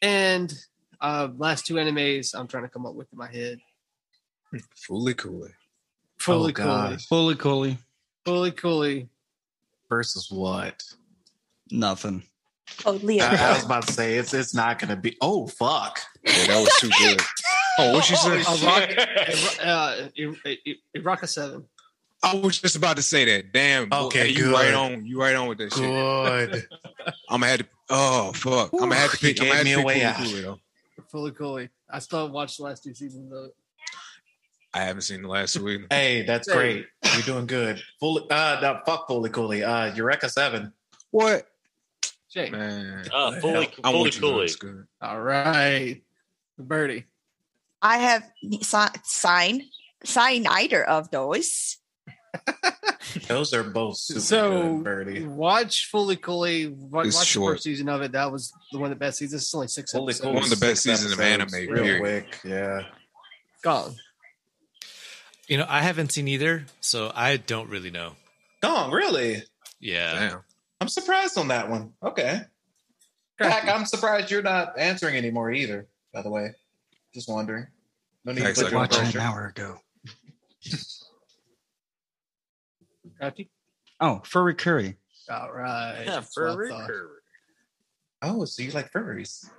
Speaker 5: and uh, last two animes I'm trying to come up with in my head.
Speaker 6: Fully cool.
Speaker 11: Oh,
Speaker 5: Fully coolly,
Speaker 11: gosh.
Speaker 12: Fully Cooley.
Speaker 5: fully coolly.
Speaker 11: Versus what?
Speaker 12: Nothing.
Speaker 8: Oh, Leo.
Speaker 11: I, I was about to say it's it's not gonna be. Oh fuck!
Speaker 6: Yeah, that was too good. Oh, what you said?
Speaker 5: A rock, a, uh, a, a, a rock of seven.
Speaker 6: I was just about to say that. Damn.
Speaker 11: Okay,
Speaker 6: you
Speaker 11: good.
Speaker 6: right on. You right on with that shit.
Speaker 11: Good.
Speaker 6: I'm gonna have to. Oh fuck. I'm gonna have to
Speaker 11: Whew, you
Speaker 6: pick. I'm gonna
Speaker 11: gave
Speaker 6: have
Speaker 11: me a
Speaker 6: to pick
Speaker 11: way
Speaker 6: Fully
Speaker 11: out.
Speaker 6: Cooley, though.
Speaker 5: Fully coolly. I still haven't watched the last two seasons of it.
Speaker 6: I haven't seen the last two either.
Speaker 11: Hey, that's
Speaker 5: Hey.
Speaker 11: great. You're doing good. Fully, uh, no, fuck fully coolly. Uh, Eureka Seven.
Speaker 6: What?
Speaker 5: Jake.
Speaker 6: Man.
Speaker 10: Uh, fully,
Speaker 6: I'm
Speaker 10: fully
Speaker 6: with you, though.
Speaker 10: coolly.
Speaker 6: It's good.
Speaker 5: All right, Birdie.
Speaker 8: I have si- sign sign either of those.
Speaker 11: Those are both super
Speaker 5: so
Speaker 11: good, Birdie.
Speaker 5: watch Fully Cooley. Watch,
Speaker 11: It's
Speaker 5: watch the
Speaker 11: short.
Speaker 5: first season of it. That was the one of the best seasons. It's only six
Speaker 11: Fully
Speaker 5: episodes.
Speaker 11: Cooley's One of the best six seasons of episodes, anime, real period.
Speaker 9: quick,
Speaker 11: yeah.
Speaker 5: Gone.
Speaker 9: You know, I haven't seen either, so I don't really know.
Speaker 11: Gone, really?
Speaker 9: Yeah.
Speaker 11: I'm surprised on that one. Okay. Pac, I'm surprised you're not answering anymore either, by the way. Just wondering. No need to put you on
Speaker 12: Watch it
Speaker 11: pressure.
Speaker 12: an hour ago.
Speaker 5: Crafty?
Speaker 12: Oh, furry curry.
Speaker 5: All right.
Speaker 10: Yeah,
Speaker 5: That's what I
Speaker 10: furry
Speaker 5: thought.
Speaker 11: Oh, so you like furries?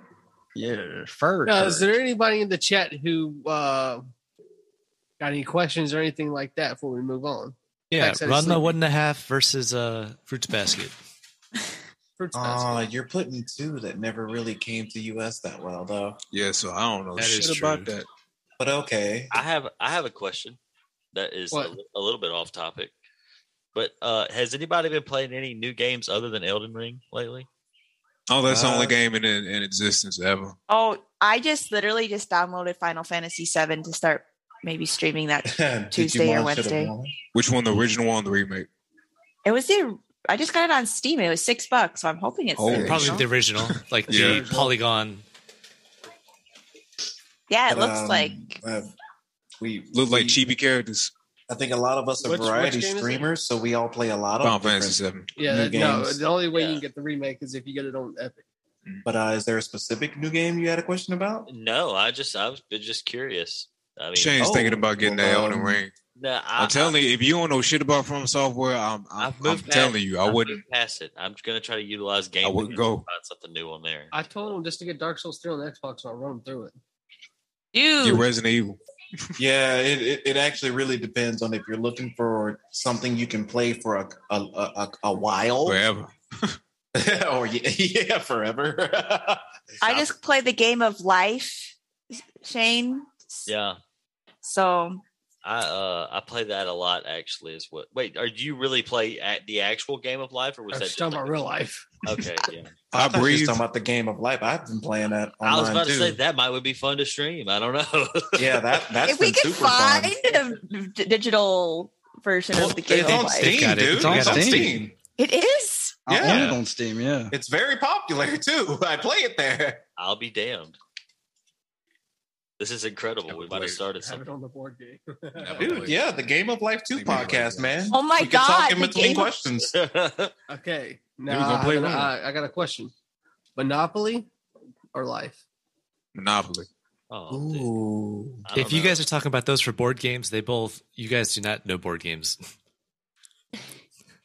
Speaker 12: Yeah, furry.
Speaker 5: Now,
Speaker 12: curry.
Speaker 5: is there anybody in the chat who uh, got any questions or anything like that before we move on?
Speaker 9: Yeah,
Speaker 5: Like I said, it's
Speaker 9: Ranma
Speaker 5: sleepy.
Speaker 9: one and a half versus uh Fruits Basket.
Speaker 5: Fruits
Speaker 11: Oh, you're putting two that never really came to US that well though.
Speaker 6: Yeah, so I don't know
Speaker 10: That
Speaker 6: shit
Speaker 10: is
Speaker 6: about
Speaker 10: true.
Speaker 6: that.
Speaker 11: But okay.
Speaker 10: I have I have a question that is a,
Speaker 5: What?
Speaker 10: li- a little bit off topic, but uh, has anybody been playing any new games other than Elden Ring lately?
Speaker 6: Oh, that's the only
Speaker 10: Uh,
Speaker 6: game in, in existence ever.
Speaker 8: Oh, I just literally just downloaded Final Fantasy VII to start maybe streaming that Tuesday or Wednesday.
Speaker 6: Which one? The original one, or the remake?
Speaker 8: It was the I just got it on Steam. It was six bucks, so I'm hoping it's
Speaker 6: Holy
Speaker 8: the
Speaker 9: Probably
Speaker 8: original.
Speaker 9: the original, like
Speaker 6: Yeah.
Speaker 9: the polygon.
Speaker 8: Yeah, it
Speaker 11: But,
Speaker 8: looks
Speaker 11: um,
Speaker 8: like
Speaker 11: uh, we
Speaker 6: look like chibi characters.
Speaker 11: I think a lot of us are
Speaker 5: Which- which
Speaker 11: variety
Speaker 5: game is it?
Speaker 11: streamers, so we all play a lot
Speaker 6: Final
Speaker 11: of different
Speaker 6: Fantasy VII.
Speaker 5: Yeah,
Speaker 11: new
Speaker 5: that, no.
Speaker 11: games.
Speaker 5: Uh, The only way you can get the remake is if you get it on Epic.
Speaker 11: But uh, is there a specific new game you had a question about?
Speaker 10: No, I just I've been just curious. I mean,
Speaker 6: Shane's
Speaker 11: Oh,
Speaker 6: thinking about getting that Elden
Speaker 11: um,
Speaker 6: Ring.
Speaker 10: Nah, I,
Speaker 6: I'm telling you, if you don't know shit about From Software, I'm I'm, I'm
Speaker 10: moved
Speaker 6: telling
Speaker 10: past-
Speaker 6: you, I
Speaker 10: I've
Speaker 6: wouldn't.
Speaker 10: moved past it. I'm gonna try to utilize game.
Speaker 6: wouldn't
Speaker 10: to
Speaker 6: go.
Speaker 10: Find something new on there.
Speaker 5: I told him just to get Dark Souls 3 on Xbox and I'll run through it.
Speaker 6: Get Resident Evil.
Speaker 11: yeah, it, it, it actually really depends on if you're looking for something you can play for a a, a, a- a while.
Speaker 6: Forever.
Speaker 11: or yeah, yeah forever.
Speaker 8: I just play the game of life, Shane.
Speaker 10: Yeah,
Speaker 8: So
Speaker 10: I uh I play that a lot actually. Is what? Wait, are you really play at the actual game of life, or was
Speaker 5: I'm
Speaker 10: that
Speaker 5: just talking about real life.
Speaker 10: okay? Yeah,
Speaker 11: I, thought you was talking about the game of life. I've been playing that. Online
Speaker 10: I was about
Speaker 11: too.
Speaker 10: to say that might would be fun to stream. I don't know.
Speaker 11: Yeah, that that's
Speaker 8: if we
Speaker 11: been
Speaker 8: could
Speaker 11: super fun.
Speaker 8: find a d- digital version of the game
Speaker 11: It's
Speaker 8: of
Speaker 11: on
Speaker 8: life,
Speaker 11: Steam, dude. It's on, Steam.
Speaker 8: it is.
Speaker 12: I own
Speaker 11: Yeah.
Speaker 12: it on Steam. Yeah.
Speaker 11: It's very popular too. I play it there.
Speaker 10: I'll be damned. This is incredible. We might have started
Speaker 5: Have it
Speaker 10: something.
Speaker 5: on the board game.
Speaker 11: Dude, yeah, the Game of Life 2 podcast, man.
Speaker 8: Oh my
Speaker 11: we can talk
Speaker 8: God,
Speaker 11: in
Speaker 8: the
Speaker 11: between
Speaker 8: Game of-
Speaker 11: questions.
Speaker 5: okay.
Speaker 6: we
Speaker 5: Now
Speaker 6: gonna play
Speaker 5: I,
Speaker 6: Rome.
Speaker 5: I, I got a question. Monopoly or life?
Speaker 6: Monopoly.
Speaker 10: Oh,
Speaker 11: Ooh.
Speaker 9: If you guys are talking about those for board games, they both you guys do not know board games.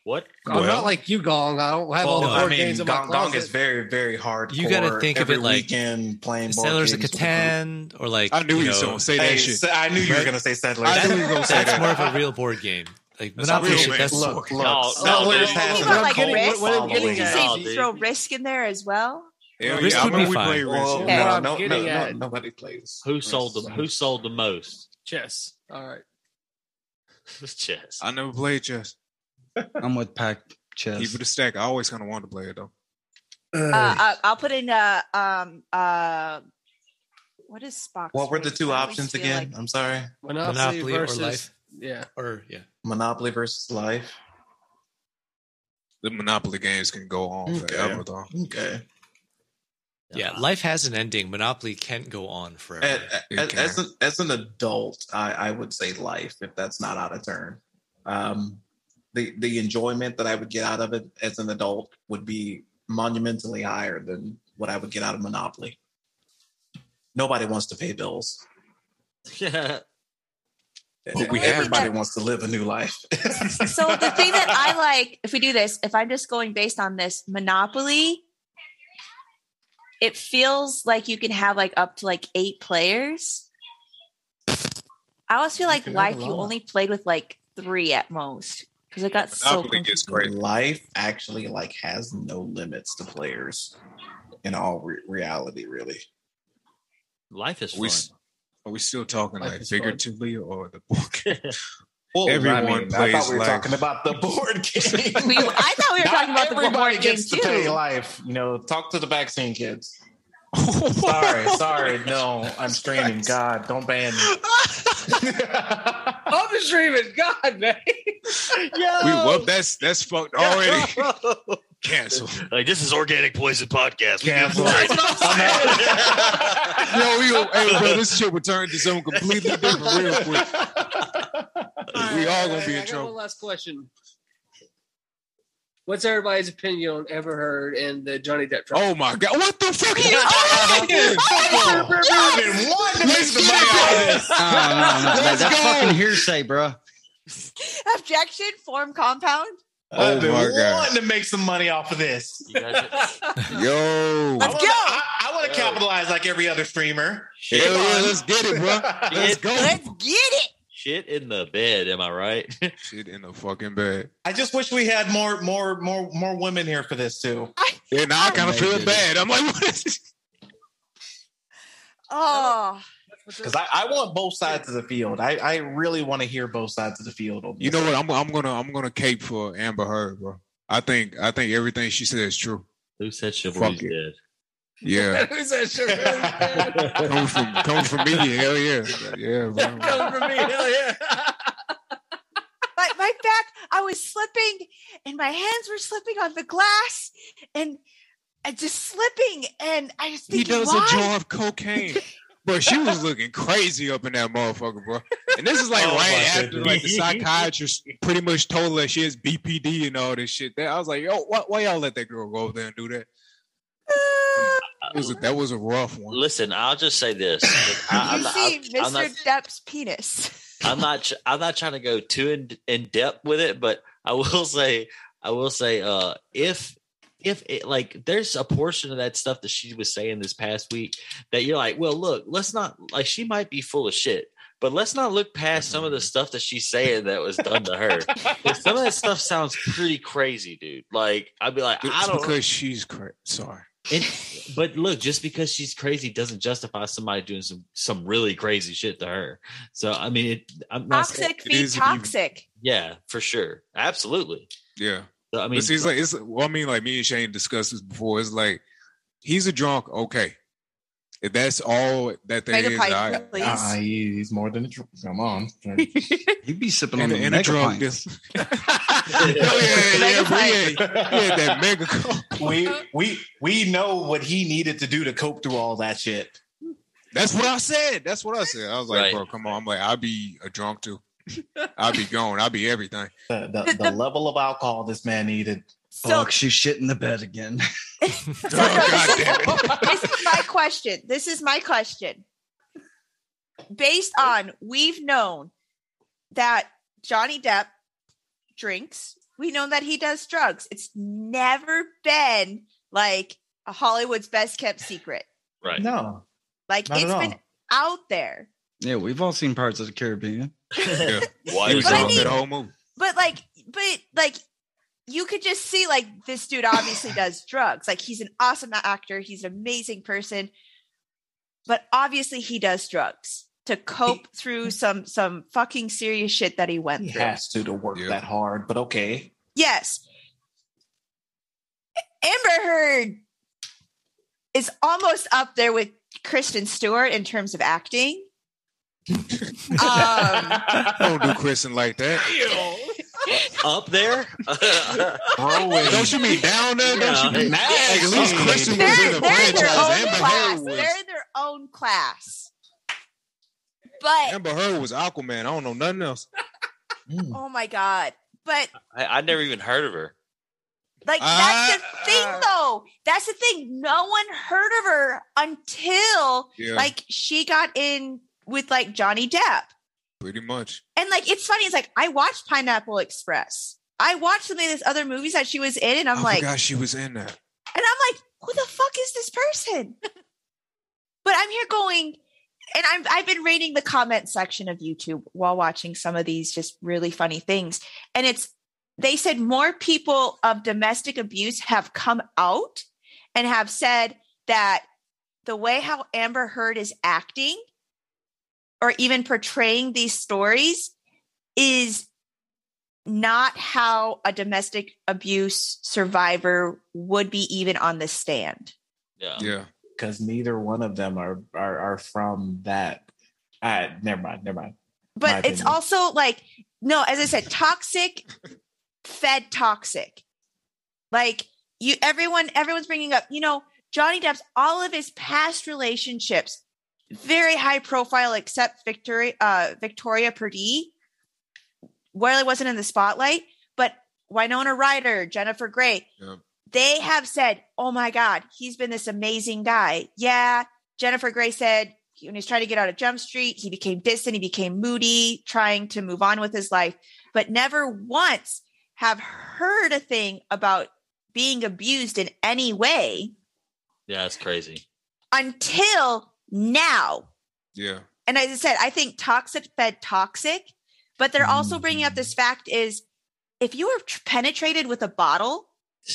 Speaker 10: What?
Speaker 5: I'm not like you, Gong. I don't have all
Speaker 9: Well,
Speaker 5: the
Speaker 9: I
Speaker 5: board
Speaker 9: mean,
Speaker 5: games in my
Speaker 11: Gong, Gong
Speaker 5: closet.
Speaker 11: is very, very hard.
Speaker 9: You gotta think of
Speaker 11: every
Speaker 9: it like
Speaker 11: weekend playing board
Speaker 9: Settlers of
Speaker 11: games with a group.
Speaker 9: Catan or like
Speaker 11: I knew
Speaker 9: you
Speaker 11: you was
Speaker 9: know,
Speaker 11: gonna say that Hey, shit. so- I knew you were gonna say Settlers. I knew you were gonna say
Speaker 9: that's
Speaker 11: that.
Speaker 9: more of a real board game. Like
Speaker 11: That's
Speaker 9: Monopoly
Speaker 11: real,
Speaker 9: shit,
Speaker 11: man.
Speaker 9: that's
Speaker 11: Look, look,
Speaker 9: No,
Speaker 11: Settlers
Speaker 9: no,
Speaker 11: has
Speaker 9: dude.
Speaker 11: a
Speaker 8: What about like
Speaker 11: cult
Speaker 8: risk?
Speaker 11: following.
Speaker 8: Did you say
Speaker 11: No, dude.
Speaker 8: throw risk in there as well?
Speaker 11: Hell
Speaker 10: Risk
Speaker 11: yeah, I
Speaker 10: would be
Speaker 11: remember we
Speaker 10: fine.
Speaker 11: played Risk.
Speaker 10: Well,
Speaker 11: No,
Speaker 10: what I'm
Speaker 11: no,
Speaker 10: getting
Speaker 11: no,
Speaker 10: at-
Speaker 11: no, nobody plays.
Speaker 10: Who sold the Who sold the most?
Speaker 5: Chess. All right.
Speaker 10: Chess.
Speaker 6: I never played chess.
Speaker 12: I'm with Pac Chess.
Speaker 6: Keep it a stack. I always kind of wanted to play it though.
Speaker 8: Uh, uh, I'll put in uh, um uh, what is Spock?
Speaker 11: What were the two options again? I'm sorry.
Speaker 5: Monopoly, versus, Yeah.
Speaker 9: Or yeah.
Speaker 11: Monopoly versus Life.
Speaker 6: The Monopoly games can go on
Speaker 11: Okay.
Speaker 6: forever though.
Speaker 11: Okay.
Speaker 9: Yeah,
Speaker 5: Uh-huh.
Speaker 9: life has an ending. Monopoly can't go on forever.
Speaker 11: A-
Speaker 5: uh,
Speaker 11: a- As, an, as an adult, I, I would say life, if that's not out of turn. Um, the the enjoyment that I would get out of it as an adult would be monumentally higher than what I would get out of Monopoly. Nobody wants to pay bills.
Speaker 10: Yeah.
Speaker 8: we have
Speaker 11: Everybody
Speaker 8: that-
Speaker 11: wants to live a new life.
Speaker 8: so the thing that I like, if we do this, if I'm just going based on this Monopoly, it feels like you can have like up to like eight players. I always feel like
Speaker 11: can have
Speaker 8: life
Speaker 11: a
Speaker 8: you
Speaker 11: lot.
Speaker 8: only played with like three at most because it got so.
Speaker 11: Monopoly gets great. Life actually like has no limits to players in all re- reality, really.
Speaker 10: Life is
Speaker 6: we, s- Are we still talking
Speaker 11: Life
Speaker 6: like
Speaker 11: is
Speaker 6: figuratively or the book?
Speaker 11: Well,
Speaker 6: Everyone
Speaker 11: I, mean, I
Speaker 6: plays
Speaker 11: thought we were
Speaker 6: life.
Speaker 11: talking about the board game.
Speaker 8: We, I thought we were
Speaker 11: Not
Speaker 8: talking about the
Speaker 11: everybody
Speaker 8: board game
Speaker 11: gets to
Speaker 8: too.
Speaker 11: pay life. You know, talk to the vaccine kids. sorry, sorry. No, I'm streaming. God, don't ban me.
Speaker 5: I'm streaming. God, man. Yo.
Speaker 6: We whoop. That's that's fucked already. Cancel.
Speaker 10: Like this is organic poison podcast.
Speaker 6: Cancel. Yo, we go, hey, bro, this shit would turn to something completely different real quick. We all gonna be in
Speaker 5: I got
Speaker 6: trouble.
Speaker 5: One last question. What's everybody's opinion on Ever Heard and the Johnny Depp trial?
Speaker 6: Oh my god, what the fuck?
Speaker 5: Oh,
Speaker 11: I've been wanting to make some money out of this.
Speaker 12: Oh, no, no, no,
Speaker 11: Let's
Speaker 12: that's
Speaker 11: go.
Speaker 12: fucking hearsay, bro.
Speaker 8: Objection, form compound.
Speaker 12: Oh
Speaker 11: I've been
Speaker 6: Oh my God.
Speaker 11: wanting to make some money off of this.
Speaker 6: Yo,
Speaker 11: I wanna- I, want to capitalize like every other streamer.
Speaker 10: Shit.
Speaker 11: Come on.
Speaker 6: let's get it, bro. Let's
Speaker 10: Shit,
Speaker 6: go.
Speaker 8: Get it.
Speaker 10: shit in the bed. Am I right?
Speaker 6: Shit in the fucking bed.
Speaker 11: I just wish we had more, more, more, more women here for this too.
Speaker 6: Yeah, now I kind of feel
Speaker 11: Amazing.
Speaker 6: bad. I'm like, what is this?
Speaker 8: Oh,
Speaker 11: Because I, I want both sides of the field. I, I really want to hear both sides of the field. on
Speaker 6: You
Speaker 11: this.
Speaker 6: know what? I'm I'm gonna I'm gonna cape for Amber Heard, bro. I think I think everything she said is true.
Speaker 10: Who said chivalry's dead?
Speaker 6: Yeah,
Speaker 5: Who's that shirt? Come
Speaker 6: coming from coming from me. Hell yeah, yeah, bro.
Speaker 5: from me. Hell yeah.
Speaker 8: my, my back, I was slipping and my hands were slipping on the glass and I just slipping. And I was
Speaker 6: He
Speaker 8: thinking,
Speaker 6: does
Speaker 8: why?
Speaker 6: a jar of cocaine. Bro, she was looking crazy up in that motherfucker, bro. And this is like
Speaker 11: Oh,
Speaker 6: right
Speaker 11: my
Speaker 6: after like the
Speaker 11: goodness.
Speaker 6: psychiatrist pretty much told her she has BPD and all this shit. That I was like, yo, why, why y'all let that girl go over there and do that? It was a, that was a rough one.
Speaker 10: Listen, I'll just say this.
Speaker 8: You
Speaker 10: I, I'm, not,
Speaker 8: see
Speaker 10: I,
Speaker 8: Mr.
Speaker 10: am not.
Speaker 8: Depp's penis.
Speaker 10: I'm not. tr- I'm not trying to go too in, in depth with it, but I will say. I will say. Uh, if if it like there's a portion of that stuff that she was saying this past week that you're like, well, look, let's not like she might be full of shit. But let's not look past some of
Speaker 6: Mm-hmm.
Speaker 10: the stuff that she's saying that was done to her. 'Cause some of that stuff sounds pretty crazy, dude. Like I'd be like, I
Speaker 6: It's
Speaker 10: don't.
Speaker 6: because she's crazy. Sorry.
Speaker 10: It, but look, just because she's crazy doesn't justify somebody doing some some really crazy shit to her. So I mean, it, I'm not saying-
Speaker 8: Toxic feed toxic.
Speaker 10: Yeah, for sure, absolutely.
Speaker 6: Yeah.
Speaker 10: So, I
Speaker 6: I
Speaker 10: mean,
Speaker 6: mean, he's like, it's well, I mean, like me and Shane discussed this before. It's like he's a drunk, okay. If that's all that there
Speaker 8: Mega
Speaker 6: is,
Speaker 8: pipe,
Speaker 6: I-
Speaker 8: please.
Speaker 11: Uh-uh, he- he's more than a dr- come on.
Speaker 12: He'd be sipping
Speaker 6: and,
Speaker 12: on the
Speaker 6: and a
Speaker 12: mega
Speaker 6: drug
Speaker 12: pint.
Speaker 6: deal. oh yeah, yeah, yeah,
Speaker 8: Mega
Speaker 6: we had, we had that mega.
Speaker 11: we we we know what he needed to do to cope through all that shit.
Speaker 6: That's what I said. That's what I said. I was like,
Speaker 10: Right.
Speaker 6: bro, come on. I'm like, I'll be a drunk too. I'll be gone. I'll be everything.
Speaker 11: The the, the level of alcohol this man needed.
Speaker 8: So-
Speaker 12: Fuck, she's shit in the bed again.
Speaker 6: Oh, God damn it.
Speaker 8: this is my question. This is my question. Based on we've known that Johnny Depp drinks, we know that he does drugs. It's never been like a Hollywood's best kept secret.
Speaker 10: right.
Speaker 11: No,
Speaker 8: Like
Speaker 11: Not
Speaker 8: it's
Speaker 11: at all.
Speaker 8: been out there.
Speaker 12: Yeah, we've all seen Pirates of the Caribbean.
Speaker 6: Yeah.
Speaker 10: Why
Speaker 6: He was
Speaker 8: But I
Speaker 6: drunk
Speaker 8: mean-
Speaker 6: that whole movie.
Speaker 8: But like but like you could just see like this dude obviously does drugs. Like he's an awesome actor, he's an amazing person. But obviously he does drugs to cope through some some fucking serious shit that he went
Speaker 11: he
Speaker 8: through.
Speaker 11: has to to work
Speaker 6: Yeah.
Speaker 11: that hard. But okay,
Speaker 8: Yes. Amber Heard is almost up there with Kristen Stewart in terms of acting. um,
Speaker 6: Don't do Kristen like that.
Speaker 10: Up there,
Speaker 11: bro,
Speaker 6: Don't you mean down there? Don't you mean
Speaker 11: Yeah.
Speaker 6: like, at least
Speaker 11: Yeah.
Speaker 6: Kristen
Speaker 8: they're,
Speaker 6: was
Speaker 8: they're in
Speaker 6: in the
Speaker 8: their
Speaker 6: franchise.
Speaker 8: own
Speaker 6: Amber
Speaker 8: class.
Speaker 6: Heard was
Speaker 8: They're in their own class. But
Speaker 6: Amber Heard was Aquaman. I don't know nothing else.
Speaker 8: oh my god! But
Speaker 10: I, I never even heard of her.
Speaker 8: like that's the
Speaker 6: Ah.
Speaker 8: thing, though. That's the thing. No one heard of her until
Speaker 6: Yeah,
Speaker 8: like she got in with like Johnny Depp.
Speaker 6: pretty much.
Speaker 8: And like it's funny, it's like I watched Pineapple Express. I watched some of these other movies that she was in, and I'm
Speaker 6: I
Speaker 8: like, and
Speaker 6: forgot she was in that.
Speaker 8: I'm like, who the fuck is this person? but I'm here going, and I'm I've been reading the comment section of YouTube while watching some of these just really funny things. And it's they said more people of domestic abuse have come out and have said that the way how Amber Heard is acting or even portraying these stories is not how a domestic abuse survivor would be even on the stand.
Speaker 10: Yeah.
Speaker 6: Yeah,
Speaker 11: because neither one of them are are, are from that. I never mind, never mind.
Speaker 8: But
Speaker 11: My
Speaker 8: it's
Speaker 11: opinion.
Speaker 8: also like, no, as I said, toxic fed toxic. Like you, everyone, everyone's bringing up, you know, Johnny Depp's all of his past relationships, very high profile, except Victoria, uh, Victoria Perdee. Wiley wasn't in the spotlight, but Winona Ryder, Jennifer Grey, they have said, "Oh my God, he's been this amazing guy." Yeah, Jennifer Grey said when he was trying to get out of Jump Street, he became distant, he became moody, trying to move on with his life, but never once have heard a thing about being abused in any way
Speaker 10: Yeah, that's crazy.
Speaker 8: until now.
Speaker 6: Yeah.
Speaker 8: and as I said, I think toxic fed toxic, but they're also bringing up this fact is if you were tr- penetrated with a bottle,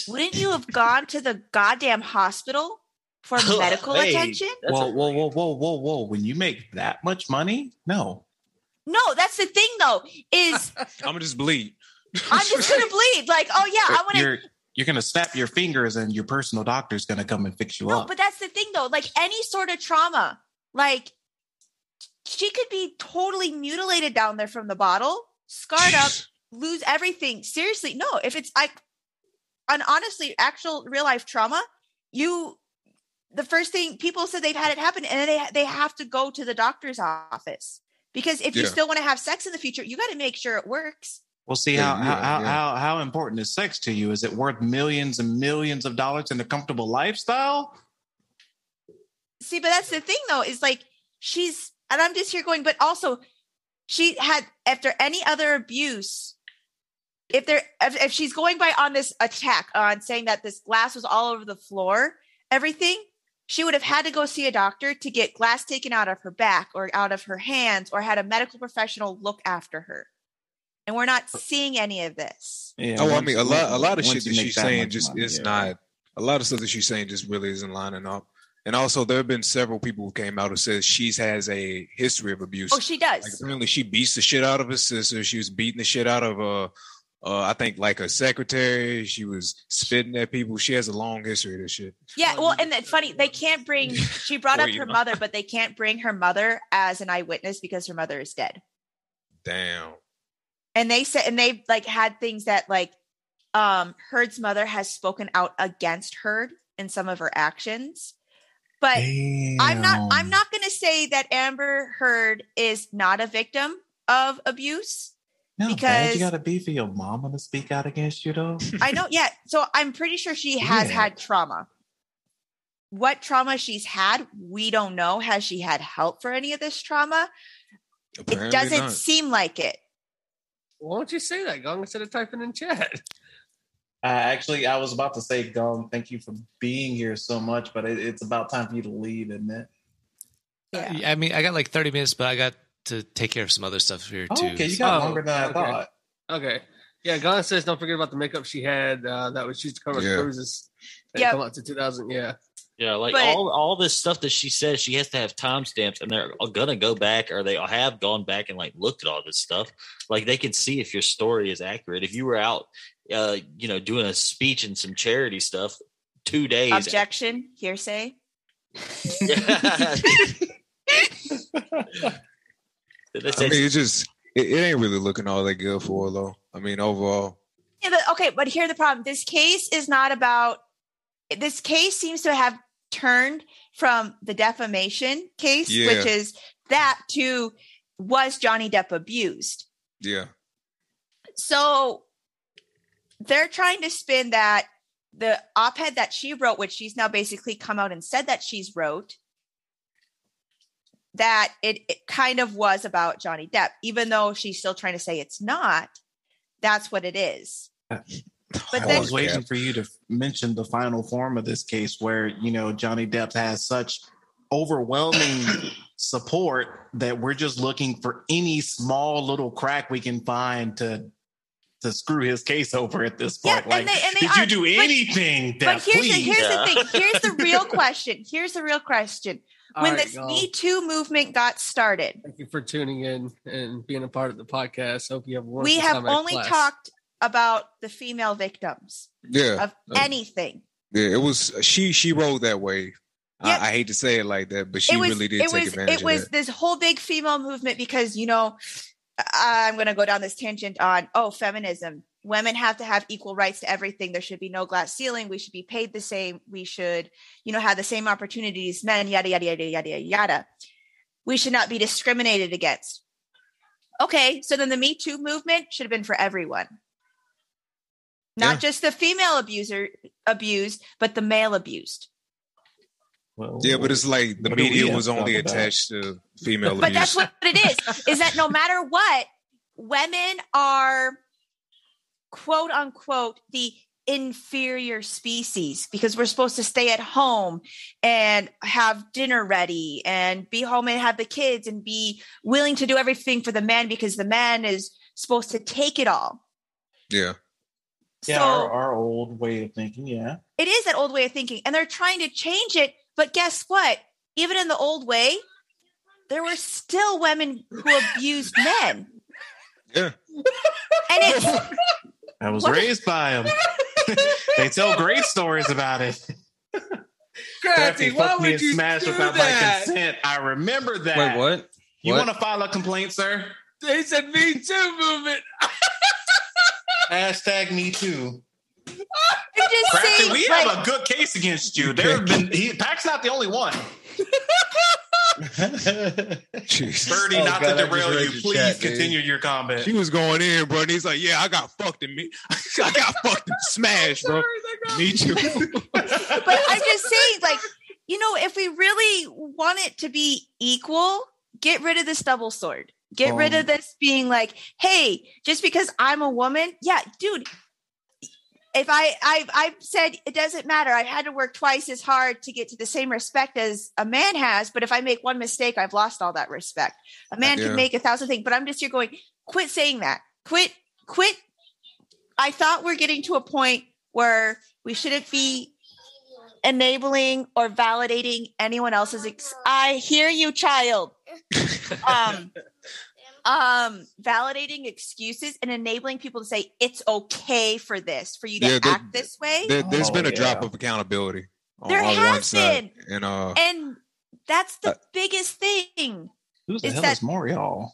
Speaker 8: wouldn't you have gone to the goddamn hospital for medical
Speaker 11: Hey,
Speaker 8: attention?
Speaker 11: Whoa, whoa, whoa, whoa, whoa, whoa! When you make that much money, no,
Speaker 8: No, that's the thing though, is
Speaker 6: I'm gonna just bleed.
Speaker 8: I'm just gonna bleed. Like, oh yeah, I want to
Speaker 11: you're you're gonna snap your fingers, and your personal doctor's gonna come and fix you
Speaker 8: No,
Speaker 11: up.
Speaker 8: but that's the thing though. Like any sort of trauma, like she could be totally mutilated down there from the bottle, scarred up, lose everything. Seriously, no. If it's like, an honestly actual real life trauma, you the first thing people said they've had it happen, and they they have to go to the doctor's office because if you
Speaker 11: Yeah.
Speaker 8: still want to have sex in the future, you got to make sure it works.
Speaker 11: We'll see
Speaker 6: Yeah,
Speaker 11: how,
Speaker 6: yeah,
Speaker 11: how,
Speaker 6: yeah.
Speaker 11: how how important is sex to you? Is it worth millions and millions of dollars in a comfortable lifestyle?
Speaker 8: See, but that's the thing though, is like she's and I'm just here going, but also she had after any other abuse, if there if, if she's going by on this attack uh, on saying that this glass was all over the floor, everything, she would have had to go see a doctor to get glass taken out of her back or out of her hands or had a medical professional look after her. And we're not seeing any of this.
Speaker 11: Yeah,
Speaker 6: oh, I
Speaker 11: once-
Speaker 6: mean, a lot, a lot of
Speaker 11: once
Speaker 6: shit
Speaker 11: you
Speaker 6: that
Speaker 11: make
Speaker 6: she's
Speaker 11: that
Speaker 6: saying
Speaker 11: much
Speaker 6: just
Speaker 11: money,
Speaker 6: is
Speaker 11: yeah.
Speaker 6: not. A lot of stuff that she's saying just really isn't lining up. And also, there have been several people who came out who says she's has a history of abuse.
Speaker 8: Oh, she does.
Speaker 6: Like, apparently, she beats the shit out of her sister. She was beating the shit out of uh, uh, I think like her secretary. She was spitting at people. She has a long history of this shit.
Speaker 8: Yeah, well, and it's funny they can't bring. She brought up
Speaker 6: Well, you
Speaker 8: her
Speaker 6: know.
Speaker 8: mother, but they can't bring her mother as an eyewitness because her mother is dead.
Speaker 6: Damn.
Speaker 8: And they said, and they've like had things that like, um, Heard's mother has spoken out against Heard in some of her actions. But I'm not. I'm not going to say that Amber Heard is not a victim of abuse.
Speaker 11: No, bad.
Speaker 8: because-
Speaker 11: you gotta be for your mama to speak out against you, though.
Speaker 8: I know. Yeah. So I'm pretty sure she has
Speaker 11: Yeah.
Speaker 8: had trauma. What trauma she's had, we don't know. Has she had help for any of this trauma? it doesn't seem like it.
Speaker 5: Why don't you say that, Gong, instead of typing in chat?
Speaker 11: Uh, actually, I was about to say, Gum, thank you for being here so much, but it, it's about time for you to leave, isn't it?
Speaker 9: I mean, I got like 30 minutes, but I got to take care of some other stuff here too.
Speaker 5: Oh, okay. Okay. Yeah, Gong says don't forget about the makeup she had uh, that was used to cover
Speaker 10: Yeah.
Speaker 5: cruises. That
Speaker 8: Yep.
Speaker 5: come out to 2000. Yeah.
Speaker 10: Yeah, like
Speaker 5: But-
Speaker 10: all all this stuff that she says, she has to have timestamps, and they're gonna go back, or they have gone back and like looked at all this stuff. Like they can see if your story is accurate. If you were out, uh, you know, doing a speech and some charity stuff, two days.
Speaker 8: Objection, hearsay.
Speaker 10: Did they
Speaker 6: I
Speaker 10: say-
Speaker 6: mean, it's just it, it ain't really looking all that good for her though. I mean, overall,
Speaker 8: Yeah, but, okay, but here the problem. This case is not about. This case seems to have turned from the defamation case,
Speaker 6: Yeah.
Speaker 8: which is that, to was Johnny Depp abused?
Speaker 6: yeah.
Speaker 8: So they're trying to spin that the op-ed that she wrote, which she's now basically come out and said that she's wrote, that it, it kind of was about Johnny Depp, even though she's still trying to say it's not. That's what it is.
Speaker 11: I was waiting for you to mention the final form of this case where, you know, Johnny Depp has such overwhelming support that we're just looking for any small little crack we can find to to screw his case over at this point. like,
Speaker 8: and they- and they
Speaker 11: did
Speaker 8: are.
Speaker 11: you do
Speaker 8: But-
Speaker 11: anything,
Speaker 8: but
Speaker 11: Depp?
Speaker 8: here's the,
Speaker 11: please?
Speaker 8: here's the thing. Here's the real question. Here's the real question.
Speaker 5: All
Speaker 8: when
Speaker 5: right,
Speaker 8: this
Speaker 5: y'all.
Speaker 8: Me Too movement got started,
Speaker 5: Thank you for tuning in and being a part of the podcast. Hope you have a wonderful
Speaker 8: we have
Speaker 5: time at
Speaker 8: only
Speaker 5: class.
Speaker 8: talked about the female victims
Speaker 6: Yeah.
Speaker 8: of anything.
Speaker 6: Yeah, it was she she rode that wave.
Speaker 8: Yeah.
Speaker 6: I, I hate to say it like that, but she
Speaker 8: it was
Speaker 6: really did
Speaker 8: it
Speaker 6: take
Speaker 8: was
Speaker 6: advantage
Speaker 8: it was
Speaker 6: of that.
Speaker 8: this whole big female movement because you know I- I'm going to go down this tangent on oh feminism. Women have to have equal rights to everything. There should be no glass ceiling. We should be paid the same. We should, you know, have the same opportunities. Men, yada yada yada yada yada. We should not be discriminated against. Okay, so then the Me Too movement should have been for everyone, not just the female abuser abused, but the male abused.
Speaker 6: yeah, but it's like the
Speaker 3: What do we
Speaker 6: media
Speaker 3: have
Speaker 6: was
Speaker 3: to
Speaker 6: only
Speaker 3: talk about?
Speaker 6: attached to female
Speaker 8: but
Speaker 6: abuse.
Speaker 8: that's what it is is that no matter what women are quote unquote the inferior species because we're supposed to stay at home and have dinner ready and be home and have the kids and be willing to do everything for the man because the man is supposed to take it all
Speaker 6: Yeah.
Speaker 11: Yeah,
Speaker 8: So-
Speaker 11: our, our old way of thinking. Yeah.
Speaker 8: it is that old way of thinking and they're trying to change it but guess what even in the old way there were still women who abused men
Speaker 6: yeah
Speaker 8: and it's
Speaker 11: I was
Speaker 8: What?
Speaker 11: raised by them. they tell great stories about it.
Speaker 5: Granty,
Speaker 11: Daphne
Speaker 5: why
Speaker 11: fucked me
Speaker 5: would
Speaker 11: and
Speaker 5: you
Speaker 11: smashed
Speaker 5: do
Speaker 11: without
Speaker 5: that?
Speaker 11: my consent. I remember that.
Speaker 5: Wait, what?
Speaker 11: You
Speaker 5: What?
Speaker 11: want to file a complaint, sir?
Speaker 5: They said Me Too movement.
Speaker 11: Hashtag me too.
Speaker 8: I'm just
Speaker 11: Braxton,
Speaker 8: saying,
Speaker 11: we
Speaker 8: like,
Speaker 11: have a good case against you. There have been he, Pac's not the only one. Birdie,
Speaker 6: Oh,
Speaker 11: not
Speaker 6: God, I
Speaker 11: to
Speaker 6: just
Speaker 11: derail
Speaker 6: read
Speaker 11: you.
Speaker 6: your
Speaker 11: Please
Speaker 6: chat, dude.
Speaker 11: continue your comment.
Speaker 6: She was going in, bro, and he's like, "Yeah, I got fucked in me. I got fucked and smashed, bro. Me too."
Speaker 8: but I'm just saying, like, you know, if we really want it to be equal, get rid of this double sword. Get rid of
Speaker 11: Um,
Speaker 8: this being like, hey, just because I'm a woman, yeah, dude. If I I I've said it doesn't matter. I've had to work twice as hard to get to the same respect as a man has. But if I make one mistake, I've lost all that respect. A man
Speaker 14: Yeah.
Speaker 8: can make a thousand things, but I'm just here going, quit saying that. Quit, quit. I thought we're getting to a point where we shouldn't be enabling or validating anyone else's ex- i hear you child um um validating excuses and enabling people to say it's okay for this for you to
Speaker 6: Yeah, there-
Speaker 8: act this way
Speaker 6: there, has
Speaker 3: Oh,
Speaker 6: been a drop
Speaker 11: Oh, yeah.
Speaker 6: of accountability on,
Speaker 8: There
Speaker 6: on one
Speaker 8: has
Speaker 6: side, and uh,
Speaker 8: and that's the biggest thing
Speaker 11: Who the
Speaker 8: is
Speaker 11: hell
Speaker 8: that
Speaker 11: is Morial?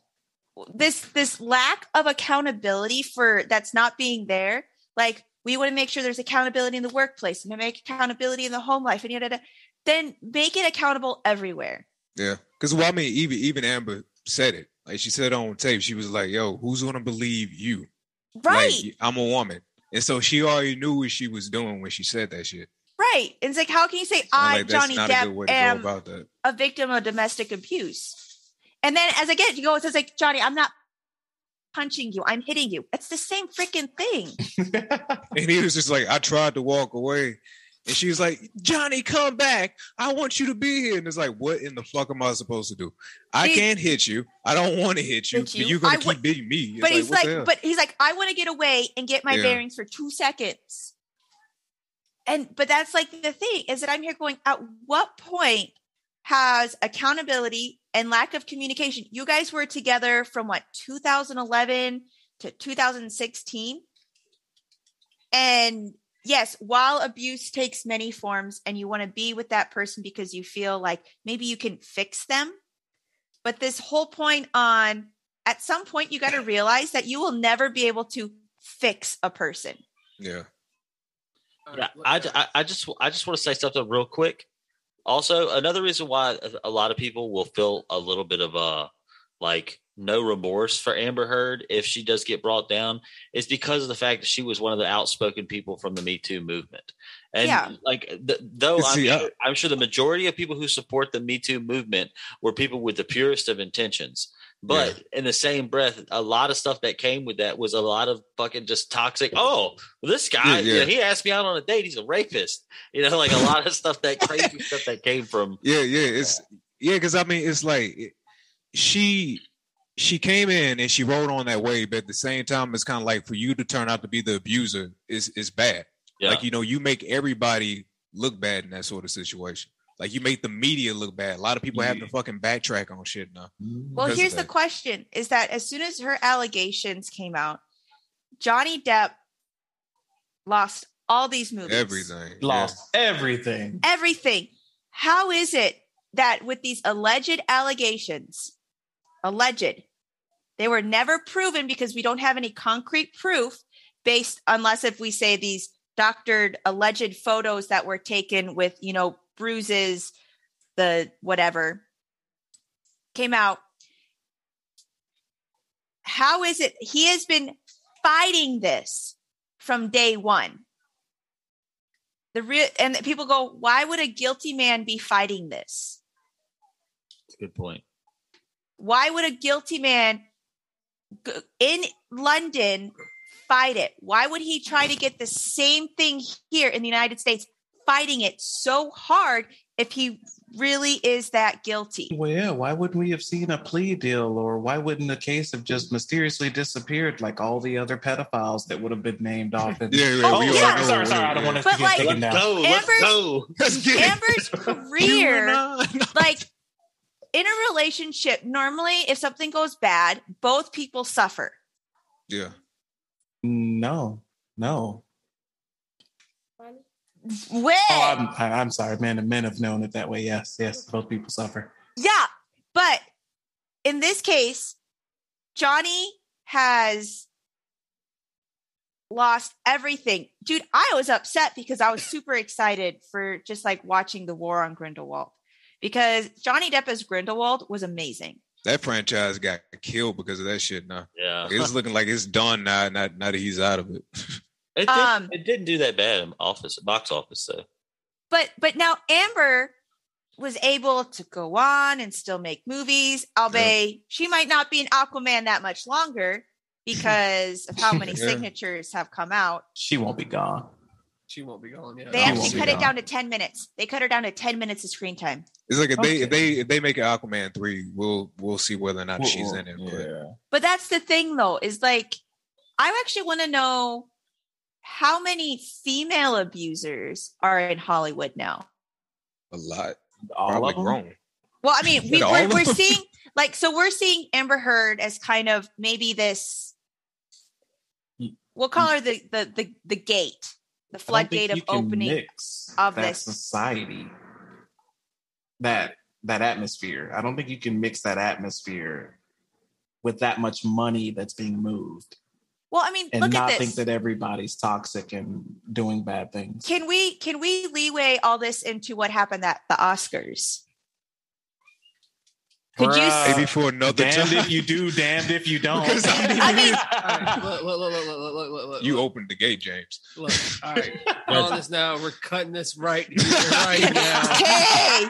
Speaker 8: this this lack of accountability for that's not being there like we want to make sure there's accountability in the workplace and make accountability in the home life and yada, yada. then make it accountable everywhere
Speaker 6: yeah, because well, I mean, even even Amber said it. Like she said on tape, she was like, "Yo, who's gonna believe you?
Speaker 8: right
Speaker 6: Like, I'm a woman." And so she already knew what she was doing when she said that shit.
Speaker 8: right it's like how can you say
Speaker 6: I'm
Speaker 8: i
Speaker 6: like, that's
Speaker 8: johnny
Speaker 6: not a good way
Speaker 8: depp
Speaker 6: to
Speaker 8: am
Speaker 6: go about that.
Speaker 8: a victim of domestic abuse and then as again you go it's like johnny i'm not punching you i'm hitting you it's the same freaking thing
Speaker 6: And he was just like, I tried to walk away. And she was like, Johnny, come back. I want you to be here. And it's like, what in the fuck am I supposed to do? I
Speaker 8: See-
Speaker 6: can't hit you. I don't want to hit you,
Speaker 8: Hit you.
Speaker 6: but you're gonna
Speaker 8: I
Speaker 6: keep
Speaker 8: wa-
Speaker 6: hitting me. It's
Speaker 8: but he's
Speaker 6: what
Speaker 8: like,
Speaker 6: the hell?
Speaker 8: but he's like, I want to get away and get my
Speaker 6: Yeah.
Speaker 8: bearings for two seconds. And but that's like the thing is that I'm here going, at what point has accountability and lack of communication? You guys were together from what 2011 to 2016. And yes, while abuse takes many forms and you want to be with that person because you feel like maybe you can fix them. But this whole point on at some point you got to realize that you will never be able to fix a person.
Speaker 6: yeah.
Speaker 10: Yeah, I, I, I just I just want to say something real quick. Also, another reason why a- a lot of people will feel a little bit of uh like no remorse for Amber Heard if she does get brought down is because of the fact that she was one of the outspoken people from the Me Too movement. And
Speaker 16: Yeah.
Speaker 10: like th- though I'm,
Speaker 16: See, I-
Speaker 10: sure, I'm sure the majority of people who support the Me Too movement were people with the purest of intentions. But in the same breath, a lot of stuff that came with that was a lot of fucking just toxic. Oh, this guy,
Speaker 6: Yeah,
Speaker 10: you know,
Speaker 6: yeah.
Speaker 10: he asked me out on a date. He's a rapist. You know, like a lot of stuff that crazy stuff that came from.
Speaker 6: Yeah, yeah. It's yeah, because I mean it's like it- she she came in and she rode on that wave, but at the same time, it's kind of like for you to turn out to be the abuser is is bad.
Speaker 10: Yeah.
Speaker 6: Like you know, you make everybody look bad in that sort of situation. Like you make the media look bad. A lot of people have to fucking backtrack on shit now.
Speaker 8: Well,
Speaker 6: because of
Speaker 8: here's the
Speaker 6: that.
Speaker 8: question is that as soon as her allegations came out, Johnny Depp lost all these movies,
Speaker 6: everything.
Speaker 11: Lost everything.
Speaker 8: everything. How is it that with these alleged allegations, alleged, they were never proven because we don't have any concrete proof based unless if we say these doctored alleged photos that were taken with, you know, bruises, the whatever came out. How is it he has been fighting this from day one? The real and people go, why would a guilty man be fighting this?
Speaker 10: That's a good point.
Speaker 8: Why would a guilty man g- in London fight it? Why would he try to get the same thing here in the United States, fighting it so hard if he really is that guilty?
Speaker 11: Well, yeah. Why wouldn't we have seen a plea deal, or why wouldn't the case have just mysteriously disappeared like all the other pedophiles that would have been named off? In-
Speaker 6: Yeah, yeah,
Speaker 11: oh,
Speaker 6: we all
Speaker 11: sorry,
Speaker 6: know,
Speaker 11: sorry, sorry.
Speaker 6: yeah,
Speaker 11: I don't want us
Speaker 8: But
Speaker 11: to get
Speaker 8: like-
Speaker 11: taken down.
Speaker 8: Let's go, let's Amber's- go. Amber's career, like in a relationship, normally if something goes bad, both people suffer.
Speaker 6: Yeah.
Speaker 11: No, no.
Speaker 8: When?
Speaker 11: Oh, I'm, I- I'm sorry, man. The men have known it that way. Yes, yes. Both people suffer.
Speaker 8: Yeah, but in this case, Johnny has lost everything. Dude, I was upset because I was super excited for just like watching the war on Grindelwald because Johnny Depp as Grindelwald was amazing.
Speaker 6: That franchise got killed because of that shit now.
Speaker 10: Yeah.
Speaker 6: Like, it's looking like it's done now, now, now that he's out of it.
Speaker 10: It, did,
Speaker 8: Um,
Speaker 10: it didn't do that bad in office box office though.
Speaker 8: But but now Amber was able to go on and still make movies. Albeit she might not be an Aquaman that much longer because of how many
Speaker 11: Yeah.
Speaker 8: signatures have come out.
Speaker 11: She won't be gone.
Speaker 5: She won't be gone. Yeah.
Speaker 8: They
Speaker 11: She
Speaker 8: actually
Speaker 11: won't be
Speaker 8: cut it
Speaker 11: gone.
Speaker 8: down to 10 minutes. They cut her down to 10 minutes of screen time.
Speaker 6: It's like if they if they if they make an Aquaman three, we'll we'll see whether or not
Speaker 11: Well,
Speaker 6: she's
Speaker 11: well,
Speaker 6: in it. But
Speaker 8: But that's the thing though, is like I actually want to know how many female abusers are in Hollywood now.
Speaker 6: a lot,
Speaker 11: All
Speaker 6: probably
Speaker 11: of 'em?
Speaker 6: grown.
Speaker 8: Well, I mean, we,
Speaker 6: All
Speaker 8: we're,
Speaker 6: of
Speaker 8: we're
Speaker 6: them?
Speaker 8: seeing like so we're seeing Amber Heard as kind of maybe this. We'll call her the the the, the gate, the
Speaker 11: I don't think
Speaker 8: floodgate of
Speaker 11: you can
Speaker 8: opening
Speaker 11: mix
Speaker 8: of
Speaker 11: that
Speaker 8: this.
Speaker 11: society that that atmosphere i don't think you can mix that atmosphere with that much money that's being moved
Speaker 8: Well, I mean,
Speaker 11: and
Speaker 8: look
Speaker 11: not
Speaker 8: at
Speaker 11: think
Speaker 8: this.
Speaker 11: that everybody's toxic and doing bad things
Speaker 8: Can we can we leeway all this into what happened at the Oscars? Could you? s-
Speaker 6: Maybe for another
Speaker 11: damned
Speaker 6: time.
Speaker 11: if you do damned if you don't
Speaker 6: Because
Speaker 8: I mean,
Speaker 5: look, look, look, look, look, look, look, look,
Speaker 6: you
Speaker 5: look,
Speaker 6: opened the gate, James.
Speaker 5: look. All right, we're on this now. We're cutting this right here, right now.
Speaker 8: hey,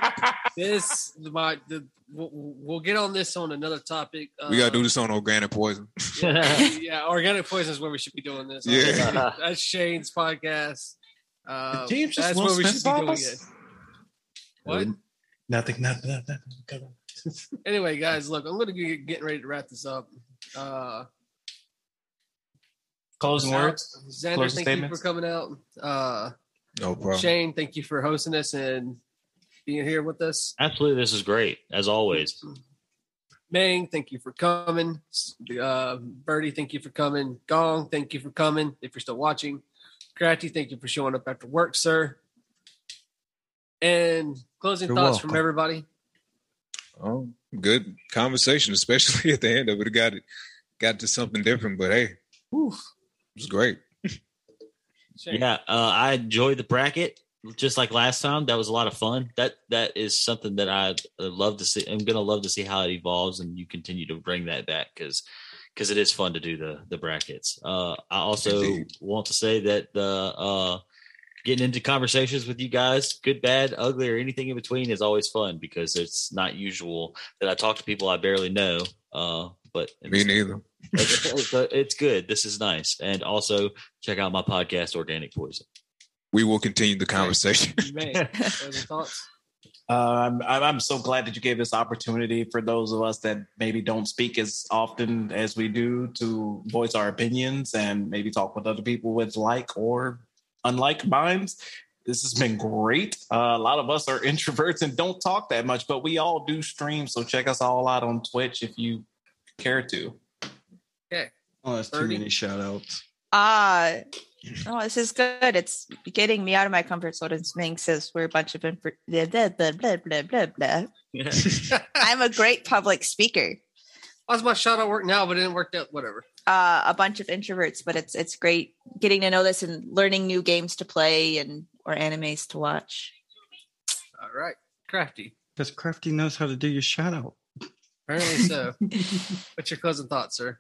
Speaker 5: This, my, the, we'll, we'll get on this on another topic. uh,
Speaker 6: we gotta
Speaker 8: Uh,
Speaker 6: do this on organic poison.
Speaker 5: yeah, yeah, organic poison is where we should be doing this.
Speaker 6: Yeah.
Speaker 5: that's Shane's podcast. Uh,
Speaker 11: Did James just
Speaker 5: that's
Speaker 11: Will
Speaker 5: where we should
Speaker 11: Smith
Speaker 5: be doing
Speaker 11: us?
Speaker 5: it. What?
Speaker 11: nothing nothing nothing, nothing.
Speaker 5: Anyway, guys, look, I'm gonna get getting ready to wrap this up. Uh,
Speaker 11: closing words
Speaker 5: Xander,
Speaker 11: closing
Speaker 5: thank you
Speaker 11: statements
Speaker 5: for coming out. Uh,
Speaker 6: No problem.
Speaker 5: Shane, thank you for hosting us and being here with us.
Speaker 10: Absolutely, this is great as always.
Speaker 5: Ming, thank you for coming. Uh, Birdie, thank you for coming. Gong, thank you for coming. If you're still watching, Gratty, thank you for showing up after work, sir. And closing
Speaker 6: You're
Speaker 5: thoughts
Speaker 6: welcome.
Speaker 5: from everybody.
Speaker 6: Oh, good conversation, especially at the end of it. It got got to something different, but hey,
Speaker 5: Whew.
Speaker 6: it was great.
Speaker 5: Shane.
Speaker 10: Yeah, uh, I enjoyed the bracket just like last time. That was a lot of fun. That that is something that I uh, love to see. I'm gonna love to see how it evolves and you continue to bring that back because because it is fun to do the the brackets. Uh, I also
Speaker 6: Indeed.
Speaker 10: want to say that the uh, getting into conversations with you guys, good, bad, ugly, or anything in between, is always fun because it's not usual that I talk to people I barely know. Uh, but
Speaker 6: Me neither.
Speaker 10: it's, uh, it's good. This is nice, and also check out my podcast, Organic Poison.
Speaker 6: We will continue the conversation.
Speaker 5: Ming, closing thoughts.
Speaker 11: Um, I'm, I'm so glad that you gave this opportunity for those of us that maybe don't speak as often as we do to voice our opinions and maybe talk with other people with like or unlike minds. This has been great. Uh, a lot of us are introverts and don't talk that much, but we all do stream. So check us all out on Twitch if you care to.
Speaker 5: Okay.
Speaker 12: Oh, that's too
Speaker 5: Birdie?
Speaker 12: many shout outs.
Speaker 8: uh, Oh, this is good. It's getting me out of my comfort zone. It's being says we're a bunch of inf- blah, blah, blah, blah, blah, blah, blah. I'm a great public speaker.
Speaker 5: I was about to shout out work now, but it didn't work out. Whatever.
Speaker 14: uh, a bunch of introverts, but it's it's great getting to know this and learning new games to play and or animes to watch.
Speaker 5: All right, crafty.
Speaker 12: Because Crafty knows how to do your shout out.
Speaker 5: Apparently so. What's your closing thoughts, sir?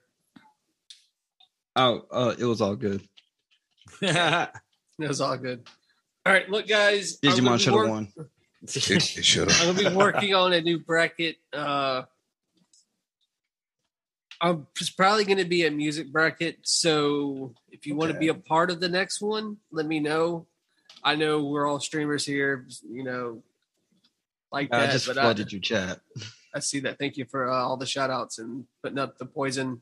Speaker 12: Oh, uh, it was all good.
Speaker 5: it was all good. All right, look, guys. I'm gonna
Speaker 12: Digimon
Speaker 5: be
Speaker 12: should have
Speaker 5: work-
Speaker 12: won.
Speaker 6: It should
Speaker 5: I'm gonna be working on a new bracket. Uh, I'm just probably gonna be a music bracket. So if you want to
Speaker 12: Okay.
Speaker 5: be a part of the next one, let me know. I know we're all streamers here, you know, like
Speaker 12: I
Speaker 5: that.
Speaker 12: just
Speaker 5: but uh, I,
Speaker 12: flooded you chat.
Speaker 5: I see that. Thank you for uh, all the shout outs and putting up the poison,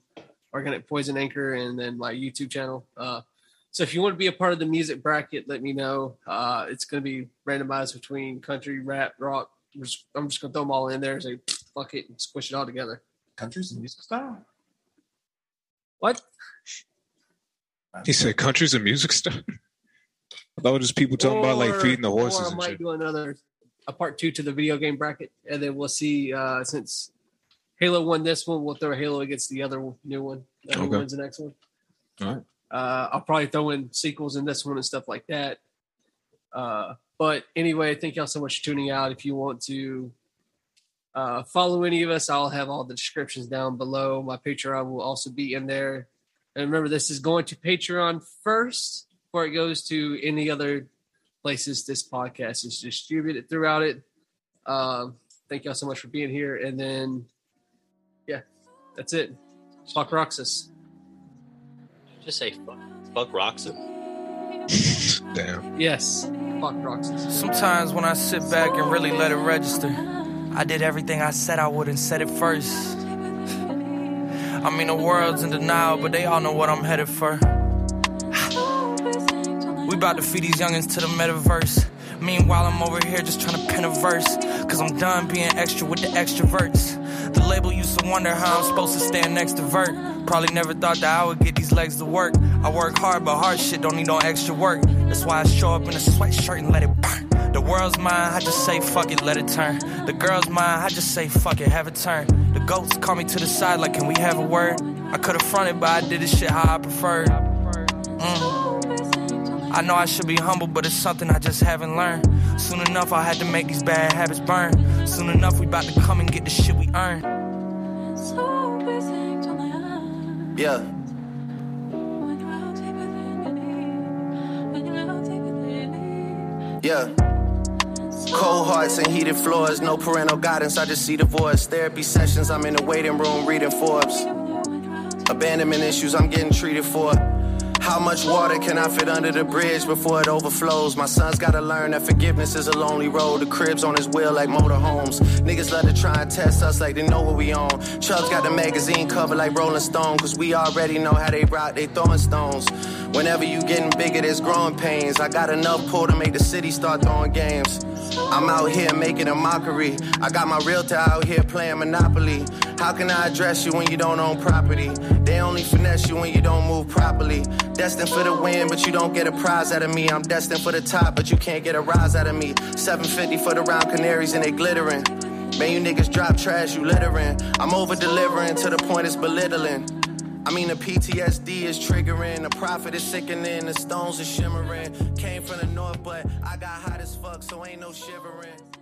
Speaker 5: organic poison anchor, and then my YouTube channel. Uh, so if you want to be a part of the music bracket, let me know. Uh, it's going to be randomized between country, rap, rock. We're just- I'm just going to throw them all in there and say, fuck it, and squish it all together.
Speaker 11: Country's a music style.
Speaker 5: What?
Speaker 6: He said country's a music star. I thought it was people talking about like
Speaker 5: Or-
Speaker 6: feeding the
Speaker 5: Or
Speaker 6: horses
Speaker 5: I
Speaker 6: and
Speaker 5: might
Speaker 6: shit.
Speaker 5: do another, a part two to the video game bracket, and then we'll see. Uh, since Halo won this one, we'll throw Halo against the other new one. Uh, Who
Speaker 6: Okay.
Speaker 5: wins the next one?
Speaker 6: All right.
Speaker 5: Uh, I'll probably throw in sequels in this one and stuff like that. Uh, but anyway, thank y'all so much for tuning out. If you want to uh, follow any of us, I'll have all the descriptions down below. My Patreon will also be in there. And remember, this is going to Patreon first before it goes to any other places this podcast is distributed throughout it. Um, thank y'all so much for being here. And then, yeah, that's it. Fuck Roxas.
Speaker 10: Just say fuck, fuck Roxanne.
Speaker 6: Damn.
Speaker 5: Yes. Fuck Roxas.
Speaker 16: Sometimes when I sit back and really let it register, I did everything I said I would and said it first. I mean, the world's in denial, but they all know what I'm headed for. We about to feed these youngins to the metaverse. Meanwhile, I'm over here just trying to pen a verse. Cause I'm done being extra with the extroverts. The label used to wonder how I'm supposed to stand next to Vert. Probably never thought that I would get these legs to work. I work hard, but hard shit don't need no extra work. That's why I show up in a sweatshirt and let it burn. The world's mine, I just say fuck it, let it turn. The girl's mine, I just say fuck it, have it turn. The goats call me to the side like, can we have a word? I could've fronted, but I did this shit how I preferred. Mm. I know I should be humble, but it's something I just haven't learned. Soon enough, I had to make these bad habits burn. Soon enough, we about to come and get the shit we earn. Yeah.
Speaker 17: Yeah. Cold hearts and heated floors, no parental guidance. I just see divorce. Therapy sessions, I'm in the waiting room reading Forbes. Abandonment issues, I'm getting treated for. How much water can I fit under the bridge before it overflows? My son's gotta learn that forgiveness is a lonely road. The crib's on his wheel like motorhomes. Niggas love to try and test us like they know what we on. Chubb's got the magazine cover like Rolling Stone, cause we already know how they rock, they throwing stones. Whenever you getting bigger, there's growing pains. I got enough pull to make the city start throwing games. I'm out here making a mockery. I got my realtor out here playing Monopoly. How can I address you when you don't own property? They only finesse you when you don't move properly. Destined for the win, but you don't get a prize out of me. I'm destined for the top, but you can't get a rise out of me. 750 for the round canaries and they glittering. Man, you niggas drop trash, you littering. I'm over delivering to the point it's belittling. I mean, the PTSD is triggering, the profit is sickening, the stones are shimmering. Came from the north, but I got hot as fuck, so ain't no shivering.